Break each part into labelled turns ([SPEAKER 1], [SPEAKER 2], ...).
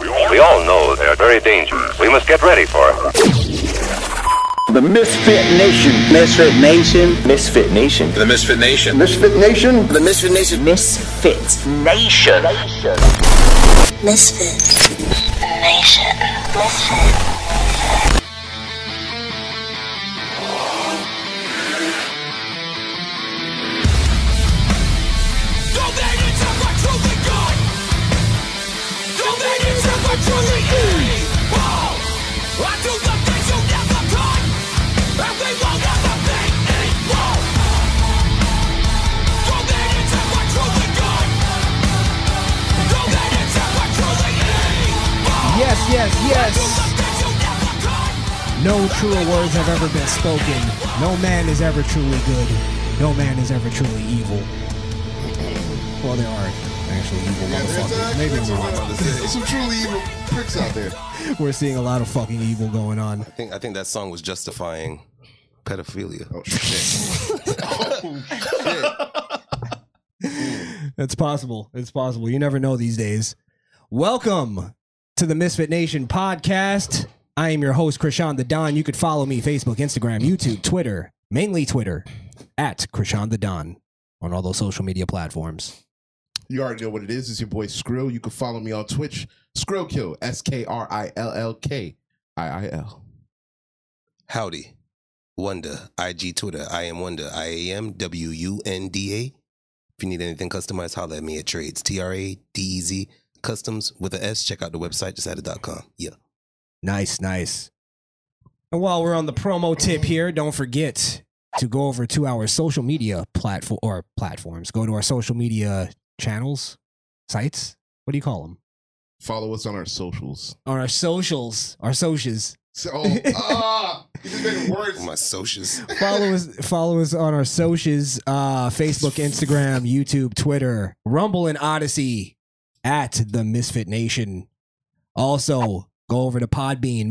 [SPEAKER 1] all know they're very dangerous. We must get ready for them.
[SPEAKER 2] The Misfit Nation.
[SPEAKER 3] Misfit Nation.
[SPEAKER 4] Misfit Nation.
[SPEAKER 5] The Misfit Nation.
[SPEAKER 2] Misfit Nation.
[SPEAKER 6] The Misfit Nation.
[SPEAKER 7] Misfit Nation. Nation.
[SPEAKER 8] Misfit Nation. Misfit.
[SPEAKER 9] Truly evil. I do the things you never could, and we will never be equal. Don't let it tell what truly good. Don't let it tell what truly evil.
[SPEAKER 10] Yes, yes, yes. No truer words have ever been spoken. No man is ever truly good. No man is ever truly evil. Well, there are actually evil
[SPEAKER 11] yeah,
[SPEAKER 10] motherfuckers. Maybe I'm wrong.
[SPEAKER 11] There's some truly evil pricks out there.
[SPEAKER 10] We're seeing a lot of fucking evil going on.
[SPEAKER 12] I think I think that song was justifying pedophilia.
[SPEAKER 11] Oh shit! oh,
[SPEAKER 10] shit. That's possible. It's possible. You never know these days. Welcome to the Misfit Nation podcast. I am your host, Krishan the Don. You could follow me Facebook, Instagram, YouTube, Twitter, mainly Twitter, at Krishan the Don on all those social media platforms.
[SPEAKER 11] You already know what it is. It's your boy Skrill. You can follow me on Twitch. Skrillkill. S K R I L L K I I L.
[SPEAKER 12] Howdy. Wonder. IG Twitter. I am Wonder. I A M W U N D A. If you need anything customized, holler at me at trades. T R A D E Z customs with a S. Check out the website, just com. Yeah.
[SPEAKER 10] Nice, nice. And while we're on the promo tip here, don't forget to go over to our social media platform or platforms. Go to our social media channels, sites. What do you call them?
[SPEAKER 11] Follow us on our socials.
[SPEAKER 10] On our socials, our socials.
[SPEAKER 11] So, ah, uh, words.
[SPEAKER 12] My socials.
[SPEAKER 10] follow us. Follow us on our socials: uh, Facebook, Instagram, YouTube, Twitter, Rumble, and Odyssey at the Misfit Nation. Also, go over to Podbean,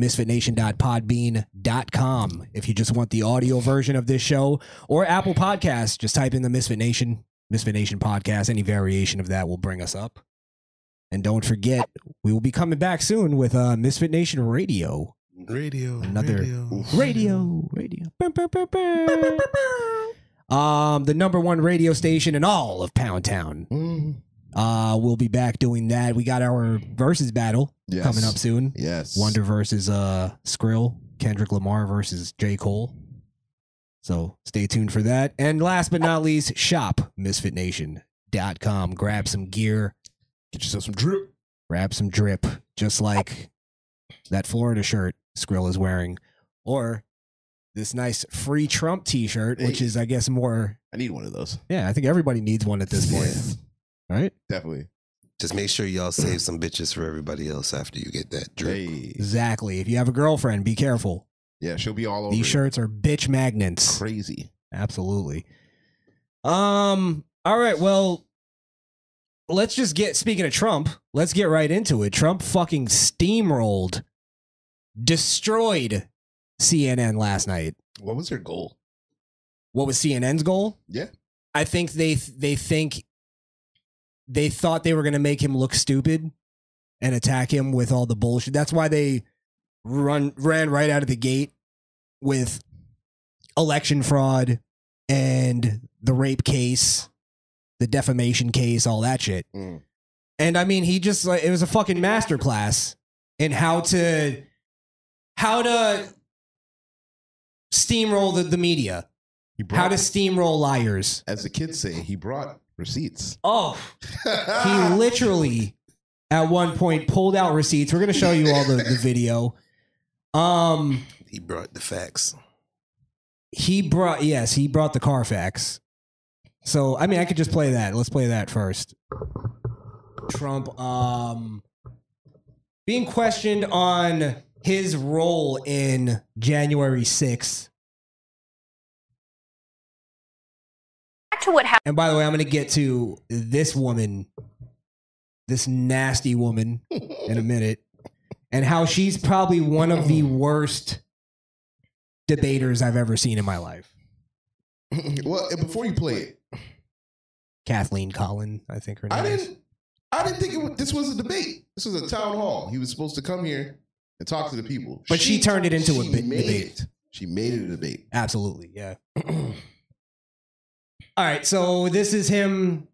[SPEAKER 10] misfitnation.podbean.com. If you just want the audio version of this show or Apple Podcasts, just type in the Misfit Nation Misfit Nation podcast. Any variation of that will bring us up. And don't forget, we will be coming back soon with uh, Misfit Nation Radio.
[SPEAKER 12] Radio.
[SPEAKER 10] Another radio. Radio. radio. Um, the number one radio station in all of Pound Town. Mm. Uh, we'll be back doing that. We got our versus battle yes. coming up soon.
[SPEAKER 11] Yes.
[SPEAKER 10] Wonder versus uh Skrill, Kendrick Lamar versus J. Cole. So stay tuned for that. And last but not least, shop misfitnation.com. Grab some gear.
[SPEAKER 11] Get yourself some drip.
[SPEAKER 10] Grab some drip, just like that Florida shirt Skrill is wearing, or this nice free Trump t shirt, hey, which is, I guess, more.
[SPEAKER 11] I need one of those.
[SPEAKER 10] Yeah, I think everybody needs one at this point. Yeah. Right?
[SPEAKER 11] Definitely.
[SPEAKER 12] Just make sure y'all save some bitches for everybody else after you get that drip. Hey.
[SPEAKER 10] Exactly. If you have a girlfriend, be careful.
[SPEAKER 11] Yeah, she'll be all over.
[SPEAKER 10] These shirts are bitch magnets.
[SPEAKER 11] Crazy.
[SPEAKER 10] Absolutely. Um. All right. Well, let's just get. Speaking of Trump, let's get right into it. Trump fucking steamrolled, destroyed CNN last night.
[SPEAKER 11] What was their goal?
[SPEAKER 10] What was CNN's goal?
[SPEAKER 11] Yeah.
[SPEAKER 10] I think they they think they thought they were going to make him look stupid and attack him with all the bullshit. That's why they run ran right out of the gate with election fraud and the rape case, the defamation case, all that shit. Mm. And I mean, he just like it was a fucking masterclass in how to how to steamroll the, the media. Brought, how to steamroll liars.
[SPEAKER 11] As the kids say, he brought receipts.
[SPEAKER 10] Oh. he literally at one point pulled out receipts. We're going to show you all the, the video. Um,
[SPEAKER 12] he brought the facts.
[SPEAKER 10] He brought yes, he brought the Carfax. So I mean, I could just play that. Let's play that first. Trump um being questioned on his role in January 6th.
[SPEAKER 13] Back to what happened.
[SPEAKER 10] And by the way, I'm going to get to this woman, this nasty woman, in a minute and how she's probably one of the worst debaters I've ever seen in my life.
[SPEAKER 11] well, before you play it,
[SPEAKER 10] Kathleen Collin, I think her name.
[SPEAKER 11] I didn't. I didn't think it was, this was a debate. This was a town hall. He was supposed to come here and talk to the people.
[SPEAKER 10] But she turned it into a
[SPEAKER 11] she
[SPEAKER 10] bit-
[SPEAKER 11] made
[SPEAKER 10] debate.
[SPEAKER 11] it. She made it a debate.
[SPEAKER 10] Absolutely, yeah. All right, so this is him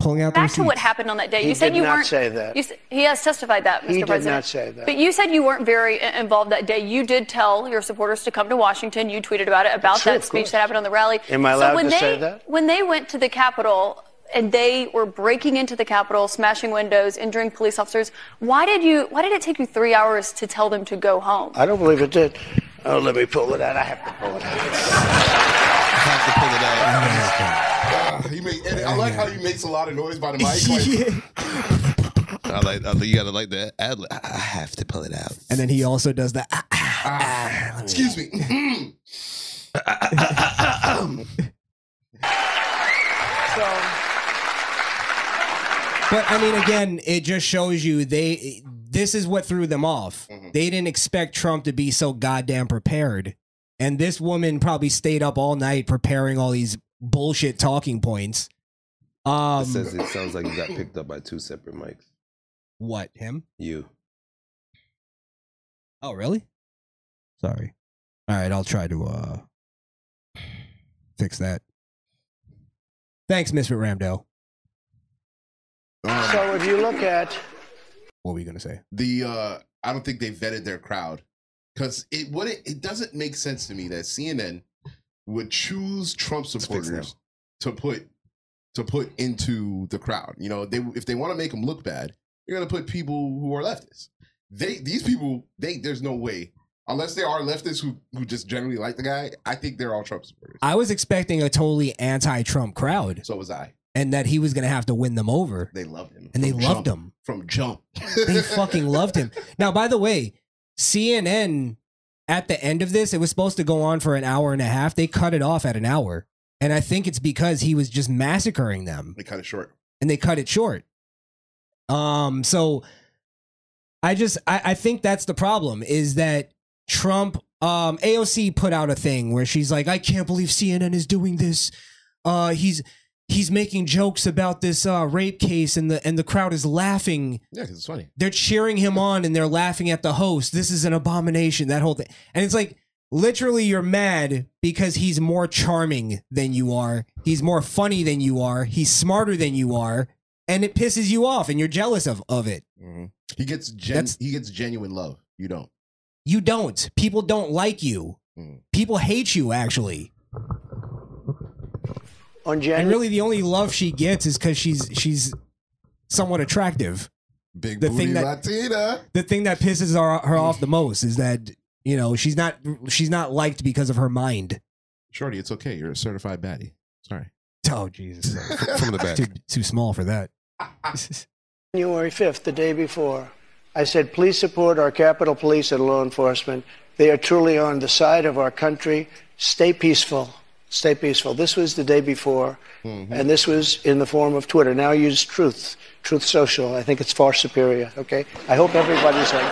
[SPEAKER 10] pulling out the
[SPEAKER 13] Back to what
[SPEAKER 10] receipts.
[SPEAKER 13] happened on that day.
[SPEAKER 3] He
[SPEAKER 13] You said
[SPEAKER 3] did
[SPEAKER 13] you
[SPEAKER 3] not
[SPEAKER 13] weren't.
[SPEAKER 3] say that.
[SPEAKER 13] you s- he has testified that, Mr.
[SPEAKER 3] He did
[SPEAKER 13] President.
[SPEAKER 3] not say that.
[SPEAKER 13] But you said you weren't very i- involved that day. You did tell your supporters to come to Washington. You tweeted about it about
[SPEAKER 3] Sure,
[SPEAKER 13] that
[SPEAKER 3] of
[SPEAKER 13] speech
[SPEAKER 3] course.
[SPEAKER 13] that happened on the rally.
[SPEAKER 3] Am I
[SPEAKER 13] so
[SPEAKER 3] allowed
[SPEAKER 13] when
[SPEAKER 3] to
[SPEAKER 13] they,
[SPEAKER 3] say that?
[SPEAKER 13] When they went to the Capitol and they were breaking into the Capitol, smashing windows, injuring police officers, why did you? Why did it take you three hours to tell them to go home?
[SPEAKER 3] I don't believe it did. Oh, let me pull it out. I have to pull it out.
[SPEAKER 11] I have to pull it out. Ah, he made, and I like how he makes a lot of noise by the mic. Like,
[SPEAKER 12] I like. I think you gotta like the ad. lib. I I have to pull it out.
[SPEAKER 10] And then he also does the ah, ah,
[SPEAKER 11] ah, excuse me. Mm.
[SPEAKER 10] But I mean, again, it just shows you they. This is what threw them off. They didn't expect Trump to be so goddamn prepared, and this woman probably stayed up all night preparing all these bullshit talking points. Um,
[SPEAKER 12] It says it sounds like you got picked up by two separate mics.
[SPEAKER 10] what him?
[SPEAKER 12] You.
[SPEAKER 10] Oh, really? Sorry. All right, I'll try to uh fix that. Thanks, Mr. Ramdo.
[SPEAKER 11] Um,
[SPEAKER 3] So if you look at
[SPEAKER 10] What were you gonna say?
[SPEAKER 11] the uh, I don't think they vetted their crowd because it what it, it doesn't make sense to me that CNN would choose Trump
[SPEAKER 12] fix them.
[SPEAKER 11] supporters to put to put into the crowd. You know, they if they want to make them look bad, you're gonna put people who are leftists. They these people they there's no way unless they are leftists who who just generally like the guy. I think they're all Trump supporters.
[SPEAKER 10] I was expecting a totally anti-Trump crowd,
[SPEAKER 11] So was I.
[SPEAKER 10] and that he was gonna have to win them over,
[SPEAKER 11] They loved him
[SPEAKER 10] and they
[SPEAKER 11] From
[SPEAKER 10] loved
[SPEAKER 11] jump.
[SPEAKER 10] him.
[SPEAKER 11] from jump.
[SPEAKER 10] they fucking loved him. Now, by the way, CNN at the end of this, it was supposed to go on for an hour and a half. They cut it off at an hour. And I think it's because he was just massacring them
[SPEAKER 11] They cut it short.
[SPEAKER 10] and they cut it short. Um, so I just I, I think that's the problem is that Trump um AOC put out a thing where she's like, I can't believe CNN is doing this. Uh he's he's making jokes about this uh rape case and the and the crowd is laughing
[SPEAKER 11] Yeah, 'cause it's funny.
[SPEAKER 10] they're cheering him on and they're laughing at the host. This is an abomination, that whole thing. And it's like, literally, you're mad because he's more charming than you are. He's more funny than you are. He's smarter than you are. And it pisses you off and you're jealous of, of it.
[SPEAKER 3] Mm-hmm.
[SPEAKER 11] He gets gen-
[SPEAKER 10] That's-
[SPEAKER 11] he gets genuine love. You don't.
[SPEAKER 10] You don't. People don't like you.
[SPEAKER 11] Mm.
[SPEAKER 10] People hate you, actually.
[SPEAKER 3] on
[SPEAKER 10] And
[SPEAKER 3] January
[SPEAKER 10] really, the only love she gets is because she's she's somewhat attractive.
[SPEAKER 11] Big
[SPEAKER 10] The
[SPEAKER 11] booty
[SPEAKER 10] thing that-
[SPEAKER 11] Latina.
[SPEAKER 10] The thing that pisses her, her off the most is that you know she's not she's not liked because of her mind.
[SPEAKER 11] Shorty, it's okay. You're a certified baddie. Sorry.
[SPEAKER 10] Oh Jesus!
[SPEAKER 12] From the back.
[SPEAKER 10] too too small for that.
[SPEAKER 3] January 5th, the day before, I said, please support our Capitol Police and law enforcement. They are truly on the side of our country. Stay peaceful. Stay peaceful. This was the day before, and this was in the form of Twitter. Now use Truth, Truth Social. I think it's far superior, okay? I hope everybody's on,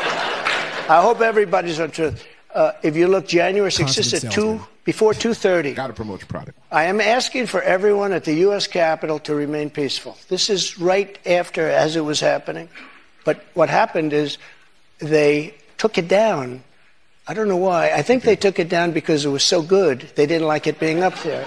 [SPEAKER 3] I hope everybody's on Truth. Uh, if you look, January 6th, this is at
[SPEAKER 10] Consummate
[SPEAKER 3] 2,
[SPEAKER 10] salesman.
[SPEAKER 3] before 2.30.
[SPEAKER 11] Gotta promote your product.
[SPEAKER 3] I am asking for everyone at the U.S. Capitol to remain peaceful. This is right after as it was happening. But what happened is they took it down. I don't know why. I think they took it down because it was so good. They didn't like it being up there.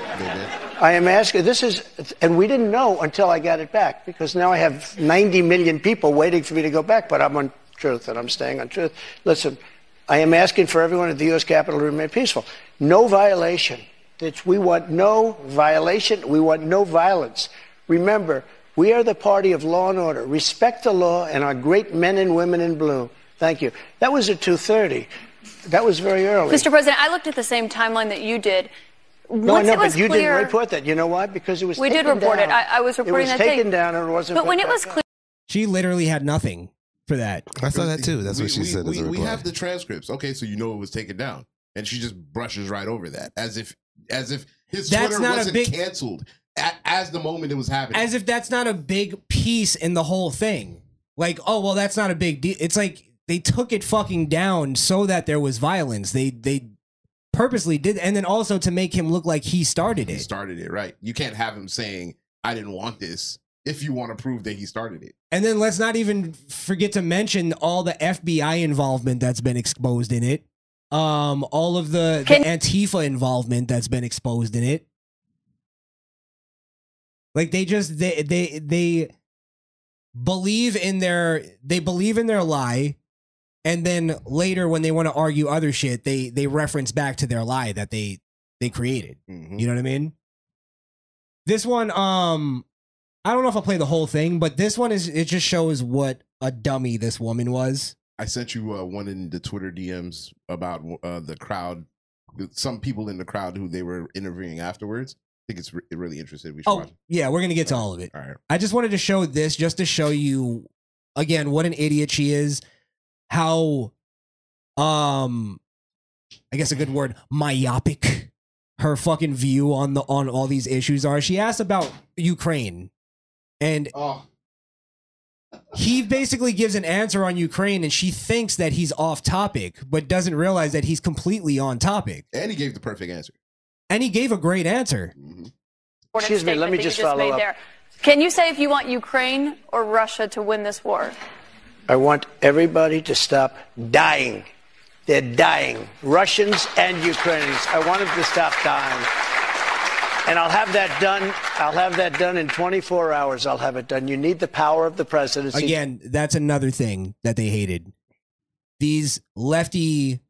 [SPEAKER 3] I am asking, this is, and we didn't know until I got it back because now I have 90 million people waiting for me to go back, but I'm on truth and I'm staying on truth. Listen, I am asking for everyone at the U.S. Capitol to remain peaceful. No violation. It's, we want no violation. We want no violence. Remember, we are the party of law and order. Respect the law and our great men and women in blue. Thank you. That was at 2.30. That was very early.
[SPEAKER 13] Mr. President, I looked at the same timeline that you did.
[SPEAKER 3] No,
[SPEAKER 13] Once
[SPEAKER 3] no,
[SPEAKER 13] it was
[SPEAKER 3] but you
[SPEAKER 13] clear-
[SPEAKER 3] didn't report that. You know why? Because it was
[SPEAKER 13] We did
[SPEAKER 3] taken
[SPEAKER 13] report it.
[SPEAKER 3] down.
[SPEAKER 13] I- I was reporting
[SPEAKER 3] it was
[SPEAKER 13] that
[SPEAKER 3] taken
[SPEAKER 13] thing.
[SPEAKER 3] down and it wasn't.
[SPEAKER 13] But when
[SPEAKER 3] put
[SPEAKER 13] it
[SPEAKER 3] back
[SPEAKER 13] was
[SPEAKER 3] up.
[SPEAKER 13] clear
[SPEAKER 10] She literally had nothing for that.
[SPEAKER 12] I saw that too. That's
[SPEAKER 11] we,
[SPEAKER 12] what she
[SPEAKER 11] we,
[SPEAKER 12] said. as
[SPEAKER 11] We,
[SPEAKER 12] a
[SPEAKER 11] we
[SPEAKER 12] reply.
[SPEAKER 11] have the transcripts. Okay, so you know it was taken down, and she just brushes right over that as if as if his
[SPEAKER 10] That's
[SPEAKER 11] Twitter
[SPEAKER 10] not a
[SPEAKER 11] wasn't
[SPEAKER 10] big-
[SPEAKER 11] canceled at, as the moment it was happening.
[SPEAKER 10] As if that's not a big piece in the whole thing. Like, oh well, that's not a big deal. It's like they took it fucking down so that there was violence. They they purposely did, and then also to make him look like he started
[SPEAKER 11] he
[SPEAKER 10] it.
[SPEAKER 11] started it, right? You can't have him saying, "I didn't want this." if you want to prove that he started it.
[SPEAKER 10] And then let's not even forget to mention all the FBI involvement that's been exposed in it. Um, all of the, the Antifa involvement that's been exposed in it. Like they just they they they believe in their they believe in their lie, and then later when they want to argue other shit, they they reference back to their lie that they they created. You know what I mean? This one, um, I don't know if I'll play the whole thing, but this one is it just shows what a dummy this woman was.
[SPEAKER 11] I sent you uh, one in the Twitter DMs about uh, the crowd, some people in the crowd who they were interviewing afterwards. I think it's re- really interesting. We should
[SPEAKER 10] Oh
[SPEAKER 11] watch. it.
[SPEAKER 10] yeah, we're gonna get to all of it.
[SPEAKER 11] All right.
[SPEAKER 10] I just wanted to show this just to show you again what an idiot she is, how um I guess a good word, myopic her fucking view on the on all these issues are. She asked about Ukraine and he basically gives an answer on Ukraine and she thinks that he's off topic, but doesn't realize that he's completely on topic.
[SPEAKER 11] And he gave the perfect answer.
[SPEAKER 10] And he gave a great answer.
[SPEAKER 3] Excuse me, let me
[SPEAKER 13] that you
[SPEAKER 3] just follow
[SPEAKER 13] made
[SPEAKER 3] up.
[SPEAKER 13] There. Can you say if you want Ukraine or Russia to win this war?
[SPEAKER 3] I want everybody to stop dying. They're dying. Russians and Ukrainians. I want them to stop dying. And I'll have that done. I'll have that done in 24 hours. I'll have it done. You need the power of the presidency.
[SPEAKER 10] Again, that's another thing that they hated. These lefty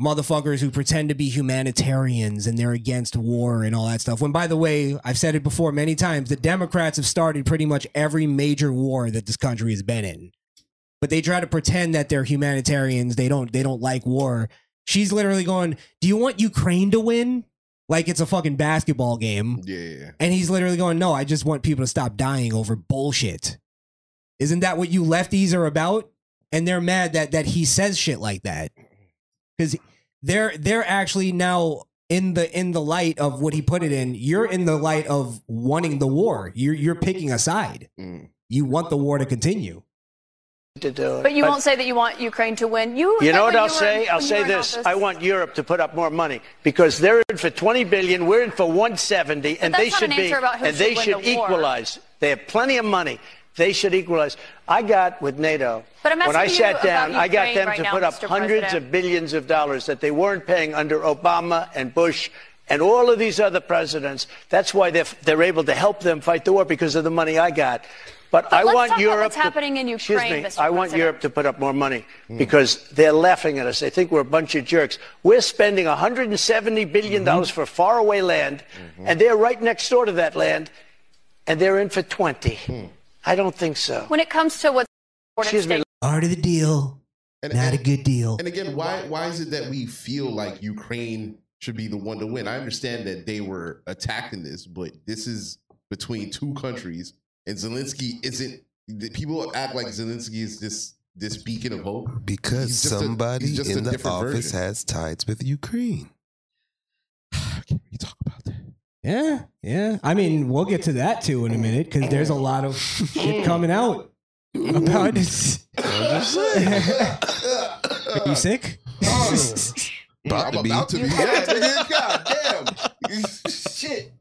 [SPEAKER 10] motherfuckers who pretend to be humanitarians and they're against war and all that stuff. When, by the way, I've said it before many times, the Democrats have started pretty much every major war that this country has been in. But they try to pretend that they're humanitarians. They don't. They don't like war. She's literally going, "Do you want Ukraine to win?" Like it's a fucking basketball game.
[SPEAKER 11] Yeah.
[SPEAKER 10] And he's literally going, No, I just want people to stop dying over bullshit. Isn't that what you lefties are about? And they're mad that that he says shit like that. Because they're they're actually now in the in the light of what he put it in, you're in the light of wanting the war. You're you're picking a side. You want the war to continue.
[SPEAKER 3] To do it.
[SPEAKER 13] But you won't say that you want Ukraine to win. You.
[SPEAKER 3] You know what
[SPEAKER 13] when
[SPEAKER 3] I'll
[SPEAKER 13] you were
[SPEAKER 3] say?
[SPEAKER 13] in-
[SPEAKER 3] I'll
[SPEAKER 13] when you
[SPEAKER 3] say
[SPEAKER 13] were in
[SPEAKER 3] this.
[SPEAKER 13] office-
[SPEAKER 3] I want Europe to put up more money because they're in for 20 billion, we're in for 170, and
[SPEAKER 13] that's
[SPEAKER 3] they
[SPEAKER 13] not
[SPEAKER 3] should
[SPEAKER 13] an
[SPEAKER 3] be
[SPEAKER 13] answer about who
[SPEAKER 3] and they
[SPEAKER 13] should
[SPEAKER 3] should
[SPEAKER 13] win the war.
[SPEAKER 3] equalize. They have plenty of money. They should equalize. I got with NATO.
[SPEAKER 13] But I'm
[SPEAKER 3] when I
[SPEAKER 13] asking you
[SPEAKER 3] sat
[SPEAKER 13] about
[SPEAKER 3] down, I got
[SPEAKER 13] Ukraine
[SPEAKER 3] them
[SPEAKER 13] right
[SPEAKER 3] to
[SPEAKER 13] now,
[SPEAKER 3] put up
[SPEAKER 13] Mr.
[SPEAKER 3] hundreds
[SPEAKER 13] President.
[SPEAKER 3] of billions of dollars that they weren't paying under Obama and Bush and all of these other presidents. That's why they're, they're able to help them fight the war because of the money I got. But, I
[SPEAKER 13] let's talk
[SPEAKER 3] want
[SPEAKER 13] about
[SPEAKER 3] Europe.
[SPEAKER 13] what's
[SPEAKER 3] to-
[SPEAKER 13] happening in
[SPEAKER 3] excuse
[SPEAKER 13] Ukraine,
[SPEAKER 3] me,
[SPEAKER 13] Mr.
[SPEAKER 3] I want
[SPEAKER 13] President.
[SPEAKER 3] Europe to put up more money because they're laughing at us. They think we're a bunch of jerks. We're spending 170 billion dollars for faraway land, and they're right next door to that land, and they're in for 20. I don't think so.
[SPEAKER 13] When it comes to what's
[SPEAKER 3] Excuse me.
[SPEAKER 10] Art of the deal. Not a good deal.
[SPEAKER 11] And again, why why is it that we feel like Ukraine should be the one to win? I understand that they were attacked in this, but this is between two countries, and Zelensky isn't. the- People act like Zelensky is this this beacon of hope
[SPEAKER 12] Because
[SPEAKER 11] He's just a-
[SPEAKER 12] somebody
[SPEAKER 11] he's just a
[SPEAKER 12] in the
[SPEAKER 11] different
[SPEAKER 12] office
[SPEAKER 11] version.
[SPEAKER 12] has ties with Ukraine.
[SPEAKER 10] Yeah, yeah. I mean, we'll get to that too in a minute because there's a lot of shit coming out about it. Are
[SPEAKER 11] Uh,
[SPEAKER 10] you sick?
[SPEAKER 11] oh.
[SPEAKER 12] About to
[SPEAKER 11] I'm
[SPEAKER 12] be.
[SPEAKER 11] about to be. Yeah, nigga, God damn. Shit.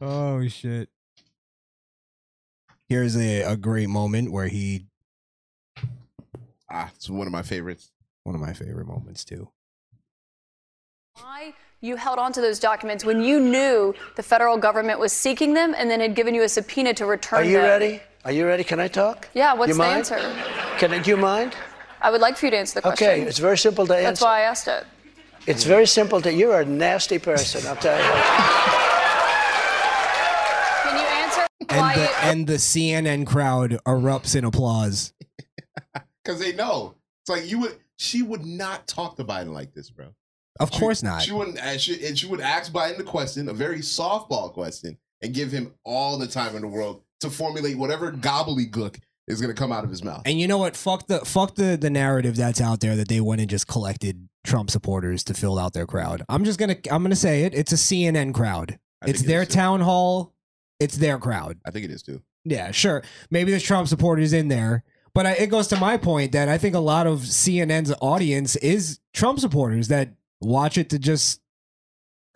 [SPEAKER 10] Oh shit. Here's a, a great moment where he
[SPEAKER 11] Ah, it's one of my favorites.
[SPEAKER 10] one of my favorite moments too.
[SPEAKER 13] why you held on to those documents when you knew the federal government was seeking them and then had given you a subpoena to return
[SPEAKER 3] Are
[SPEAKER 13] them.
[SPEAKER 3] you ready? Are you ready? Can I talk?
[SPEAKER 13] Yeah, what's
[SPEAKER 3] You
[SPEAKER 13] the
[SPEAKER 3] mind?
[SPEAKER 13] answer?
[SPEAKER 3] Can I, do you mind?
[SPEAKER 13] I would like for you to answer the question.
[SPEAKER 3] Okay, it's very simple to answer.
[SPEAKER 13] That's why I asked it.
[SPEAKER 3] It's very simple to. You're a nasty person. I'll tell you.
[SPEAKER 13] Can you answer why
[SPEAKER 10] And
[SPEAKER 13] it,
[SPEAKER 10] the, and the CNN crowd erupts in applause.
[SPEAKER 11] Because they know. It's like you would, she would not talk to Biden like this, bro.
[SPEAKER 10] Of course not.
[SPEAKER 11] She wouldn't, and she, and she would ask Biden the question, a very softball question, and give him all the time in the world to formulate whatever gobbledygook is going to come out of his mouth.
[SPEAKER 10] And you know what? Fuck the fuck the, the narrative that's out there that they went and just collected Trump supporters to fill out their crowd. I'm just gonna I'm gonna say it. It's a CNN crowd.
[SPEAKER 11] I think
[SPEAKER 10] It's
[SPEAKER 11] it
[SPEAKER 10] their
[SPEAKER 11] is, too.
[SPEAKER 10] town hall. It's their crowd.
[SPEAKER 11] I think it is too.
[SPEAKER 10] Yeah, sure. Maybe there's Trump supporters in there, but I, it goes to my point that I think a lot of CNN's audience is Trump supporters that watch it to just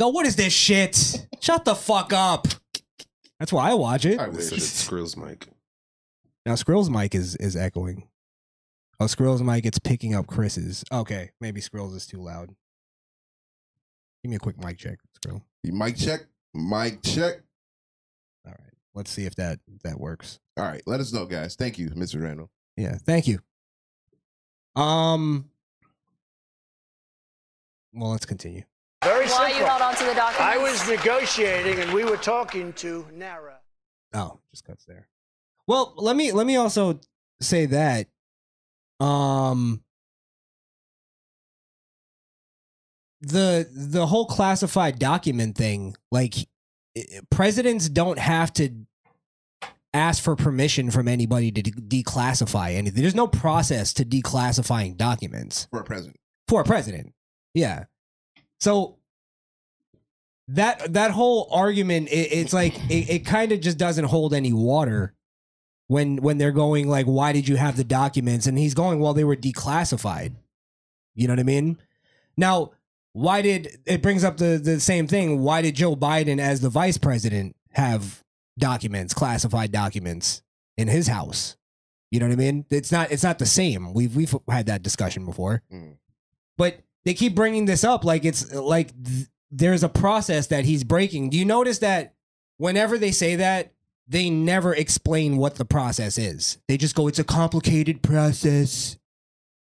[SPEAKER 10] go, "What is this shit? Shut the fuck up." That's why I watch it.
[SPEAKER 12] I said it's Skrill's mic.
[SPEAKER 10] Now Skrill's mic is is echoing. Oh, Skrill's mic it's picking up Chris's. Oh, Okay, maybe Skrill's is too loud. Give me a quick mic check, Skrill.
[SPEAKER 11] Mic check. Mic check.
[SPEAKER 10] All right. Let's see if that if that works.
[SPEAKER 11] All right. Let us know, guys. Thank you, Mr. Randall.
[SPEAKER 10] Yeah. Thank you. Um. Well, let's continue.
[SPEAKER 3] Very simple.
[SPEAKER 13] Why you held on to the documents?
[SPEAKER 3] I was negotiating, and we were talking to Nara.
[SPEAKER 10] Oh, just cuts there. Well, let me let me also say that. Um. The the whole classified document thing, like presidents don't have to ask for permission from anybody to de- declassify anything. There's no process to declassifying documents
[SPEAKER 11] for a president.
[SPEAKER 10] For a president, yeah. So that that whole argument, it, it's like it, it kind of just doesn't hold any water when when they're going like, "Why did you have the documents?" And he's going, "Well, they were declassified." You know what I mean? Now why did it brings up the the same thing why did joe biden as the vice president have documents classified documents in his house you know what i mean it's not it's not the same we've we've had that discussion before mm. but they keep bringing this up like it's like th- there's a process that he's breaking do you notice that whenever they say that they never explain what the process is they just go it's a complicated process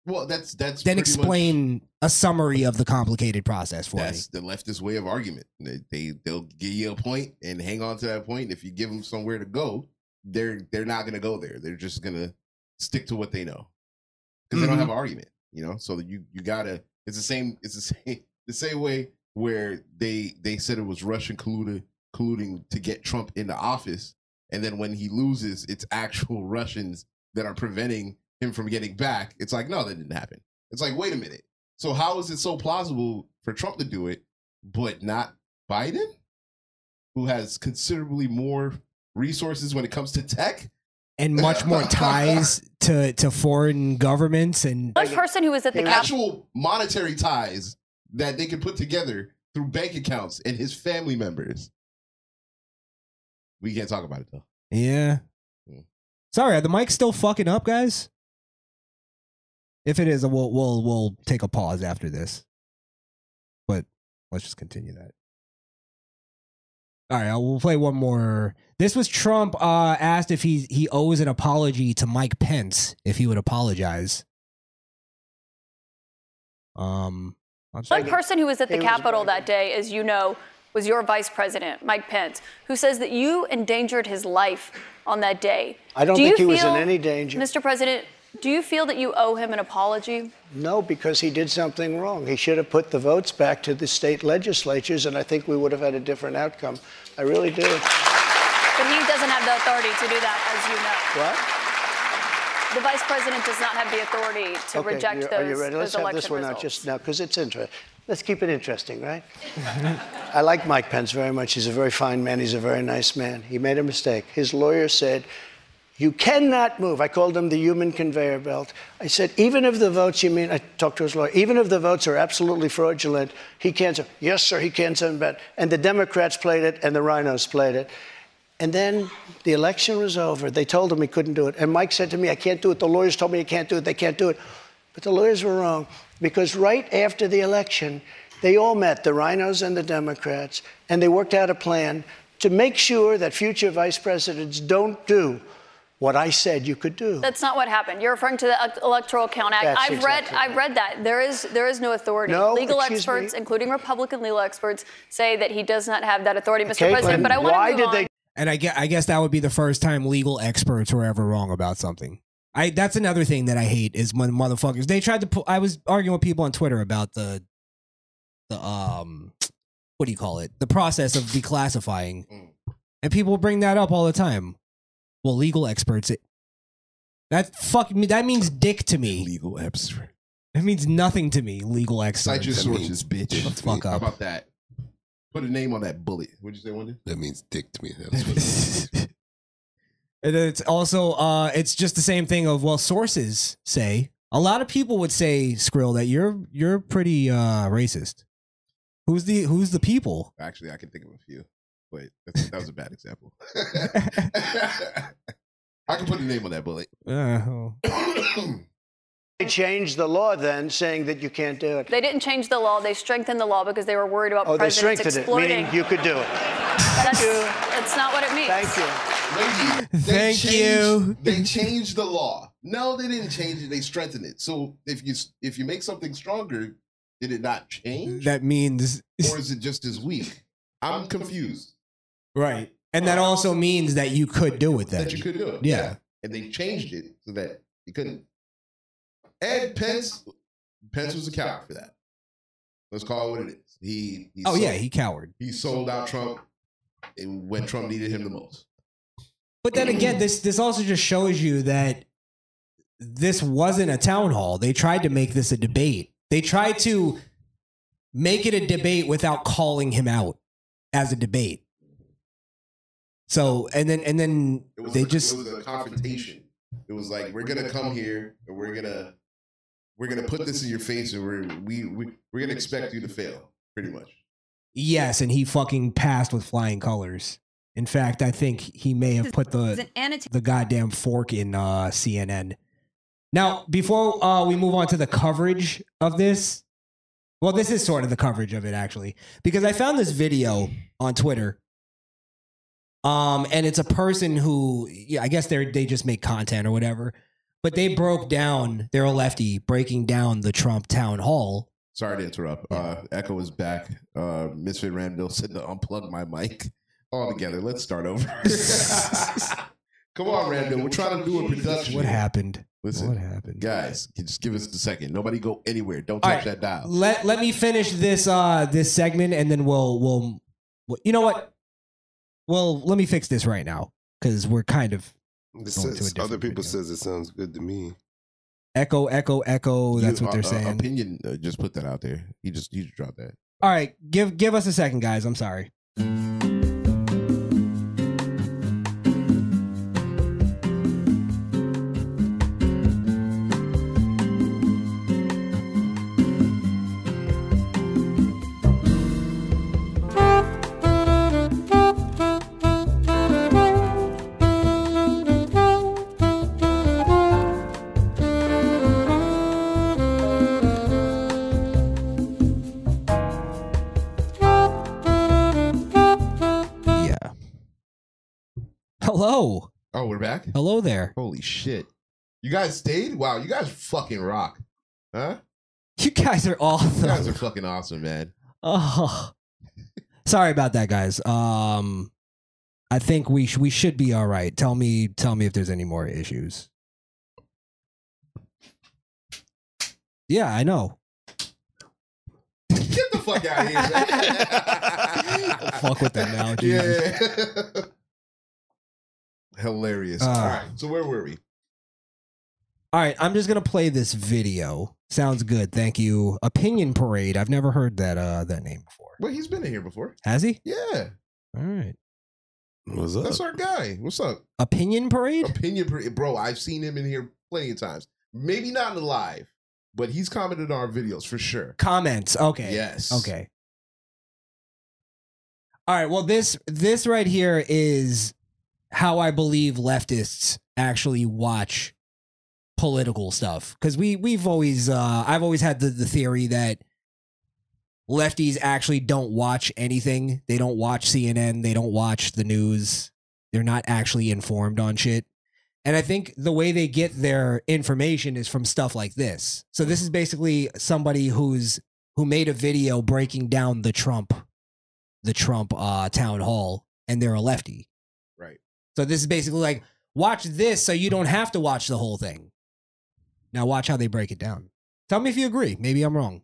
[SPEAKER 11] well, that's that's
[SPEAKER 10] then explain much, a summary of the complicated process for
[SPEAKER 11] that's me. the leftist way of argument. They, they they'll give you a point and hang on to that point. If you give them somewhere to go, they're they're not going to go there. They're just going to stick to what they know because mm-hmm. they don't have an argument. You know, so you you gotta. It's the same. It's the same. The same way where they they said it was Russian colluding colluding to get Trump into office, and then when he loses, it's actual Russians that are preventing him from getting back. It's like, no, that didn't happen. It's like, wait a minute. So how is it so plausible for Trump to do it, but not Biden, who has considerably more resources when it comes to tech?
[SPEAKER 10] And much more ties to, to foreign governments and
[SPEAKER 13] one person who was at the
[SPEAKER 11] actual monetary ties that they can put together through bank accounts and his family members. We can't talk about it though.
[SPEAKER 10] Yeah. Mm. Sorry, the mic's still fucking up, guys? if it is, we'll we'll we'll take a pause after this. But let's just continue that. All right, we'll play one more. This was Trump uh, asked if he he owes an apology to Mike Pence if he would apologize. Um,
[SPEAKER 13] one person who was at the Capitol that day, as you know, was your vice president, Mike Pence, who says that you endangered his life on that day.
[SPEAKER 3] I don't
[SPEAKER 13] Do
[SPEAKER 3] think he
[SPEAKER 13] feel,
[SPEAKER 3] was in any danger,
[SPEAKER 13] Mr. President. Do you feel that you owe him an apology?
[SPEAKER 3] No, because he did something wrong. He should have put the votes back to the state legislatures, and I think we would have had a different outcome. I really do.
[SPEAKER 13] But he doesn't have the authority to do that, as you know.
[SPEAKER 3] What?
[SPEAKER 13] The vice president does not have the authority to
[SPEAKER 3] okay,
[SPEAKER 13] reject
[SPEAKER 3] you,
[SPEAKER 13] those,
[SPEAKER 3] are you ready? Let's
[SPEAKER 13] those election
[SPEAKER 3] have this one
[SPEAKER 13] results.
[SPEAKER 3] out just now because it's interesting. Let's keep it interesting, right? I like Mike Pence very much. He's a very fine man. He's a very nice man. He made a mistake. His lawyer said you cannot move. I called them the human conveyor belt. I said, even if the votes, you mean, I talked to his lawyer, even if the votes are absolutely fraudulent, he can't, yes, sir, he can't send back. And the Democrats played it and the rhinos played it. And then the election was over. They told him he couldn't do it. And Mike said to me, I can't do it. The lawyers told me I can't do it. They can't do it. But the lawyers were wrong because right after the election, they all met, the rhinos and the Democrats, and they worked out a plan to make sure that future vice presidents don't do what I said you could do.
[SPEAKER 13] That's not what happened. You're referring to the Electoral Count Act.
[SPEAKER 3] That's
[SPEAKER 13] I've
[SPEAKER 3] exactly
[SPEAKER 13] read I've read that. There is there is no authority.
[SPEAKER 3] No,
[SPEAKER 13] legal
[SPEAKER 3] excuse
[SPEAKER 13] experts,
[SPEAKER 3] me?
[SPEAKER 13] including Republican legal experts, say that he does not have that authority, Mr.
[SPEAKER 3] Caitlin,
[SPEAKER 13] President. But I want
[SPEAKER 3] why
[SPEAKER 13] to move
[SPEAKER 3] did
[SPEAKER 13] on.
[SPEAKER 3] they-
[SPEAKER 10] And I guess, I guess that would be the first time legal experts were ever wrong about something. I that's another thing that I hate is when motherfuckers they tried to pu- I was arguing with people on Twitter about the the um what do you call it the process of declassifying, and people bring that up all the time. Well, legal experts. It, that fuck me. That means dick to me.
[SPEAKER 11] Legal abstract.
[SPEAKER 10] That means nothing to me. Legal
[SPEAKER 11] Cite
[SPEAKER 10] experts.
[SPEAKER 11] your sources, bitch.
[SPEAKER 10] Let's fuck
[SPEAKER 11] How
[SPEAKER 10] up.
[SPEAKER 11] about that? Put a name on that bullet. What'd you say, Wendy?
[SPEAKER 12] That means dick to me. That was funny.
[SPEAKER 10] and it's also uh, it's just the same thing of well, sources say a lot of people would say Skrill that you're you're pretty uh, racist. Who's the who's the people?
[SPEAKER 11] Actually, I can think of a few. but that's, that was a bad example. I can put a name on that bullet.
[SPEAKER 3] They changed the law then, saying that you can't do it.
[SPEAKER 13] They didn't change the law. They strengthened the law because they were worried about
[SPEAKER 3] Oh, they
[SPEAKER 13] presidents
[SPEAKER 3] strengthened it,
[SPEAKER 13] exploiting.
[SPEAKER 3] meaning you could do it.
[SPEAKER 13] that's, that's not what it means.
[SPEAKER 3] Thank you.
[SPEAKER 10] Thank you.
[SPEAKER 11] They changed the law. No, they didn't change it. They strengthened it. So if you if you make something stronger, did it not change,
[SPEAKER 10] That means
[SPEAKER 11] or is it just as weak? I'm confused.
[SPEAKER 10] right, and that also means that you could do it. Then
[SPEAKER 11] That you could do it.
[SPEAKER 10] Yeah.
[SPEAKER 11] and they changed it so that you couldn't. Ed Pence, Pence was a coward for that. Let's call it what it is. He, he
[SPEAKER 10] oh
[SPEAKER 11] sold-
[SPEAKER 10] yeah, he cowered.
[SPEAKER 11] he sold out Trump, and when Trump needed him the most.
[SPEAKER 10] But then again, this this also just shows you that this wasn't a town hall. They tried to make this a debate. They tried to make it a debate without calling him out as a debate. So and then and then
[SPEAKER 11] It was
[SPEAKER 10] they
[SPEAKER 11] a,
[SPEAKER 10] just
[SPEAKER 11] it was a confrontation. It was like we're gonna come here and we're gonna we're gonna put this in your face and we're we, we we're gonna expect you to fail, pretty much.
[SPEAKER 10] yes, and he fucking passed with flying colors. In fact, I think he may have put
[SPEAKER 4] It's
[SPEAKER 10] the
[SPEAKER 4] an annotated
[SPEAKER 10] the goddamn fork in uh, CNN. Now, before uh, we move on to the coverage of this, well, this is sort of the coverage of it actually, because I found this video on Twitter. Um, and it's a person who, yeah, I guess they they just make content or whatever, but they broke down. They're a lefty breaking down the Trump town hall.
[SPEAKER 11] Sorry to interrupt. Uh, Echo is back. Uh, Misfit Ramdell said to unplug my mic altogether. Let's start over. come on, Ramdell. We're trying to do a production.
[SPEAKER 10] What
[SPEAKER 11] here.
[SPEAKER 10] happened?
[SPEAKER 11] Listen,
[SPEAKER 10] What happened?
[SPEAKER 11] guys, just give us a second. Nobody go anywhere. Don't
[SPEAKER 10] All
[SPEAKER 11] touch
[SPEAKER 10] right.
[SPEAKER 11] that dial.
[SPEAKER 10] let let me finish this uh this segment and then we'll we'll, we'll- you know what well let me fix this right now because we're kind of
[SPEAKER 12] This
[SPEAKER 10] Going to a
[SPEAKER 12] says-
[SPEAKER 10] different
[SPEAKER 12] other people
[SPEAKER 10] video.
[SPEAKER 12] says it sounds good to me.
[SPEAKER 10] echo echo echo Oh, that's
[SPEAKER 11] You-
[SPEAKER 10] what
[SPEAKER 11] uh,
[SPEAKER 10] they're
[SPEAKER 11] uh,
[SPEAKER 10] saying
[SPEAKER 11] Opinion. Uh, just put that out there. He just he just dropped that.
[SPEAKER 10] all right give give us a second guys i'm sorry yeah hello
[SPEAKER 11] Oh, we're back.
[SPEAKER 10] hello there
[SPEAKER 11] Holy shit! You guys stayed. Wow, you guys fucking rock, huh?
[SPEAKER 10] you guys are
[SPEAKER 11] You guys are
[SPEAKER 10] awesome
[SPEAKER 11] fucking awesome, man.
[SPEAKER 10] oh sorry about that guys um i think we sh- we should be all right tell me tell me if there's any more issues yeah i know
[SPEAKER 11] Get the fuck out of here, man.
[SPEAKER 10] Fuck with that now,
[SPEAKER 11] Yeah. Hilarious.
[SPEAKER 10] Ah.
[SPEAKER 11] All right, so where were we?
[SPEAKER 10] All right, I'm just gonna play this video. Sounds good, thank you. Opinion Parade. I've never heard that uh that name before.
[SPEAKER 11] Well, he's been in here before.
[SPEAKER 10] Has he?
[SPEAKER 11] Yeah,
[SPEAKER 10] All right.
[SPEAKER 12] What's up?
[SPEAKER 11] that's our guy. What's up?
[SPEAKER 10] Opinion Parade.
[SPEAKER 11] Opinion, per- bro. I've seen him in here plenty of times. Maybe not in live, but he's commented on our videos for sure.
[SPEAKER 10] Comments. Okay.
[SPEAKER 11] Yes.
[SPEAKER 10] Okay. All right. Well, this this right here is how I believe leftists actually watch political stuff because we we've always uh, I've always had the, the theory that lefties actually don't watch anything. They don't watch CNN. They don't watch the news. They're not actually informed on shit. And I think the way they get their information is from stuff like this. So this is basically somebody who's who made a video breaking down the Trump, the Trump uh, town hall, and they're a lefty.
[SPEAKER 11] Right.
[SPEAKER 10] So this is basically like watch this, so you don't have to watch the whole thing. Now watch how they break it down. Tell me if you agree. Maybe I'm wrong.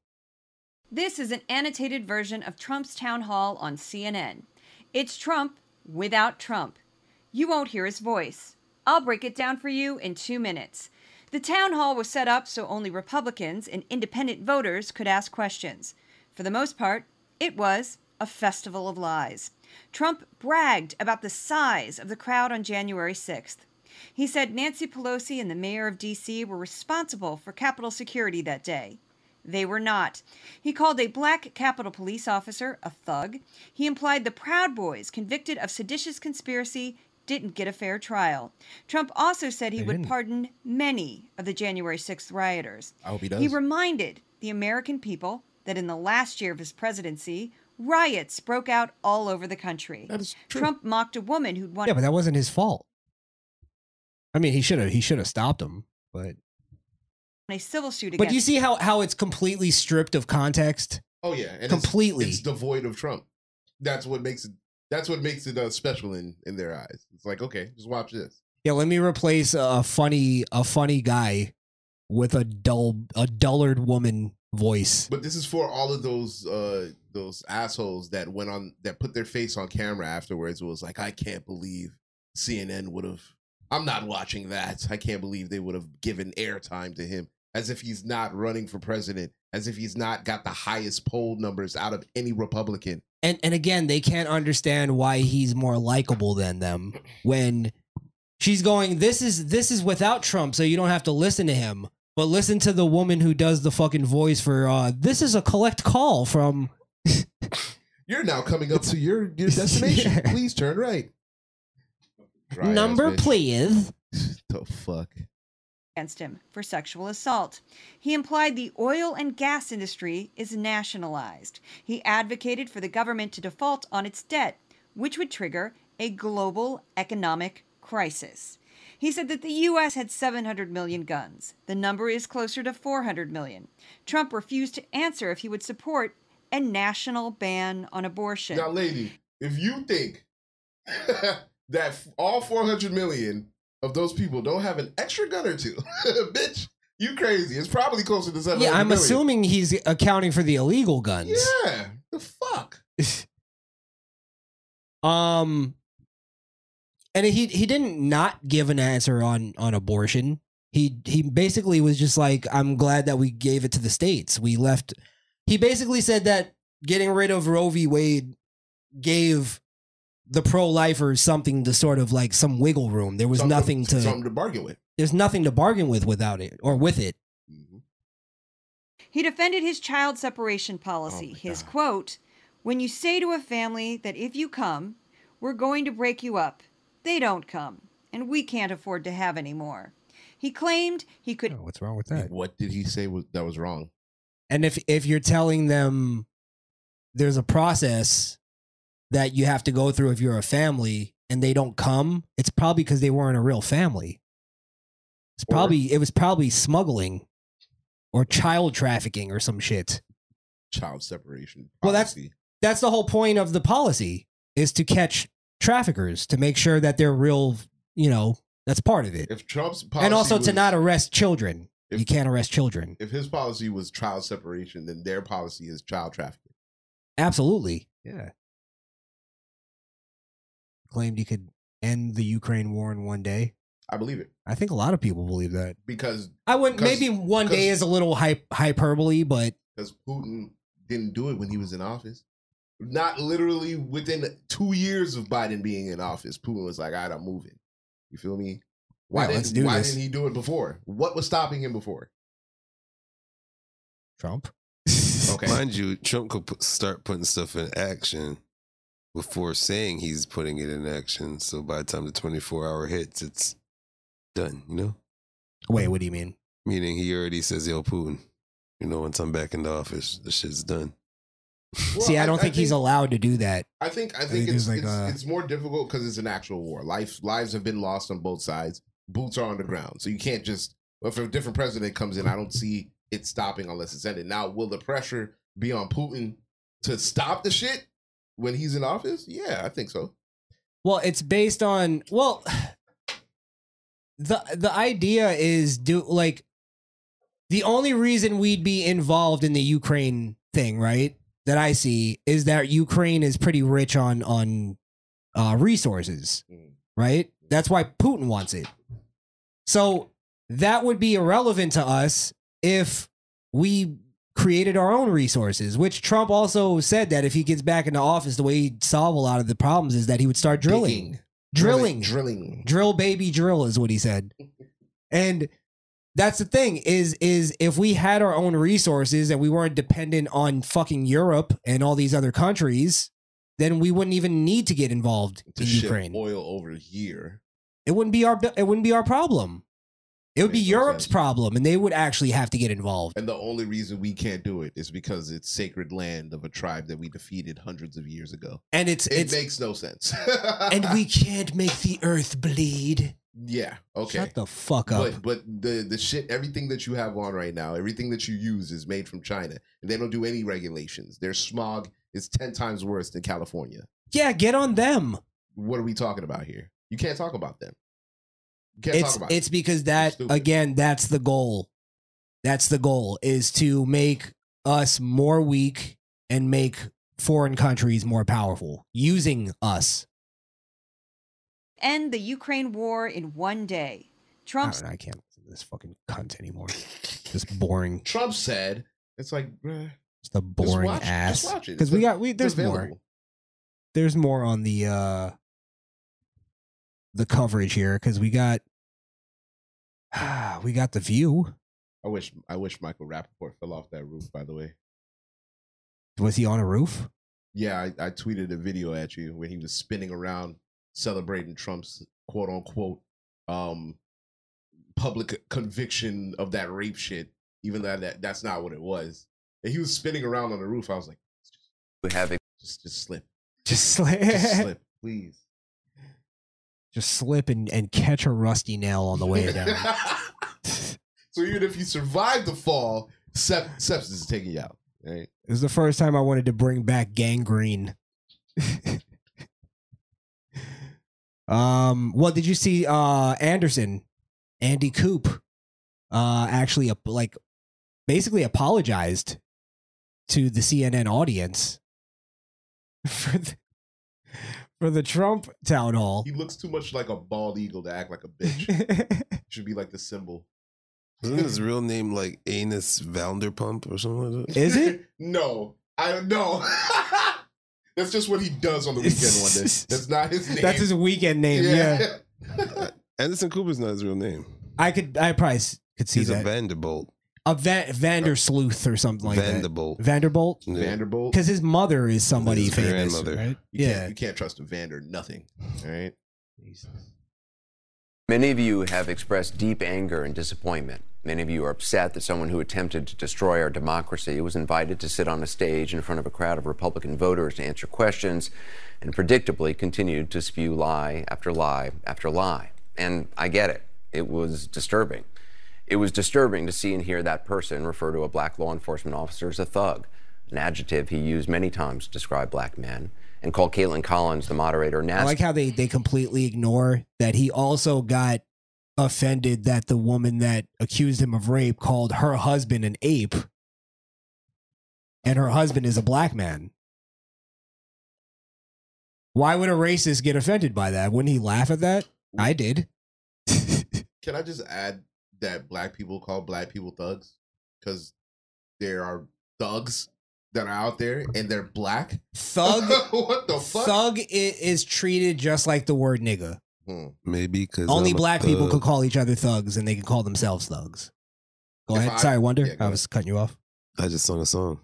[SPEAKER 4] This is an annotated version of Trump's town hall on CNN. It's Trump without Trump. You won't hear his voice. I'll break it down for you in two minutes. The town hall was set up so only Republicans and independent voters could ask questions. For the most part, it was a festival of lies. Trump bragged about the size of the crowd on January 6th. He said Nancy Pelosi and the mayor of D.C. were responsible for Capitol security that day. They were not. He called a black Capitol police officer a thug. He implied the Proud Boys, convicted of seditious conspiracy, didn't get a fair trial. Trump also said he
[SPEAKER 5] They
[SPEAKER 4] would
[SPEAKER 5] didn't.
[SPEAKER 4] pardon many of the January 6th rioters.
[SPEAKER 5] I hope he does.
[SPEAKER 4] reminded the American people that in the last year of his presidency, riots broke out all over the country. That is true. Trump mocked a woman who'd won
[SPEAKER 10] Yeah, but that wasn't his fault. I mean, he should have he should have stopped him, but
[SPEAKER 4] a civil suit against
[SPEAKER 10] but you see how how it's completely stripped of context.
[SPEAKER 11] Oh yeah, and it's-
[SPEAKER 10] completely.
[SPEAKER 11] It's, devoid of Trump. That's what makes it. That's what makes it uh, special in in their eyes. It's like okay, just watch this.
[SPEAKER 10] yeah, let me replace a funny a funny guy with a dull a dullard woman voice.
[SPEAKER 11] But this is for all of those uh those assholes that went on that put their face on camera afterwards. It was like I can't believe CNN would have. I'm not watching that. I can't believe they would have given airtime to him as if he's not running for president, as if he's not got the highest poll numbers out of any Republican.
[SPEAKER 10] And and again, they can't understand why he's more likable than them when she's going this is this is without Trump, so you don't have to listen to him. But listen to the woman who does the fucking voice for uh this is a collect call from
[SPEAKER 11] You're now coming up to your your destination. Please turn right. Dry ass
[SPEAKER 10] number
[SPEAKER 11] bitch.
[SPEAKER 10] please.
[SPEAKER 11] The fuck.
[SPEAKER 4] against him for sexual assault. He implied the oil and gas industry is nationalized. He advocated for the government to default on its debt, which would trigger a global economic crisis. He said that the U.S. had 700 million guns. The number is closer to 400 million. Trump refused to answer if he would support a national ban on abortion.
[SPEAKER 11] Now, lady, if you think that f- all 400 million of those people don't have an extra gun or two, bitch, you crazy. It's probably closer to 700
[SPEAKER 10] Yeah, I'm
[SPEAKER 11] million.
[SPEAKER 10] assuming he's accounting for the illegal guns.
[SPEAKER 11] Yeah. The fuck?
[SPEAKER 10] Um and he he didn't not give an answer on on abortion. He he basically was just like I'm glad that we gave it to the states. We left He basically said that getting rid of Roe v. Wade gave the pro-lifers something to sort of like some wiggle room. There was
[SPEAKER 11] Something-
[SPEAKER 10] nothing to
[SPEAKER 11] something to bargain with.
[SPEAKER 10] There's nothing to bargain with without it or with it.
[SPEAKER 4] He defended his child separation
[SPEAKER 10] Oh
[SPEAKER 4] policy. his quote When you say to a family that if you come, we're going to break you up, they don't come, and we can't afford to have any more. He claimed he could
[SPEAKER 10] What's wrong with that?
[SPEAKER 11] What did he say was, that was wrong?
[SPEAKER 10] And if if you're telling them there's a process that you have to go through if you're a family and they don't come, it's probably because they weren't a real family. It's probably it was probably smuggling or child trafficking or some shit.
[SPEAKER 11] Child separation.
[SPEAKER 10] Well, that's that's the whole point of the policy is to catch traffickers to make sure that they're real. You know, that's part of it.
[SPEAKER 11] If Trump's policy
[SPEAKER 10] And also to
[SPEAKER 11] was-
[SPEAKER 10] not arrest children. you can't arrest children.
[SPEAKER 11] If his policy was child separation, then their policy is child trafficking.
[SPEAKER 10] Absolutely. Yeah. Claimed he could end the Ukraine war in one day.
[SPEAKER 11] I believe it.
[SPEAKER 10] I think a lot of people believe that.
[SPEAKER 11] Because
[SPEAKER 10] I wouldn't.
[SPEAKER 11] because-
[SPEAKER 10] Maybe one day
[SPEAKER 11] because-
[SPEAKER 10] is a little hy- hyperbole, but
[SPEAKER 11] because Putin didn't do it when he was in office. Not literally within two years of Biden being in office, Putin was like, "All right, I'm moving." You feel me? Why
[SPEAKER 10] Yeah,
[SPEAKER 11] didn't
[SPEAKER 10] let's do
[SPEAKER 11] Why
[SPEAKER 10] this.
[SPEAKER 11] didn't he do it before? What was stopping him before?
[SPEAKER 10] Trump.
[SPEAKER 12] Mind you, Trump could put, start putting stuff in action before saying he's putting it in action. So by the time the 24 hour hits, it's done, you know?
[SPEAKER 10] Wait, what do you mean?
[SPEAKER 12] Meaning he already says, yo, Putin, you know, once I'm back in the office, the shit's done.
[SPEAKER 10] see, I don't think, he's allowed to do that.
[SPEAKER 11] I think
[SPEAKER 10] I
[SPEAKER 11] I think
[SPEAKER 10] think
[SPEAKER 11] it's
[SPEAKER 10] there's like uh
[SPEAKER 11] it's,
[SPEAKER 10] a-
[SPEAKER 11] it's more difficult because it's an actual war. Life lives have been lost on both sides. Boots are on the ground, so you can't just. If a different president comes in, I don't see it stopping unless it's ended. Now, will the pressure be on Putin to stop the shit when he's in office? Yeah, I think so.
[SPEAKER 10] Well, it's based on well the the idea is do like the only reason we'd be involved in the Ukraine thing, right? That I see is that Ukraine is pretty rich on on uh resources, right? That's why Putin wants it. So that would be irrelevant to us if we created our own resources, which Trump also said that if he gets back into office, the way he'd solve a lot of the problems is that he would start drilling. Drilling.
[SPEAKER 11] Drilling.
[SPEAKER 10] Drill baby drill is what he said. And that's the thing is is if we had our own resources and we weren't dependent on fucking Europe and all these other countries, then we wouldn't even need to get involved
[SPEAKER 11] to
[SPEAKER 10] in
[SPEAKER 11] ship
[SPEAKER 10] Ukraine.
[SPEAKER 11] oil over here.
[SPEAKER 10] It wouldn't be our it wouldn't be our problem. It would be Europe's problem, and they would actually have to get involved.
[SPEAKER 11] And the only reason we can't do it is because it's sacred land of a tribe that we defeated hundreds of years ago.
[SPEAKER 10] And it's-
[SPEAKER 11] it
[SPEAKER 10] it's-
[SPEAKER 11] makes no sense.
[SPEAKER 10] and we can't make the earth bleed.
[SPEAKER 11] Yeah. Okay.
[SPEAKER 10] Shut the fuck up.
[SPEAKER 11] But, but the the shit, everything that you have on right now, everything that you use is made from China, and they don't do any regulations. Their smog is ten times worse than California.
[SPEAKER 10] Yeah, get on them.
[SPEAKER 11] What are we talking about here? You can't talk about them. You can't
[SPEAKER 10] It's
[SPEAKER 11] talk about
[SPEAKER 10] it's because that again, that's the goal. That's the goal is to make us more weak and make foreign countries more powerful using us.
[SPEAKER 4] End the Ukraine war in one day.
[SPEAKER 10] I,
[SPEAKER 4] Trump's
[SPEAKER 10] don't know, I can't listen to this fucking cunt anymore. Just boring.
[SPEAKER 11] Trump said it's like bruh,
[SPEAKER 10] Just a boring
[SPEAKER 11] watch- just
[SPEAKER 10] ass.
[SPEAKER 11] watch it.
[SPEAKER 10] Because we
[SPEAKER 11] It's
[SPEAKER 10] got we there's more.
[SPEAKER 11] available.
[SPEAKER 10] there's more on the uh the coverage here because we got Ah, we got the view
[SPEAKER 11] I wish I wish Michael Rappaport fell off that roof. By the way,
[SPEAKER 10] was he on a roof
[SPEAKER 11] yeah, I, I tweeted a video at you when he was spinning around celebrating Trump's quote unquote um public conviction of that rape shit, even though that that's not what it was. And he was spinning around on the roof. I was like,
[SPEAKER 5] we have a
[SPEAKER 11] just just slip,
[SPEAKER 10] just slip
[SPEAKER 11] just slip, please.
[SPEAKER 10] just slip and, and catch a rusty nail on the way down
[SPEAKER 11] so even if you survive the fall, sep- sepsis is taking you out. Right?
[SPEAKER 10] it was the first time i wanted to bring back gangrene um well did you see uh anderson andy coop uh actually ap- like basically apologized to the cnn audience for the, for the trump town hall
[SPEAKER 11] He looks too much like a bald eagle to act like a bitch. Should be like the symbol.
[SPEAKER 12] Isn't his real name like Anus Vanderpump or something like that?
[SPEAKER 10] Is it?
[SPEAKER 11] No, I don't know. That's just what he does on the weekend. One day. That's not his name.
[SPEAKER 10] That's his weekend name. Yeah.
[SPEAKER 12] Anderson Cooper's not his real name.
[SPEAKER 10] I could. I probably s- could see
[SPEAKER 12] He's a
[SPEAKER 10] that.
[SPEAKER 12] Vanderbilt.
[SPEAKER 10] A, Va- Vandersleuth or something like
[SPEAKER 12] Vanderbilt.
[SPEAKER 10] that. Vanderbilt.
[SPEAKER 12] Yeah.
[SPEAKER 11] Vanderbilt.
[SPEAKER 10] Because his mother is somebody
[SPEAKER 12] His
[SPEAKER 10] famous,
[SPEAKER 12] grandmother.
[SPEAKER 10] right?
[SPEAKER 11] You
[SPEAKER 10] Yeah.
[SPEAKER 11] can't, you can't trust a Vander nothing. All right.
[SPEAKER 5] Many of you have expressed deep anger and disappointment. Many of you are upset that someone who attempted to destroy our democracy was invited to sit on a stage in front of a crowd of Republican voters to answer questions and predictably continued to spew lie after lie after lie. And I get it. It was disturbing. It was disturbing to see and hear that person refer to a black law enforcement officer as a thug, an adjective he used many times to describe black men, and call Caitlin Collins, the moderator,
[SPEAKER 10] I
[SPEAKER 5] nasty.
[SPEAKER 10] like how they they completely ignore that he also got offended that the woman that accused him of rape called her husband an ape, and her husband is a black man. Why would a racist get offended by that? Wouldn't he laugh at that? I did.
[SPEAKER 11] Can I just add that black people call black people thugs because there are thugs that are out there and they're black.
[SPEAKER 10] Thug.
[SPEAKER 11] what the fuck?
[SPEAKER 10] Thug i- is treated just like the word nigga.
[SPEAKER 12] Maybe because
[SPEAKER 10] Only black people could call each other thugs, and they can call themselves thugs. Go
[SPEAKER 12] If
[SPEAKER 10] ahead.
[SPEAKER 12] I-
[SPEAKER 10] Sorry, Wonder.
[SPEAKER 12] yeah, go
[SPEAKER 10] I
[SPEAKER 12] ahead.
[SPEAKER 10] was cutting you off.
[SPEAKER 12] I just sung a song.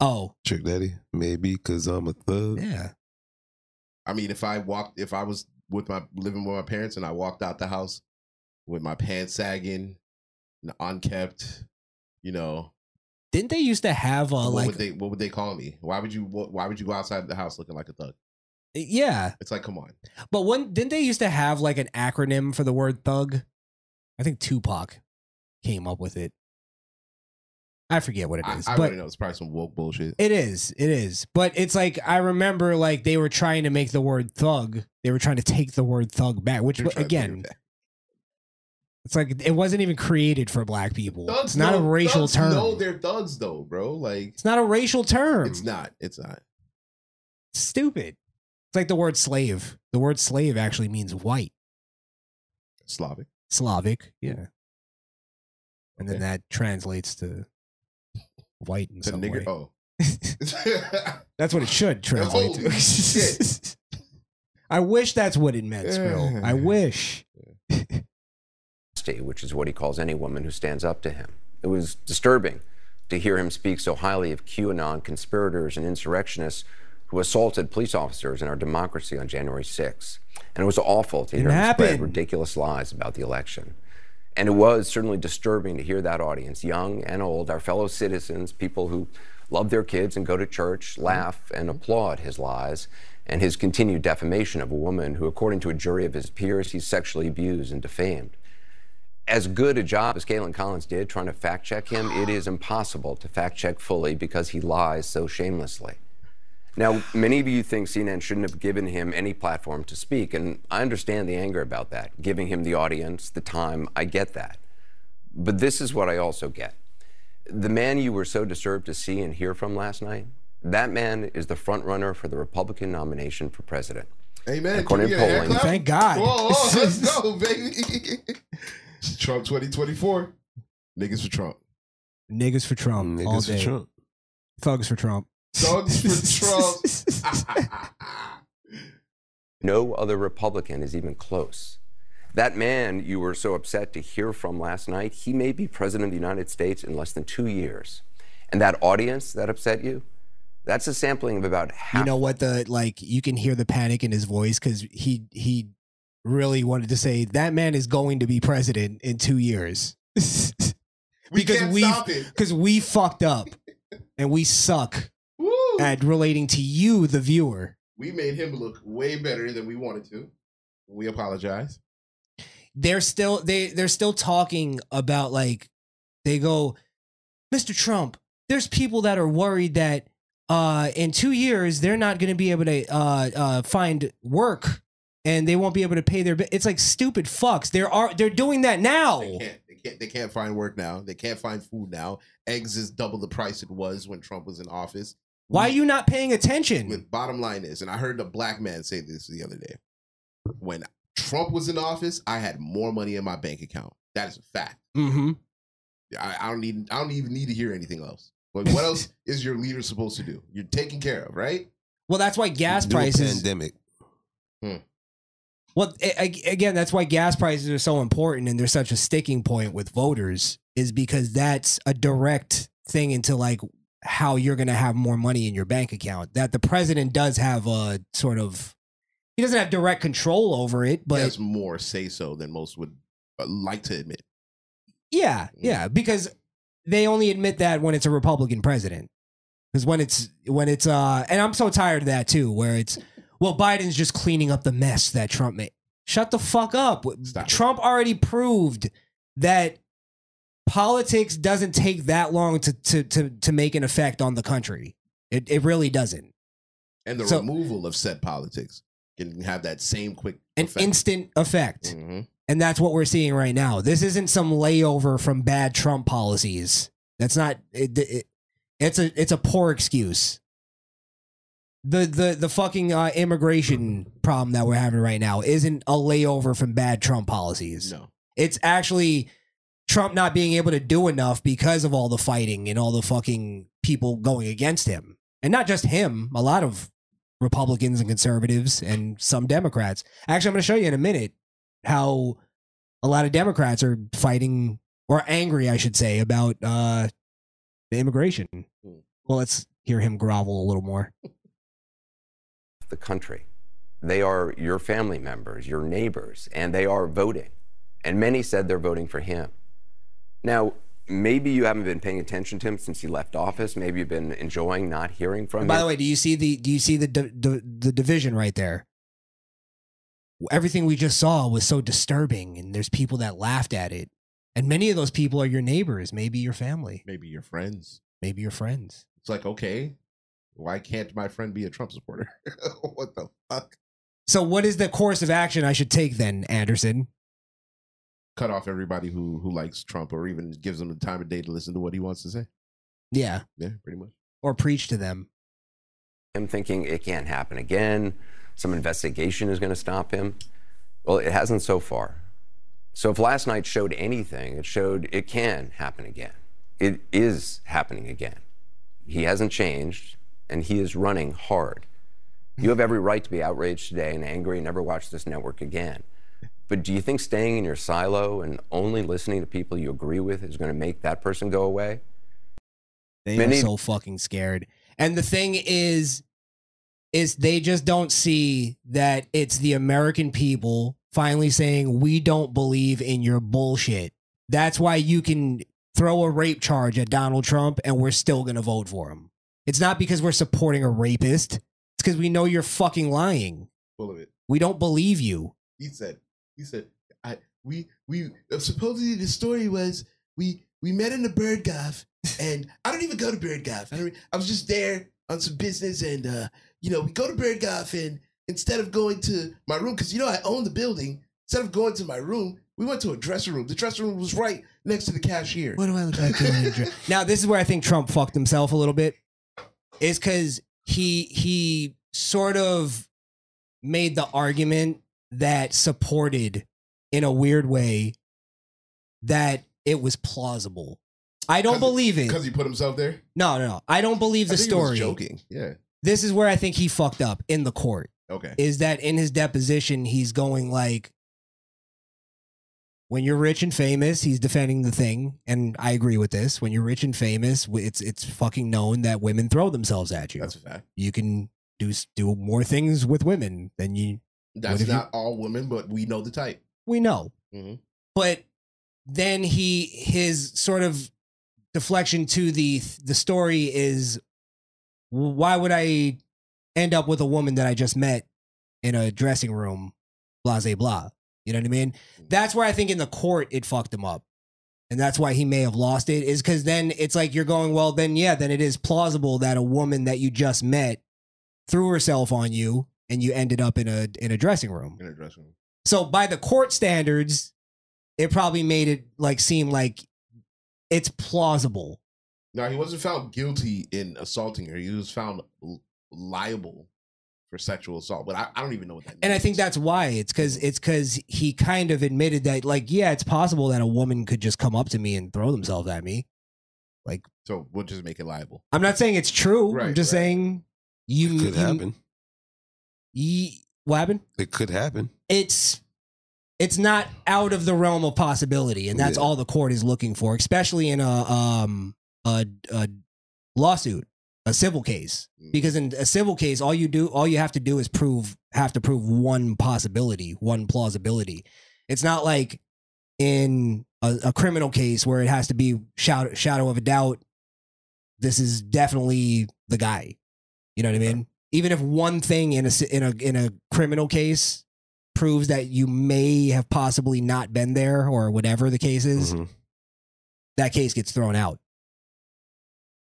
[SPEAKER 10] Oh,
[SPEAKER 12] Trick Daddy. Maybe because I'm a thug.
[SPEAKER 10] Yeah.
[SPEAKER 11] I mean, if I walked, if I was with my living with my parents and I walked out the house with my pants sagging and unkept, you know,
[SPEAKER 10] Didn't they used to have a
[SPEAKER 11] what
[SPEAKER 10] like?
[SPEAKER 11] would they what would they call me? Why would you what, why would you go outside the house looking like a thug?
[SPEAKER 10] yeah,
[SPEAKER 11] It's like, come on,
[SPEAKER 10] but when didn't they used to have like an acronym for the word thug? I think Tupac came up with it. I forget what it
[SPEAKER 11] I,
[SPEAKER 10] is,
[SPEAKER 11] I
[SPEAKER 10] but
[SPEAKER 11] already know it's probably some woke bullshit.
[SPEAKER 10] It is. It is. But it's like I remember like they were trying to make the word thug. They were trying to take the word thug back, which
[SPEAKER 11] They're trying to take it
[SPEAKER 10] again it's like it wasn't even created for black people.
[SPEAKER 11] Thugs
[SPEAKER 10] it's not a
[SPEAKER 11] know-
[SPEAKER 10] racial
[SPEAKER 11] thugs
[SPEAKER 10] term.
[SPEAKER 11] No, they're thugs though, bro. Like
[SPEAKER 10] it's not a racial term.
[SPEAKER 11] It's not. It's not.
[SPEAKER 10] Stupid. It's like the word slave. The word slave actually means white.
[SPEAKER 11] Slavic.
[SPEAKER 10] Slavic, yeah. And then that translates to white in
[SPEAKER 11] The
[SPEAKER 10] some way.
[SPEAKER 11] nigger. Oh,
[SPEAKER 10] That's what it should translate
[SPEAKER 11] Holy
[SPEAKER 10] to. I wish that's what it meant, Skrill. I wish.
[SPEAKER 5] chastity, which is what he calls any woman who stands up to him. It was disturbing to hear him speak so highly of QAnon conspirators and insurrectionists who assaulted police officers in our democracy on January 6th. And it was awful to hear
[SPEAKER 10] It
[SPEAKER 5] him spread
[SPEAKER 10] happened.
[SPEAKER 5] ridiculous lies about the election. And it was certainly disturbing to hear that audience, young and old, our fellow citizens, people who love their kids and go to church,
[SPEAKER 10] Mm-hmm.
[SPEAKER 5] laugh and applaud his lies and his continued defamation of a woman who, according to a jury of his peers, he sexually abused and defamed. As good a job as Galen Collins did trying to fact check him, it is impossible to fact check fully because he lies so shamelessly. Now, many of you think CNN shouldn't have given him any platform to speak, and I understand the anger about that, giving him the audience, the time, I get that. But this is what I also get. The man you were so disturbed to see and hear from last night, that man is the front runner for the Republican nomination for president.
[SPEAKER 11] Amen.
[SPEAKER 5] According
[SPEAKER 11] Can
[SPEAKER 5] to
[SPEAKER 11] we get a hand
[SPEAKER 5] polling.
[SPEAKER 11] clap?
[SPEAKER 5] Thank God.
[SPEAKER 11] Whoa, whoa, let's go, baby. Trump 2024. Niggas for Trump.
[SPEAKER 10] Niggas for Trump.
[SPEAKER 11] Niggas
[SPEAKER 10] all
[SPEAKER 11] for
[SPEAKER 10] day.
[SPEAKER 11] Trump.
[SPEAKER 10] Thugs for Trump.
[SPEAKER 11] Thugs for Trump.
[SPEAKER 5] No other Republican is even close. That man you were so upset to hear from last night, he may be president of the United States in less than two years. And that audience that upset you, that's a sampling of about
[SPEAKER 10] You know what? The like you can hear the panic in his voice because he he really wanted to say that man is going to be president in two years because we because we fucked up and we suck at relating to you, the viewer.
[SPEAKER 11] We made him look way better than we wanted to. We apologize.
[SPEAKER 10] they're still they they're still talking about like they go Mr. Trump there's people that are worried that uh in 2 years they're not going to be able to uh uh find work and they won't be able to pay their bi-" it's like stupid fucks there are they're doing that now
[SPEAKER 11] They can't, they can't. They can't find work now. They can't find food now. Eggs is double the price it was when Trump was in office.
[SPEAKER 10] why are you not paying attention
[SPEAKER 11] With bottom line is, and I heard a black man say this the other day. When Trump was in office, I had more money in my bank account. That is a fact.
[SPEAKER 10] mhm
[SPEAKER 11] I, I don't need. I don't even need to hear anything else. Like, what else is your leader supposed to do? You're taken care of, right?
[SPEAKER 10] well that's why gas
[SPEAKER 11] Do a
[SPEAKER 10] prices
[SPEAKER 12] pandemic.
[SPEAKER 11] Hmm.
[SPEAKER 10] Well, a- a- again, that's why gas prices are so important and they're such a sticking point with voters, is because that's a direct thing into like how you're going to have more money in your bank account. That the president does have a sort of, he doesn't have direct control over it, but
[SPEAKER 11] he has more say so than most would uh, like to admit.
[SPEAKER 10] yeah, yeah, because they only admit that when it's a Republican president. Because when it's, when it's, uh, and I'm so tired of that too, where it's, well, Biden's just cleaning up the mess that Trump made. Shut the fuck up. Trump already proved that politics doesn't take that long to, to, to, to make an effect on the country. It, it really doesn't.
[SPEAKER 11] And the
[SPEAKER 10] So-
[SPEAKER 11] removal of said politics can have that same quick
[SPEAKER 10] An
[SPEAKER 11] effect.
[SPEAKER 10] instant effect.
[SPEAKER 11] Mhm.
[SPEAKER 10] And that's what we're seeing right now. This isn't some layover from bad Trump policies. That's not it, it- it's a it's a poor excuse. The the the fucking uh, immigration problem that we're having right now isn't a layover from bad Trump policies.
[SPEAKER 11] No.
[SPEAKER 10] It's actually Trump not being able to do enough because of all the fighting and all the fucking people going against him. And not just him, a lot of Republicans and conservatives and some Democrats. Actually, I'm going to show you in a minute how a lot of Democrats are fighting or angry, I should say, about uh, the immigration.
[SPEAKER 11] Mm.
[SPEAKER 10] Well, let's hear him grovel a little more.
[SPEAKER 5] the country. They are your family members, your neighbors, and they are voting. And many said they're voting for him. Now, maybe you haven't been paying attention to him since he left office. Maybe you've been enjoying not hearing from
[SPEAKER 10] And
[SPEAKER 5] him.
[SPEAKER 10] by the way, do you see the do you see the di- di- the division right there? Everything we just saw was so disturbing, and there's people that laughed at it, and many of those people are your neighbors, maybe your family,
[SPEAKER 11] Maybe your friends.
[SPEAKER 10] maybe your friends.
[SPEAKER 11] It's like, okay, why can't my friend be a Trump supporter? what the fuck?
[SPEAKER 10] So, what is the course of action I should take then, Anderson?
[SPEAKER 11] Cut off everybody who who likes Trump or even gives them the time of day to listen to what he wants to say.
[SPEAKER 10] Yeah,
[SPEAKER 11] Yeah, pretty much.
[SPEAKER 10] or preach to them.
[SPEAKER 5] him thinking it can't happen again. Some investigation is going to stop him. Well, it hasn't so far. So if last night showed anything, it showed it can happen again. It is happening again. He hasn't changed, and he is running hard. You have every right to be outraged today and angry and never watch this network again. But do you think staying in your silo and only listening to people you agree with is going to make that person go away?
[SPEAKER 10] They Many- are so fucking scared. And the thing is, is they just don't see that it's the American people finally saying we don't believe in your bullshit. That's why you can throw a rape charge at Donald Trump and we're still going to vote for him. It's not because we're supporting a rapist. It's because we know you're fucking lying.
[SPEAKER 11] Full of it.
[SPEAKER 10] We don't believe you.
[SPEAKER 11] He said. He said. I we we uh, supposedly the story was we we met in the bird golf and I don't even go to bird golf. I, don't, I was just there on some business and uh you know we go to bird golf and instead of going to my room because you know I own the building. Instead of going to my room, we went to a dressing room. The dressing room was right next to the cashier.
[SPEAKER 10] What do I look like? now this is where I think Trump fucked himself a little bit. Is because he he sort of made the argument that supported in a weird way that it was plausible. I don't believe it
[SPEAKER 11] because he put himself there.
[SPEAKER 10] No, no, no. I don't believe the
[SPEAKER 11] I think he was
[SPEAKER 10] story.
[SPEAKER 11] joking. Yeah.
[SPEAKER 10] This is where I think he fucked up in the court.
[SPEAKER 11] Okay.
[SPEAKER 10] Is that in his deposition he's going like when you're rich and famous, he's defending the thing, and I agree with this. When you're rich and famous, it's it's fucking known that women throw themselves at you.
[SPEAKER 11] That's a fact.
[SPEAKER 10] You can do do more things with women than you.
[SPEAKER 11] That's
[SPEAKER 10] would if you-
[SPEAKER 11] not all women, but we know the type.
[SPEAKER 10] we know,
[SPEAKER 11] Mhm.
[SPEAKER 10] but then he his sort of deflection to the the story is why would I end up with a woman that I just met in a dressing room, blah blah blah. You know what I mean? That's where I think in the court it fucked him up. And that's why he may have lost it, is because then it's like you're going, well, then yeah, then it is plausible that a woman that you just met threw herself on you and you ended up in a in a dressing room.
[SPEAKER 11] In a dressing room.
[SPEAKER 10] So by the court standards, it probably made it like seem like it's plausible.
[SPEAKER 11] No, he wasn't found guilty in assaulting her. He was found l- liable for sexual assault, but I, I don't even know what that means.
[SPEAKER 10] And I think that's why it's because it's because he kind of admitted that like yeah, it's possible that a woman could just come up to me and throw themselves at me. Like
[SPEAKER 11] So we'll just make it liable.
[SPEAKER 10] I'm not saying it's true. I'm
[SPEAKER 11] Right,
[SPEAKER 10] just
[SPEAKER 11] right.
[SPEAKER 10] saying you
[SPEAKER 12] Could
[SPEAKER 10] you-
[SPEAKER 12] happen.
[SPEAKER 10] you- what happened?
[SPEAKER 12] It could happen.
[SPEAKER 10] It's it's not out of the realm of possibility, and that's
[SPEAKER 12] Yeah.
[SPEAKER 10] all the court is looking for, especially in a um a, a lawsuit, a civil case. Because in a civil case, all you do, all you have to do is prove have to prove one possibility, one plausibility. It's not like in a, a criminal case where it has to be shadow, shadow of a doubt. This is definitely the guy. You know what I mean? Even if one thing in a si- in a in a criminal case proves that you may have possibly not been there or whatever the case is, that case gets thrown out.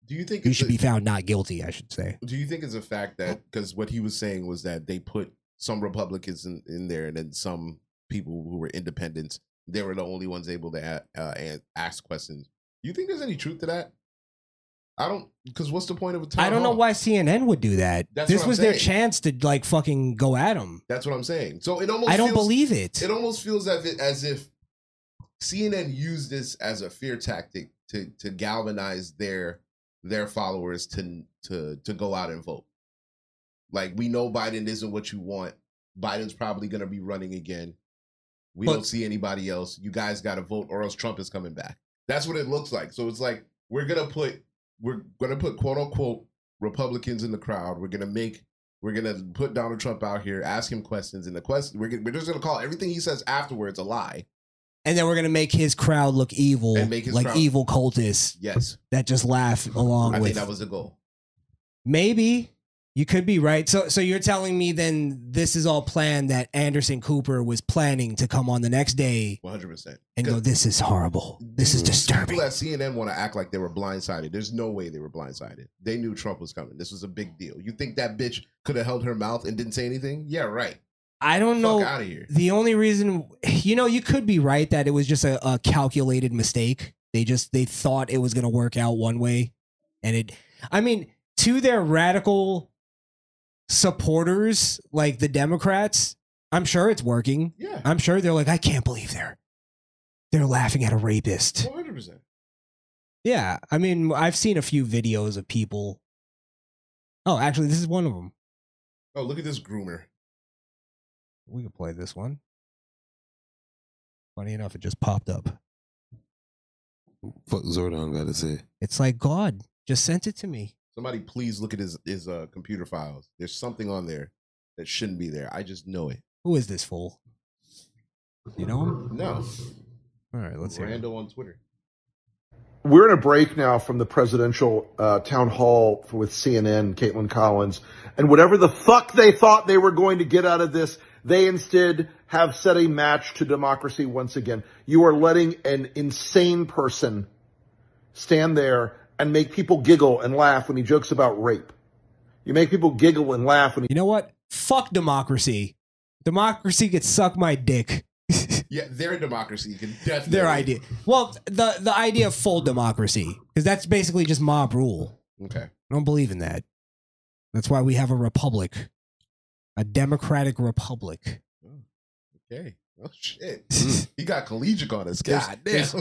[SPEAKER 11] Do you think
[SPEAKER 10] You
[SPEAKER 11] it's
[SPEAKER 10] should
[SPEAKER 11] a-
[SPEAKER 10] be found not guilty, I should say.
[SPEAKER 11] Do you think it's a fact that because what he was saying was that they put some Republicans in, in there and then some people who were independents, they were the only ones able to a- uh, a- ask questions. Do you think there's any truth to that? I don't, because what's the point of a town
[SPEAKER 10] I don't know
[SPEAKER 11] hall?
[SPEAKER 10] why CNN would do that.
[SPEAKER 11] That's
[SPEAKER 10] this
[SPEAKER 11] what I'm
[SPEAKER 10] was their
[SPEAKER 11] saying.
[SPEAKER 10] chance to like fucking go at him.
[SPEAKER 11] That's what I'm saying. So it almost
[SPEAKER 10] Um, I don't
[SPEAKER 11] feels-
[SPEAKER 10] believe it.
[SPEAKER 11] It almost feels as if, as if CNN used this as a fear tactic to to galvanize their their followers to to to go out and vote. Like we know Biden isn't what you want. Biden's probably going to be running again. We
[SPEAKER 10] But-
[SPEAKER 11] don't see anybody else. You guys got to vote, or else Trump is coming back. That's what it looks like. So it's like we're gonna put we're gonna put quote unquote Republicans in the crowd. We're gonna make we're gonna put Donald Trump out here, ask him questions, and the question we're, gonna, we're just gonna call everything he says afterwards a lie.
[SPEAKER 10] And then we're gonna make his crowd look evil,
[SPEAKER 11] And make his
[SPEAKER 10] like
[SPEAKER 11] crowd-
[SPEAKER 10] evil cultists
[SPEAKER 11] Yes,
[SPEAKER 10] that just laugh along
[SPEAKER 11] I
[SPEAKER 10] with.
[SPEAKER 11] think that was the goal.
[SPEAKER 10] Maybe you could be right. So, so you're telling me then this is all planned that Anderson Cooper was planning to come on the next day
[SPEAKER 11] One hundred percent.
[SPEAKER 10] and go, "This is horrible. This is disturbing."
[SPEAKER 11] People at CNN want to act like they were blindsided. There's no way they were blindsided. They knew Trump was coming. This was a big deal. You think that bitch could have held her mouth and didn't say anything? Yeah, right.
[SPEAKER 10] I don't
[SPEAKER 11] Fuck
[SPEAKER 10] know.
[SPEAKER 11] outta here.
[SPEAKER 10] The only reason, you know, you could be right that it was just a, a calculated mistake. They just they thought it was going to work out one way, and it. I mean, to their radical supporters, like the Democrats, I'm sure it's working.
[SPEAKER 11] Yeah.
[SPEAKER 10] I'm sure they're like, I can't believe they're they're laughing at a rapist.
[SPEAKER 11] One hundred percent.
[SPEAKER 10] Yeah, I mean, I've seen a few videos of people. Oh, actually, this is one of them.
[SPEAKER 11] Oh, look at this groomer.
[SPEAKER 10] We could play this one. Funny enough, it just popped up.
[SPEAKER 12] Fuck Zordon got to say.
[SPEAKER 10] It's like God just sent it to me.
[SPEAKER 11] Somebody please look at his his uh, computer files. There's something on there that shouldn't be there. I just know it.
[SPEAKER 10] Who is this fool? You know him?
[SPEAKER 11] No.
[SPEAKER 10] All right, let's hear. it.
[SPEAKER 11] Randall on Twitter.
[SPEAKER 6] We're in a break now from the presidential uh, town hall with CNN, Caitlin Collins, and whatever the fuck they thought they were going to get out of this, they instead have set a match to democracy once again. You are letting an insane person stand there and make people giggle and laugh when he jokes about rape. You make people giggle and laugh when he.
[SPEAKER 10] You know what? Fuck democracy. Democracy could suck my dick.
[SPEAKER 11] Yeah, their democracy can definitely.
[SPEAKER 10] Their idea. Well, the the idea of full democracy, because that's basically just mob rule.
[SPEAKER 11] Okay.
[SPEAKER 10] I don't believe in that. That's why we have a republic, a democratic republic.
[SPEAKER 11] Okay.
[SPEAKER 10] Hmm.
[SPEAKER 11] Oh shit. he got collegiate on us. God damn.
[SPEAKER 10] There's-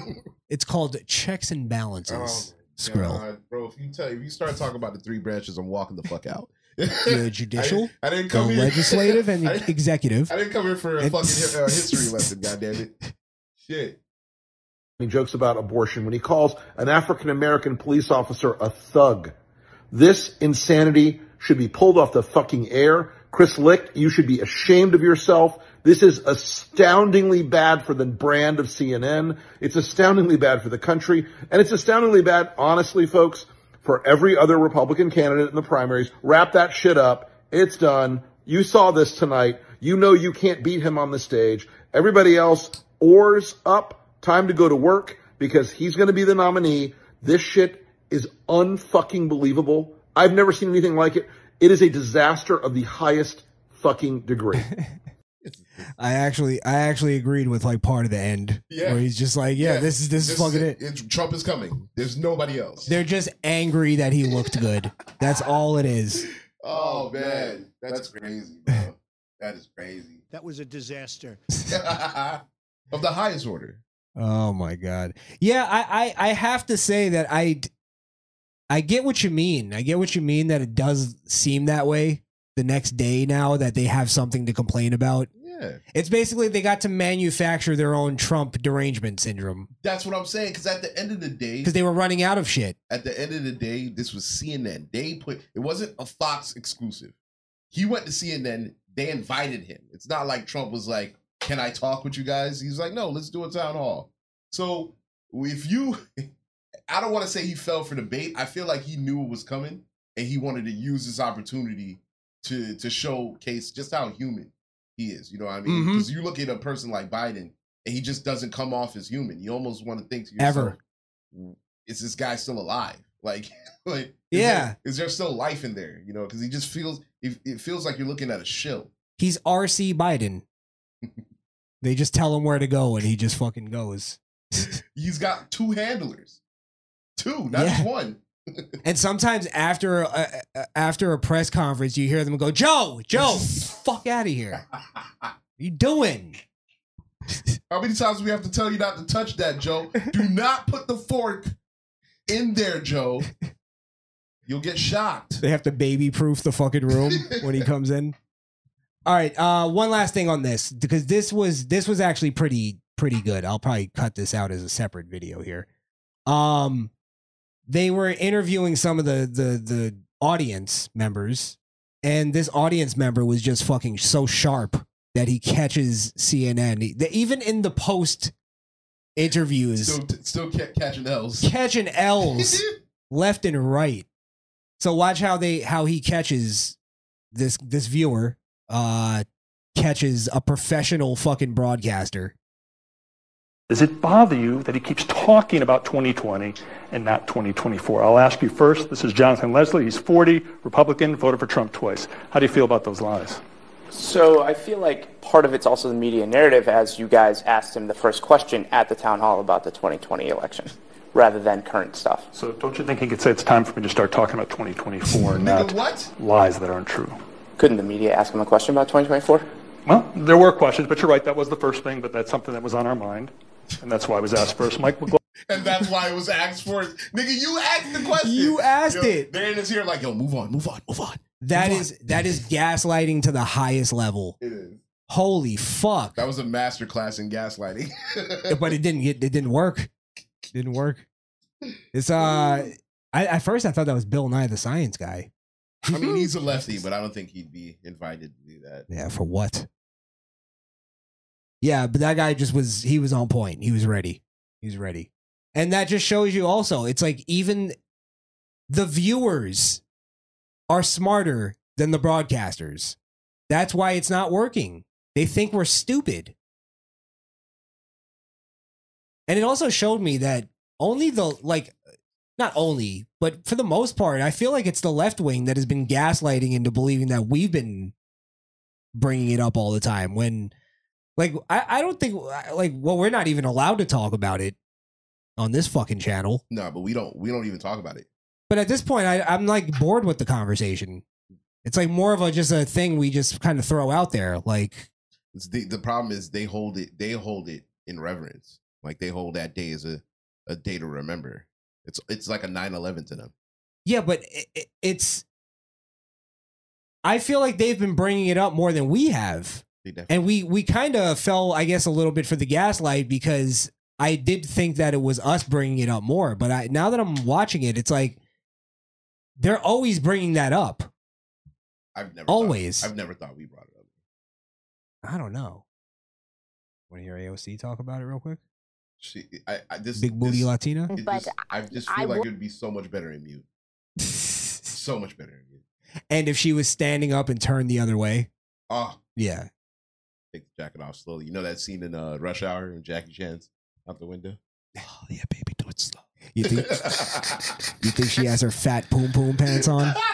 [SPEAKER 10] It's called checks and
[SPEAKER 12] Oh
[SPEAKER 10] balances. Skrill.
[SPEAKER 11] Oh, God, bro, if you tell if you start talking about the three branches, I'm walking the fuck out.
[SPEAKER 10] the judicial,
[SPEAKER 11] I didn't
[SPEAKER 10] the
[SPEAKER 11] come here-
[SPEAKER 10] legislative, and
[SPEAKER 11] I
[SPEAKER 10] the
[SPEAKER 11] didn't-
[SPEAKER 10] executive.
[SPEAKER 11] I didn't come here for a
[SPEAKER 10] And-
[SPEAKER 11] fucking hi- uh, history lesson. God damn it. Shit.
[SPEAKER 6] He jokes about abortion when he calls an African American police officer a thug. This insanity should be pulled off the fucking air. Chris Lick, you should be ashamed of yourself. This is astoundingly bad for the brand of CNN. It's astoundingly bad for the country. And it's astoundingly bad, honestly, folks, for every other Republican candidate in the primaries. Wrap that shit up. It's done. You saw this tonight. You know you can't beat him on the stage. Everybody else, oars up. Time to go to work because he's going to be the nominee. This shit is unfucking believable. I've never seen anything like it. It is a disaster of the highest fucking degree.
[SPEAKER 10] I actually, I actually agreed with like part of the end
[SPEAKER 11] Yeah.
[SPEAKER 10] where he's just like, yeah, this is this, is fucking it.
[SPEAKER 11] It's, Trump is coming. There's nobody else.
[SPEAKER 10] They're just angry that he looked good. That's all it is.
[SPEAKER 11] Oh, man. That's, crazy, bro. That is crazy.
[SPEAKER 3] That was a disaster.
[SPEAKER 11] of the highest order.
[SPEAKER 10] Oh my god. Yeah, I, I I have to say that I d- I get what you mean. I get what you mean that it does seem that way the next day now that they have something to complain about.
[SPEAKER 11] Yeah.
[SPEAKER 10] It's basically they got to manufacture their own Trump derangement syndrome
[SPEAKER 11] That's what I'm saying. Because at the end of the day,
[SPEAKER 10] because they were running out of shit.
[SPEAKER 11] at the end of the day, this was CNN. They put it wasn't a Fox exclusive. He went to CNN. They invited him. It's not like Trump was like, "Can I talk with you guys?" He's like, "No, let's do a town hall." So if you, I don't want to say he fell for the bait. I feel like he knew it was coming and he wanted to use this opportunity to to showcase just how human he is. You know what I mean?
[SPEAKER 10] Mhm.
[SPEAKER 11] Because you look at a person like Biden and he just doesn't come off as human. You almost want to think to yourself,
[SPEAKER 10] Ever.
[SPEAKER 11] is this guy still alive? Like, like is
[SPEAKER 10] Yeah.
[SPEAKER 11] there- is there still life in there? You know, because he just feels it, it feels like you're looking at a shill.
[SPEAKER 10] He's RC Biden. they just tell him where to go and he just fucking goes.
[SPEAKER 11] He's got two handlers, two, not just
[SPEAKER 10] Yeah.
[SPEAKER 11] one.
[SPEAKER 10] And sometimes after a, a- after a press conference, you hear them go, "Joe, Joe, fuck out of here! What you doing?"
[SPEAKER 11] How many times do we have to tell you not to touch that, Joe? Do not put the fork in there, Joe. You'll get shocked.
[SPEAKER 10] They have to baby proof the fucking room when he comes in. All right, uh, one last thing on this because this was this was actually pretty pretty good. I'll probably cut this out as a separate video here. Um, they were interviewing some of the the the audience members, and this audience member was just fucking so sharp that he catches CNN. He- the- even in the post interviews,
[SPEAKER 11] Still, still ca- catching L's.
[SPEAKER 10] catching L's left and right. So watch how they how he catches this this viewer uh catches a professional fucking broadcaster.
[SPEAKER 14] Does it bother you that he keeps talking about 2020 and not 2024? I'll ask you first. This is Jonathan Leslie. He's 40, Republican, voted for Trump twice. How do you feel about those lies?
[SPEAKER 15] So I feel like part of it's also the media narrative, as you guys asked him the first question at the town hall about the 2020 election, rather than current stuff.
[SPEAKER 14] So don't you think he could say it's time for me to start talking about 2024
[SPEAKER 15] Nigga,
[SPEAKER 14] and not
[SPEAKER 11] what?
[SPEAKER 14] lies that aren't true?
[SPEAKER 15] Couldn't the media ask him a question about 2024?
[SPEAKER 14] Well, there were questions, but you're right. That was the first thing, but that's something that was on our mind, and that's why I was asked first. Mike McGlaughlin.
[SPEAKER 11] And that's why it was asked for. Nigga, you asked the question.
[SPEAKER 10] You asked
[SPEAKER 11] Yo,
[SPEAKER 10] it.
[SPEAKER 11] They're in his ear like, yo, move on, move on, move on.
[SPEAKER 10] That is that is gaslighting to the highest level.
[SPEAKER 11] It is.
[SPEAKER 10] Holy fuck!
[SPEAKER 11] That was a master class in gaslighting.
[SPEAKER 10] but it didn't. It, it didn't work. Didn't work. It's uh. I, at first, I thought that was Bill Nye the Science Guy.
[SPEAKER 11] I mean, he's a lefty, but I don't think he'd be invited to do that.
[SPEAKER 10] Yeah, for what? Yeah, but that guy just was. He was on point. He was ready. He was ready, and that just shows you. Also, it's like even the viewers are smarter than the broadcasters. That's why it's not working. They think we're stupid. And it also showed me that only the, like, not only, but for the most part, I feel like it's the left wing that has been gaslighting into believing that we've been bringing it up all the time. When, like, I, I don't think, like, well, we're not even allowed to talk about it on this fucking channel.
[SPEAKER 11] No, but we don't, we don't even talk about it.
[SPEAKER 10] But at this point, I, I'm like bored with the conversation. It's like more of a just a thing we just kind of throw out there. Like
[SPEAKER 11] it's the the problem is they hold it they hold it in reverence. Like they hold that day as a a day to remember. It's it's like a 9/11 to them.
[SPEAKER 10] Yeah, but it, it's I feel like they've been bringing it up more than we have. And we we kind of fell I guess a little bit for the gaslight because I did think that it was us bringing it up more, but I now that I'm watching it it's like they're always bringing that up.
[SPEAKER 11] I've never
[SPEAKER 10] always.
[SPEAKER 11] Thought, I've never thought we brought it up.
[SPEAKER 10] I don't know. Want to hear AOC talk about it real quick?
[SPEAKER 11] She, I, I this
[SPEAKER 10] big booty
[SPEAKER 11] this,
[SPEAKER 10] Latina.
[SPEAKER 11] But just, I just feel I like w- it would be so much better in mute. so much better in mute.
[SPEAKER 10] And if she was standing up and turned the other way.
[SPEAKER 11] Oh
[SPEAKER 10] yeah.
[SPEAKER 11] Take the jacket off slowly. You know that scene in uh, Rush Hour and Jackie Chan's out the window.
[SPEAKER 10] Oh yeah, baby, do it slow. You think? you think she has her fat poom poom pants on?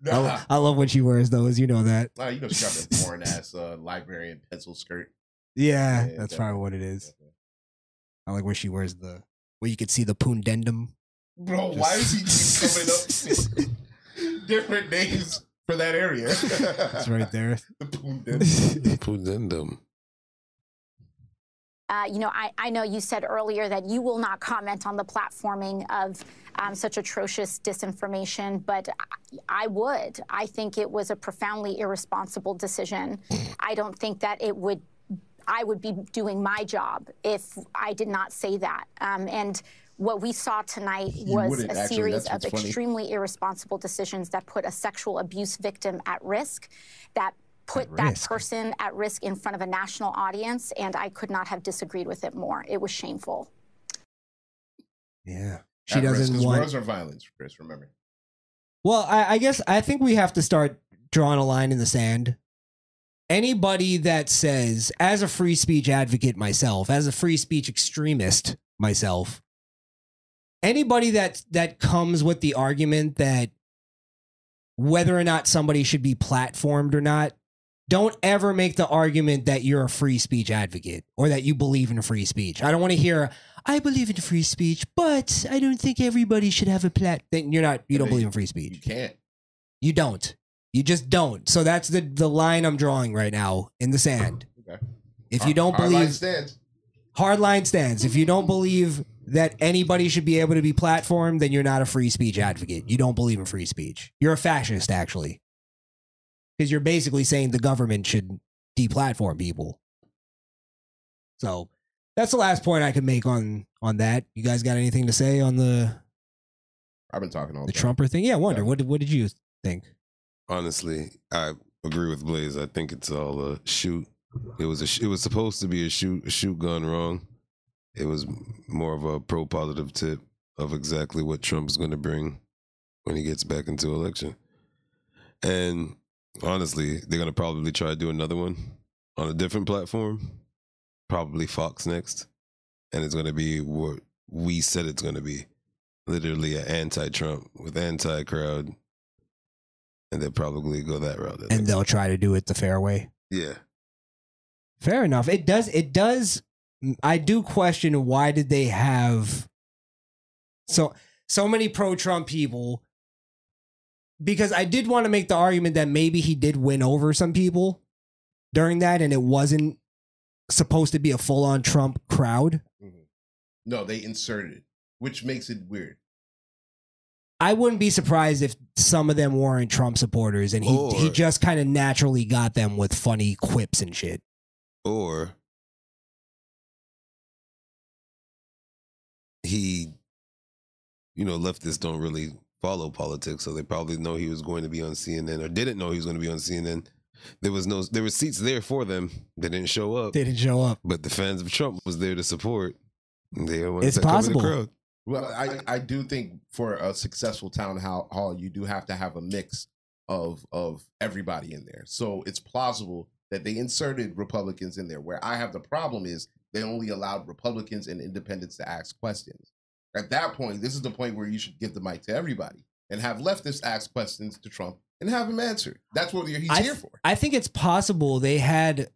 [SPEAKER 10] Nah. I, love, I, love when she wears those. You know that.
[SPEAKER 11] Oh, you know she got that foreign ass uh, librarian pencil skirt.
[SPEAKER 10] Yeah, yeah that's definitely. probably what it is. Definitely. I like where she wears the where you could see the pundendum.
[SPEAKER 11] Bro, Just... why is he keep coming up different names for that area?
[SPEAKER 10] it's right there.
[SPEAKER 11] the pundendum.
[SPEAKER 12] The pundendum.
[SPEAKER 16] Uh, you know, I, I know you said earlier that you will not comment on the platforming of um, such atrocious disinformation, but I, I, would. I think it was a profoundly irresponsible decision. I don't think that it would. I would be doing my job if I did not say that. Um, and what we saw tonight was a actually, series of extremely funny. irresponsible decisions that put a sexual abuse victim at risk, that put that risk. person at risk in front of a national audience, and I could not have disagreed with it more. It was shameful.
[SPEAKER 10] Yeah, she at doesn't risk, want
[SPEAKER 11] words are violence, Chris. Remember.
[SPEAKER 10] Well, I, I, guess I think we have to start drawing a line in the sand. Anybody that says, as a free speech advocate myself, as a free speech extremist myself, anybody that that comes with the argument that whether or not somebody should be platformed or not, don't ever make the argument that you're a free speech advocate or that you believe in free speech. I don't want to hear I believe in free speech, but I don't think everybody should have a platform. You're not you don't believe in free speech.
[SPEAKER 11] You can't.
[SPEAKER 10] You don't. You just don't. So that's the the line I'm drawing right now in the sand. Okay. If you
[SPEAKER 11] hard,
[SPEAKER 10] don't
[SPEAKER 11] hard
[SPEAKER 10] believe
[SPEAKER 11] line stands.
[SPEAKER 10] hard line stands. If you don't believe that anybody should be able to be platformed, then you're not a free speech advocate. You don't believe in free speech. You're a fascist, actually. Because you're basically saying the government should deplatform people. So that's the last point I can make on on that. You guys got anything to say on the
[SPEAKER 11] I've been talking all
[SPEAKER 10] the time. Trumper thing? Yeah, I wonder. Yeah. What did what did you think?
[SPEAKER 12] Honestly, I agree with Blaze. I think it's all a shoot. It was a it was supposed to be a shoot a shoot gone wrong it was more of a pro positive tip of exactly what Trump's going to bring when he gets back into election. And honestly, they're going to probably try to do another one on a different platform, probably Fox next. And it's going to be what we said it's going to be literally an anti Trump with anti crowd. And they'll probably go that route.
[SPEAKER 10] And next. they'll try to do it the fair way.
[SPEAKER 12] Yeah.
[SPEAKER 10] Fair enough. It does, it does I do question why did they have so so many pro Trump people because I did want to make the argument that maybe he did win over some people during that and it wasn't supposed to be a full on Trump crowd. Mm-hmm.
[SPEAKER 11] No, they inserted it, which makes it weird.
[SPEAKER 10] I wouldn't be surprised if some of them weren't Trump supporters and he or, he just kind of naturally got them with funny quips and shit.
[SPEAKER 12] or he, you know, leftists don't really follow politics, so they probably know he was going to be on CNN or didn't know he was going to be on CNN. There was no, there were seats there for them. They didn't show up.
[SPEAKER 10] They didn't show up.
[SPEAKER 12] But the fans of Trump was there to support. They
[SPEAKER 10] It's possible.
[SPEAKER 11] Well, I, I do think for a successful town hall, hall, you do have to have a mix of of everybody in there. So it's plausible that they inserted Republicans in there. Where I have the problem is they only allowed Republicans and independents to ask questions. At that point, this is the point where you should give the mic to everybody and have leftists ask questions to Trump and have him answer. That's what he's
[SPEAKER 10] I,
[SPEAKER 11] here
[SPEAKER 10] th-
[SPEAKER 11] for.
[SPEAKER 10] I think it's possible they had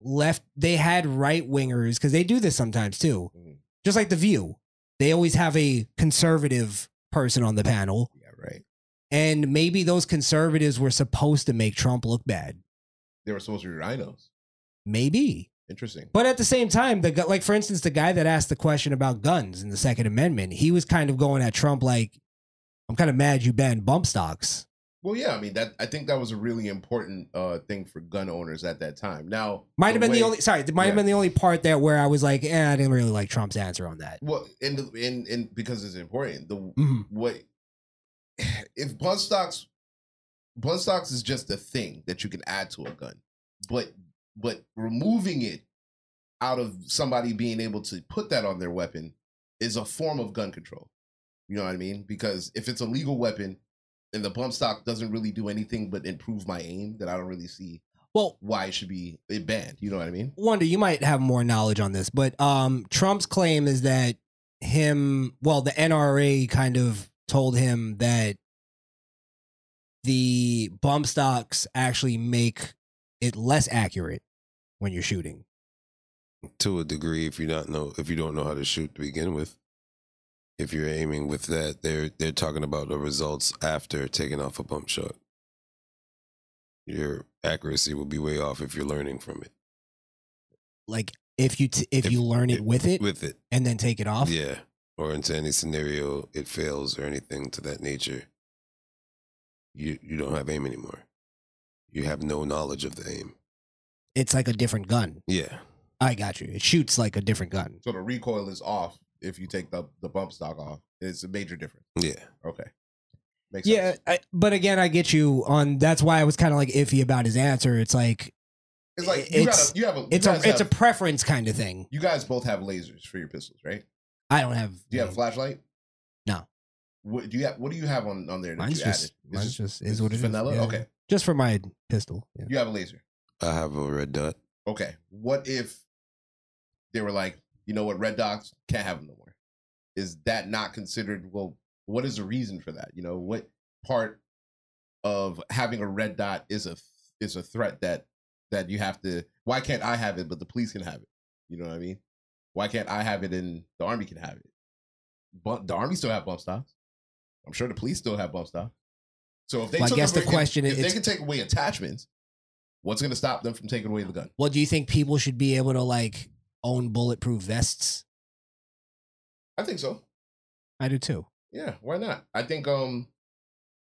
[SPEAKER 10] left they had right wingers because they do this sometimes too.
[SPEAKER 11] Mm.
[SPEAKER 10] Just like the View, they always have a conservative person on the panel. Yeah,
[SPEAKER 11] right.
[SPEAKER 10] And maybe those conservatives were supposed to make Trump look bad.
[SPEAKER 11] They were supposed to be rhinos.
[SPEAKER 10] Maybe.
[SPEAKER 11] Interesting.
[SPEAKER 10] But at the same time, the gu- like for instance, the guy that asked the question about guns in the Second Amendment, he was kind of going at Trump like, "I'm kind of mad you banned bump stocks."
[SPEAKER 11] Well, yeah, I mean that. I think that was a really important uh, thing for gun owners at that time. Now,
[SPEAKER 10] Might have been
[SPEAKER 11] way-
[SPEAKER 10] the only sorry, might have
[SPEAKER 11] Yeah.
[SPEAKER 10] been the only part there where I was like, "Eh, I didn't really like Trump's answer on that."
[SPEAKER 11] Well, and the- and and because it's important, the
[SPEAKER 10] Mhm.
[SPEAKER 11] what if blunt stocks, blunt stocks is just a thing that you can add to a gun, but but removing it out of somebody being able to put that on their weapon is a form of gun control. You know what I mean? Because if it's a legal weapon and the bump stock doesn't really do anything but improve my aim, then I don't really see
[SPEAKER 10] well
[SPEAKER 11] why it should be banned. You know what I mean?
[SPEAKER 10] Wonder, you might have more knowledge on this, but um, Trump's claim is that him, well, the NRA kind of told him that the bump stocks actually make it less accurate when you're shooting.
[SPEAKER 12] to a degree if you not know if you don't know how to shoot to begin with if you're aiming with that they're they're talking about the results after taking off a bump shot your accuracy will be way off if you're learning from it
[SPEAKER 10] Like if you t- if, you learn it, with it,
[SPEAKER 12] with it
[SPEAKER 10] and then take it off.
[SPEAKER 12] yeah or into any scenario it fails or anything to that nature you you don't have aim anymore you have no knowledge of the aim
[SPEAKER 10] It's like a different gun.
[SPEAKER 12] yeah
[SPEAKER 10] I got you. It shoots like a different gun.
[SPEAKER 11] So the recoil is off if you take the, the bump stock off. It's a major difference.
[SPEAKER 12] yeah
[SPEAKER 11] Okay. Makes sense.
[SPEAKER 10] Yeah, I, but again, I get you on. That's why I was kind of like iffy about his answer. It's like
[SPEAKER 11] It's like you,
[SPEAKER 10] it's-
[SPEAKER 11] gotta, you have a you
[SPEAKER 10] it's a
[SPEAKER 11] guys
[SPEAKER 10] it's a
[SPEAKER 11] have-
[SPEAKER 10] preference kind of thing.
[SPEAKER 11] you guys both have lasers for your pistols, right?
[SPEAKER 10] I don't have.
[SPEAKER 11] Do you have a flashlight?
[SPEAKER 10] No.
[SPEAKER 11] What do you have? What do you have on on there? That
[SPEAKER 10] Mine's
[SPEAKER 11] you
[SPEAKER 10] just-
[SPEAKER 11] added? Is
[SPEAKER 10] mine's
[SPEAKER 11] this-
[SPEAKER 10] just- is what
[SPEAKER 11] this
[SPEAKER 10] it is,
[SPEAKER 11] Vanilla.
[SPEAKER 10] yeah.
[SPEAKER 11] Okay.
[SPEAKER 10] just for my pistol. Yeah.
[SPEAKER 11] You have a laser.
[SPEAKER 12] i have a red dot
[SPEAKER 11] Okay. What if they were like, you know what, red dots can't have them no more? Is that not considered? Well, what is the reason for that? You know, what part of having a red dot is a is a threat that that you have to? Why can't I have it, but the police can have it? You know what I mean? Why can't I have it and the army can have it? But the army still have bump stocks. I'm sure the police still have bump stocks. So if they,
[SPEAKER 10] Well, I
[SPEAKER 11] took
[SPEAKER 10] guess the
[SPEAKER 11] away- if-
[SPEAKER 10] question is-
[SPEAKER 11] if they
[SPEAKER 10] it's-
[SPEAKER 11] can take away attachments, what's going to stop them from taking away the gun?
[SPEAKER 10] Well, do you think people should be able to like own bulletproof vests?
[SPEAKER 11] I think so.
[SPEAKER 10] I do too.
[SPEAKER 11] Yeah, why not? I think um